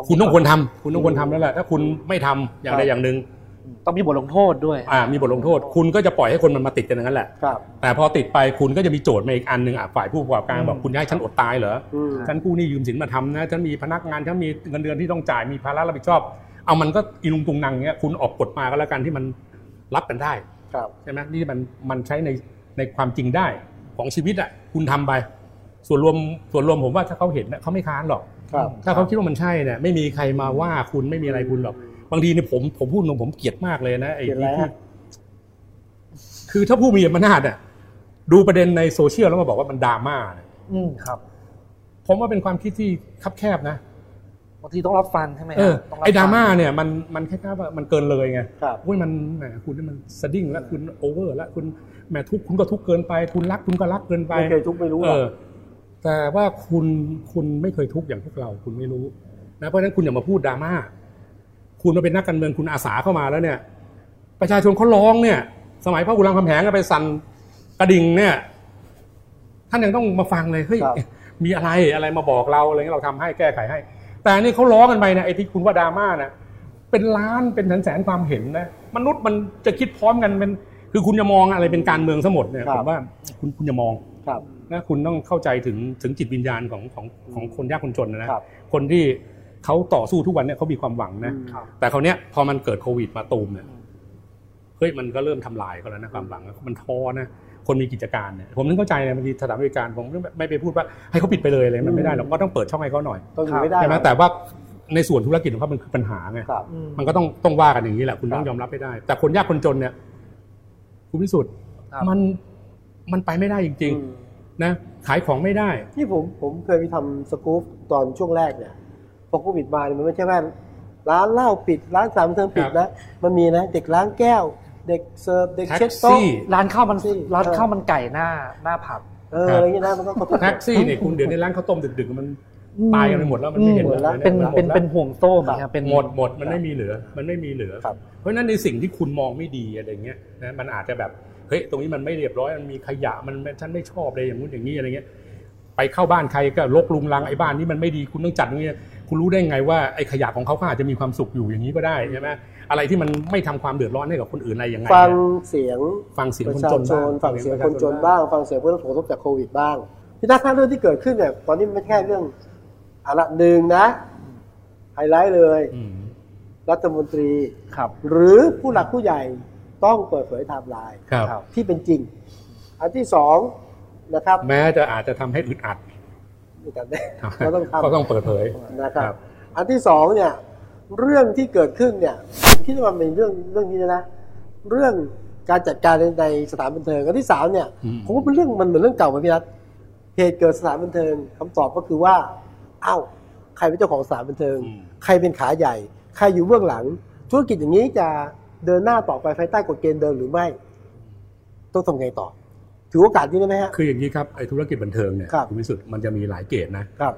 Speaker 5: คุณต้องควรทำคุณต้องควรทำแล้วแหละถ้าคุณไม่ทำอย่างใด
Speaker 3: ครับ
Speaker 5: อย่างหนึ่ง
Speaker 4: ต้องมีบทลงโทษด้วย
Speaker 5: อ่ามีบทลงโทษ คุณก็จะปล่อยให้คนมันมาติดกันอย่างนั้นแหละ
Speaker 3: ครับ
Speaker 5: แต่พอติดไปคุณก็จะมีโจทย์มาอีกอันหนึ่งอ่ะฝ่ายผู้ประกอบการ
Speaker 4: อืม
Speaker 5: บอกคุณจะให้ฉันอดตายเหรอ
Speaker 3: อืม
Speaker 5: ฉันกู้หนี้ยืมสินมาทำนะฉันมีพนักงานฉันมีเงินเดือนที่ต้องจ่ายมีภาระรับผิดชอบ เอามันก็อีลุงตุงนังเงี้ยคุณออกกฎมาก็แล้วกันที่มันรับกันได้
Speaker 3: ครับ
Speaker 5: ใช่ไหมนี่มันมันใช้ในในความจริงได้ของชีวิตอ่ะคุณทำไป ส่วนรวมส่วนรวมผมว่าถ้าเขาเห็นน่ะเขาไม่ค้านหรอก
Speaker 3: ครับ
Speaker 5: ถ้าเขาคิดว่ามันใช่เนี่ยไม่มีใครมาว่าคุณไม่มีอะไรคุณหรอก บางทีเนี่ยผมผมพูดตรงผมเกลียดมากเลยนะไอ้
Speaker 3: เกลียดอะไร
Speaker 5: ที่
Speaker 3: ฮะ
Speaker 5: คือถ้าผู้มีอำนาจอ่ะดูประเด็นในโซเชียลแล้วมาบอกว่ามันดราม่าเนี่ย
Speaker 4: อืมครับ
Speaker 5: ผมว่าเป็นความคิดที่คับแคบนะ
Speaker 4: บางทีต้องรับฟังใช่ไหม
Speaker 5: เออ
Speaker 4: ต้งบ
Speaker 5: ไอ้ดราม่า
Speaker 4: ฟัง
Speaker 5: เนี่ยมันมันแค่ค่ว่ามันเกินเลยไง
Speaker 3: ครับ
Speaker 5: อุ้ยมันแหมคุณนี่มันสะดิ้งแล้วคุณโอเวอร์แล้วคุณแหมทุกข์คุณก็ทุกข์เกินไป คุณรักคุณก็รักเกินไป
Speaker 3: ไม่เคยทุกข์ไม่รู้ห
Speaker 5: เอ
Speaker 3: รอก
Speaker 5: อแต่ว่าคุณคุณไม่เคยทุกข์อย่างพวกเราคุณไม่รู้นะเพราะฉะนั้นคุณอย่ามาพูดดราม่าคุณมาเป็นนักการเมืองคุณอาสาเข้ามาแล้วเนี่ย ประชาชนเขาร้องเนี่ย สมัยพระกุลามคำแหงก็ไปสั่นกระดิ่งเนี่ย ท่านยังต้องมาฟังเลยเฮ้ย
Speaker 3: ครับ
Speaker 5: มีอะไรอะไรมาบอกเราอะไรเงี้ยเราทำให้แก้ไขให้ แต่อันนี่เขาร้องกันไปนะไอ้ที่คุณว่าดราม่านะเป็นล้านเป็นแสนแสนๆความเห็นนะมนุษย์มันจะคิดพร้อมกันเป็นคือคุณจะมองอะไรเป็นการเมืองทั้งหมดเนี่ยผมว่าคุณคุณจะมอง
Speaker 3: ครับ
Speaker 5: นะคุณต้องเข้าใจถึงถึงจิตวิญญาณของของของคนยากคนจนนะนะครับ คนที่เขาต่อสู้ทุกวันเนี่ยเขามีความหวังนะ
Speaker 3: อืม
Speaker 5: แต่คราวเนี้ยพอมันเกิดโควิดมาตูมเนี่ยเฮ้ยมันก็เริ่มทำลายเขาแล้วนะความหวังอะมันท้อนะ คนมีกิจการเนี่ยผมนึกเข้าใจเลยบางทีสถานบริการผมไม่ไปพูดว่าให้เขาปิดไปเลยอะไรมันไม่ได้หรอกก็ต้องเปิดช่องให้เขาหน่อย
Speaker 3: ต้องอยู่ไม่ได้
Speaker 5: ใช่ไหมแต่ว่าในส่วนธุรกิจของเขามันคือปัญหาไง
Speaker 3: ครับ
Speaker 4: อืม
Speaker 5: มันก็ต้องต้องว่ากันอย่างนี้แหละ คุณต้อ
Speaker 3: ค
Speaker 5: ง
Speaker 3: รับ
Speaker 5: ยอมรับให้ได้ แต่คนยากคนจนเนี่ยคุณพิสุทธิ์
Speaker 4: ครับ
Speaker 5: มันมันไปไม่ได้จริง
Speaker 3: อืม
Speaker 5: ๆ นะ ขายของไม่ได้
Speaker 3: นี่ผมผมเคยไปทำสกู๊ปตอนช่วงแรกเนี่ยพอโควิดมาเนี่ยมันไม่ใช่แค่ร้านเหล้าปิด ร้านสามเทิงปิดนะมันมีนะเด็กล้างแก้ว เด็กเสิร์ฟเด็กเช็ดโต๊ะ
Speaker 5: แท็กซี่
Speaker 4: ร้านข้าวมัน
Speaker 3: ซี่
Speaker 4: ร้านข้าวมันไก่หน้าหน้าผับ
Speaker 3: เอออะไรอย่างเงี้ยนะมันก็กระทบ
Speaker 5: แท็กซี่เนี่ยคุณเดี๋ยวในร้านข้าวต้มดึกๆ มันตายกันไปหมดแล้วมันไม่เห็น
Speaker 3: หมดแล้ว
Speaker 4: เป็น
Speaker 5: ย
Speaker 4: เป็น
Speaker 5: หมดแล้ว
Speaker 4: เป็นห่วงโซ่ไหมครับเป็น
Speaker 5: หมดหมดมันไม่มีเหลือ มันไม่มีเหลือ
Speaker 3: ครับ
Speaker 5: เพราะฉะนั้นในสิ่งที่คุณมองไม่ดีอะไรเงี้ยนะมันอาจจะแบบเฮ้ยตรงนี้มันไม่เรียบร้อยมันมีขยะมันมันฉันไม่ชอบเลยอย่างงู้นอย่างนี้อะไรเงี้ยไปเข้าบ้านใครก็รกลุงรังไอ้บ้านนี้มันไม่ดีคุณต้องจัดตรงนี้คุณรู้ได้ไงว่าไอ้ขยะของเขาเขาอาจจะมีความสุขอยู่อย่างนี้ก็ได้ใช่ไหมอะไรที่มันไม่ทำความเดือดร้อนให้กับคนอื่นอะไรยังไง
Speaker 3: ฟัง
Speaker 5: เนี่ย
Speaker 3: เสียง
Speaker 5: ฟังเสียง
Speaker 3: ประ
Speaker 5: คน
Speaker 3: ชา
Speaker 5: จน
Speaker 3: ช
Speaker 5: บ้าง
Speaker 3: นฟังเสียงคนจนบ้าง ฟังเสียงผู้รับผลกระทบจากโควิดบ้างพี่นักข่าวเรื่องที่เกิดขึ้นเนี่ยตอนนี้มันไม่ใช่แค่เรื่องอะละหนึ่งนะไฮไลท์เลย
Speaker 5: อืม
Speaker 3: รัฐมนตรี
Speaker 4: ครับ
Speaker 3: หรือผู้หลักผู้ใหญ่ต้องเปิดเผยไทม์ไลน์
Speaker 5: ครับ
Speaker 4: ครับ
Speaker 3: ที่เป็นจริง อันที่สองนะครับ
Speaker 5: แม้จะอาจจะทำให้อึดอัด
Speaker 3: นี่กันได้เราต้อง
Speaker 5: ก็
Speaker 3: ทำ
Speaker 5: ต้องเปิดเผย
Speaker 3: นะครับ
Speaker 5: ครับ
Speaker 3: อันที่สองเนี่ย เรื่องที่เกิดขึ้นเนี่ยผมคิดว่ามันเป็นเรื่องเรื่องนี้นะนะเรื่องการจัดการในในสถานบันเทิงอันที่สามเนี่ย
Speaker 5: อืม
Speaker 3: ผมว่าเป็นเรื่องมันเหมือนเรื่องเก่าไหมพี่รัฐเหตุเกิดสถานบันเทิงคำตอบก็คือว่า เอ้า ใครเป็นเจ้าของสถานบันเทิง
Speaker 5: อืม
Speaker 3: ใครเป็นขาใหญ่ ใครอยู่เบื้องหลัง ธุรกิจอย่างนี้จะเดินหน้าต่อไปภายใต้กฎเกณฑ์เดิมหรือไม่ ต้องทำไงต่อ ถือโอกาสนี้ได้ไหมฮะ
Speaker 5: คืออย่างนี้ครับไอ้ธุรกิจบันเทิงเนี่ย
Speaker 3: ครับ
Speaker 5: ณวิสุทธ์มันจะมีหลายเกรดนะ
Speaker 3: ครับ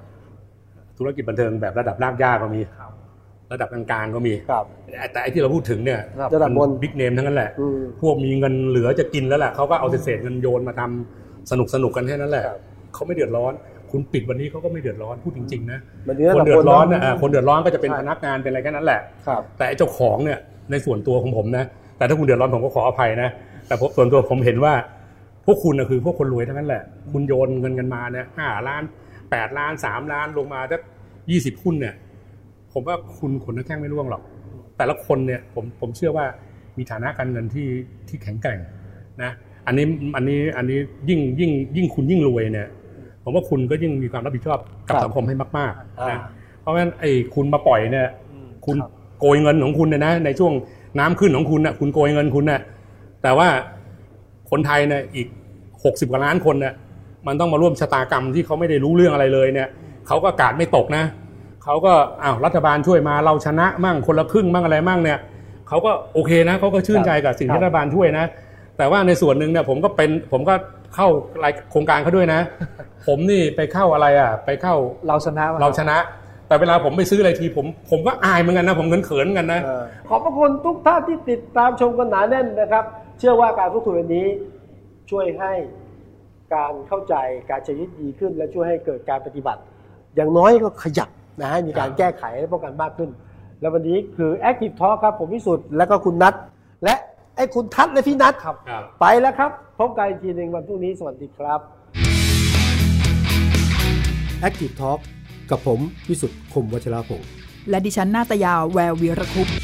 Speaker 5: ธุรกิจบันเทิงแบบระดับรากหญ้าก็มี ระดับกลางๆก็มี
Speaker 3: ครับ
Speaker 5: แต่ไอ้ที่เราพูดถึงเนี่ย
Speaker 4: ครับ
Speaker 3: ระดับบน
Speaker 5: บิ๊กเนมทั้งนั้นแหละ
Speaker 3: อืม
Speaker 5: พวกมีเงินเหลือจะกินแล้วแหละเขาก็เอาเศษๆเงินโยนมาทำสนุกสนุกๆกันแค่นั้นแหละเขาไม่เดือดร้อน คุณปิดวันนี้เขาก็ไม่เดือดร้อนพูดจริงๆนะ
Speaker 3: มันเนื้อ
Speaker 5: ค
Speaker 3: ระ
Speaker 5: น
Speaker 3: ดั
Speaker 5: เดื
Speaker 3: บ
Speaker 5: อบ ด
Speaker 3: น
Speaker 5: ร้อนนะ
Speaker 3: นะ
Speaker 5: เอ่อคนเดือดร้อนก็จะเป็นพนักงานเป็นอะไรแค่นั้นแหละ
Speaker 3: ครับ
Speaker 5: แต่ไอ้เจ้าของเนี่ยในส่วนตัวของผมนะ แต่ถ้าคุณเดือดร้อนผมก็ขออภัยนะ แต่ผมส่วนตัวผมเห็นว่า พวกคุณนะคือพวกคนรวยทั้งนั้นแหละ คุณโยนเงินกันมาเนี่ยห้าล้านแปดล้านสามล้านลงมาถ้ายี่สิบหุ้นเนี่ย ผมว่าคุณขนน้ำแข้งไม่ร่วงหรอก แต่ละคนเนี่ยผมผมเชื่อว่ามีฐานะการเงินที่ที่แข็งแกร่งนะอันนี้อันนี้อันนี้ยิ่งยิ่งยิ่งคุณยิ่งรวยเนี่ย ผมว่าคุณก็ยิ่งมีความรับผิดชอบกับ
Speaker 3: ครับ
Speaker 5: สังคมให้มากๆ
Speaker 3: อ่า
Speaker 5: นะเพราะฉะนั้นไอ้คุณมาปล่อยเนี่ย คุณ
Speaker 4: ครับ
Speaker 5: โกยเงินของคุณเนี่ยนะในช่วงน้ำขึ้นของคุณน่ะคุณโกยเงินคุณน่ะแต่ว่าคนไทยเนี่ยอีก 60 กว่าล้านคนเนี่ยมันต้องมาร่วมชะตากรรมที่เขาไม่ได้รู้เรื่องอะไรเลยเนี่ยเขาก็กาดไม่ตกนะเขาก็อ้าวรัฐบาลช่วยมาเราชนะมั่งคนละครึ่งมั่งอะไรมั่งเนี่ยเขาก็โอเคนะเขาก็ชื่นใจกับสิ่ง
Speaker 3: ครับ
Speaker 5: ที่รัฐบาลช่วยนะ แต่ว่าในส่วนหนึ่งเนี่ยผมก็เป็นผมก็เข้ารายโครงการเขาด้วยนะ ผมนี่ไปเข้าอะไรอ่ะไปเข้า
Speaker 4: เราชนะม
Speaker 5: เราชนะ แต่เวลาผมไปซื้ออะไรทีผมผมก็อายเหมือนกันนะ ผมเขินๆเหมือนกันนะ
Speaker 3: ขอบพระคุณทุกท่านที่ติดตามชมกันหนาแน่นนะครับ เชื่อว่าการพูดคุยวันนี้ช่วยให้การเข้าใจการใช้ชีวิตดีขึ้น และช่วยให้เกิดการปฏิบัติ อย่างน้อยก็ขยับนะฮะมีการแก้ไขและป้องกันมากขึ้น แล้ววันนี้คือ Active Talk ครับผมพิสุทธิ์และก็คุณนัทและไอ้คุณทัศน์และพี่นัทครับ
Speaker 5: ครับ
Speaker 3: ไปแล้วครับพบกันอีกทีหนึ่งวันพรุ่งนี้สวัสดีครับ
Speaker 1: Active Talk กับผมวิสุทธ์คมวัชราภงศ์
Speaker 2: และดิฉันนาตยาแวววีระคุปต์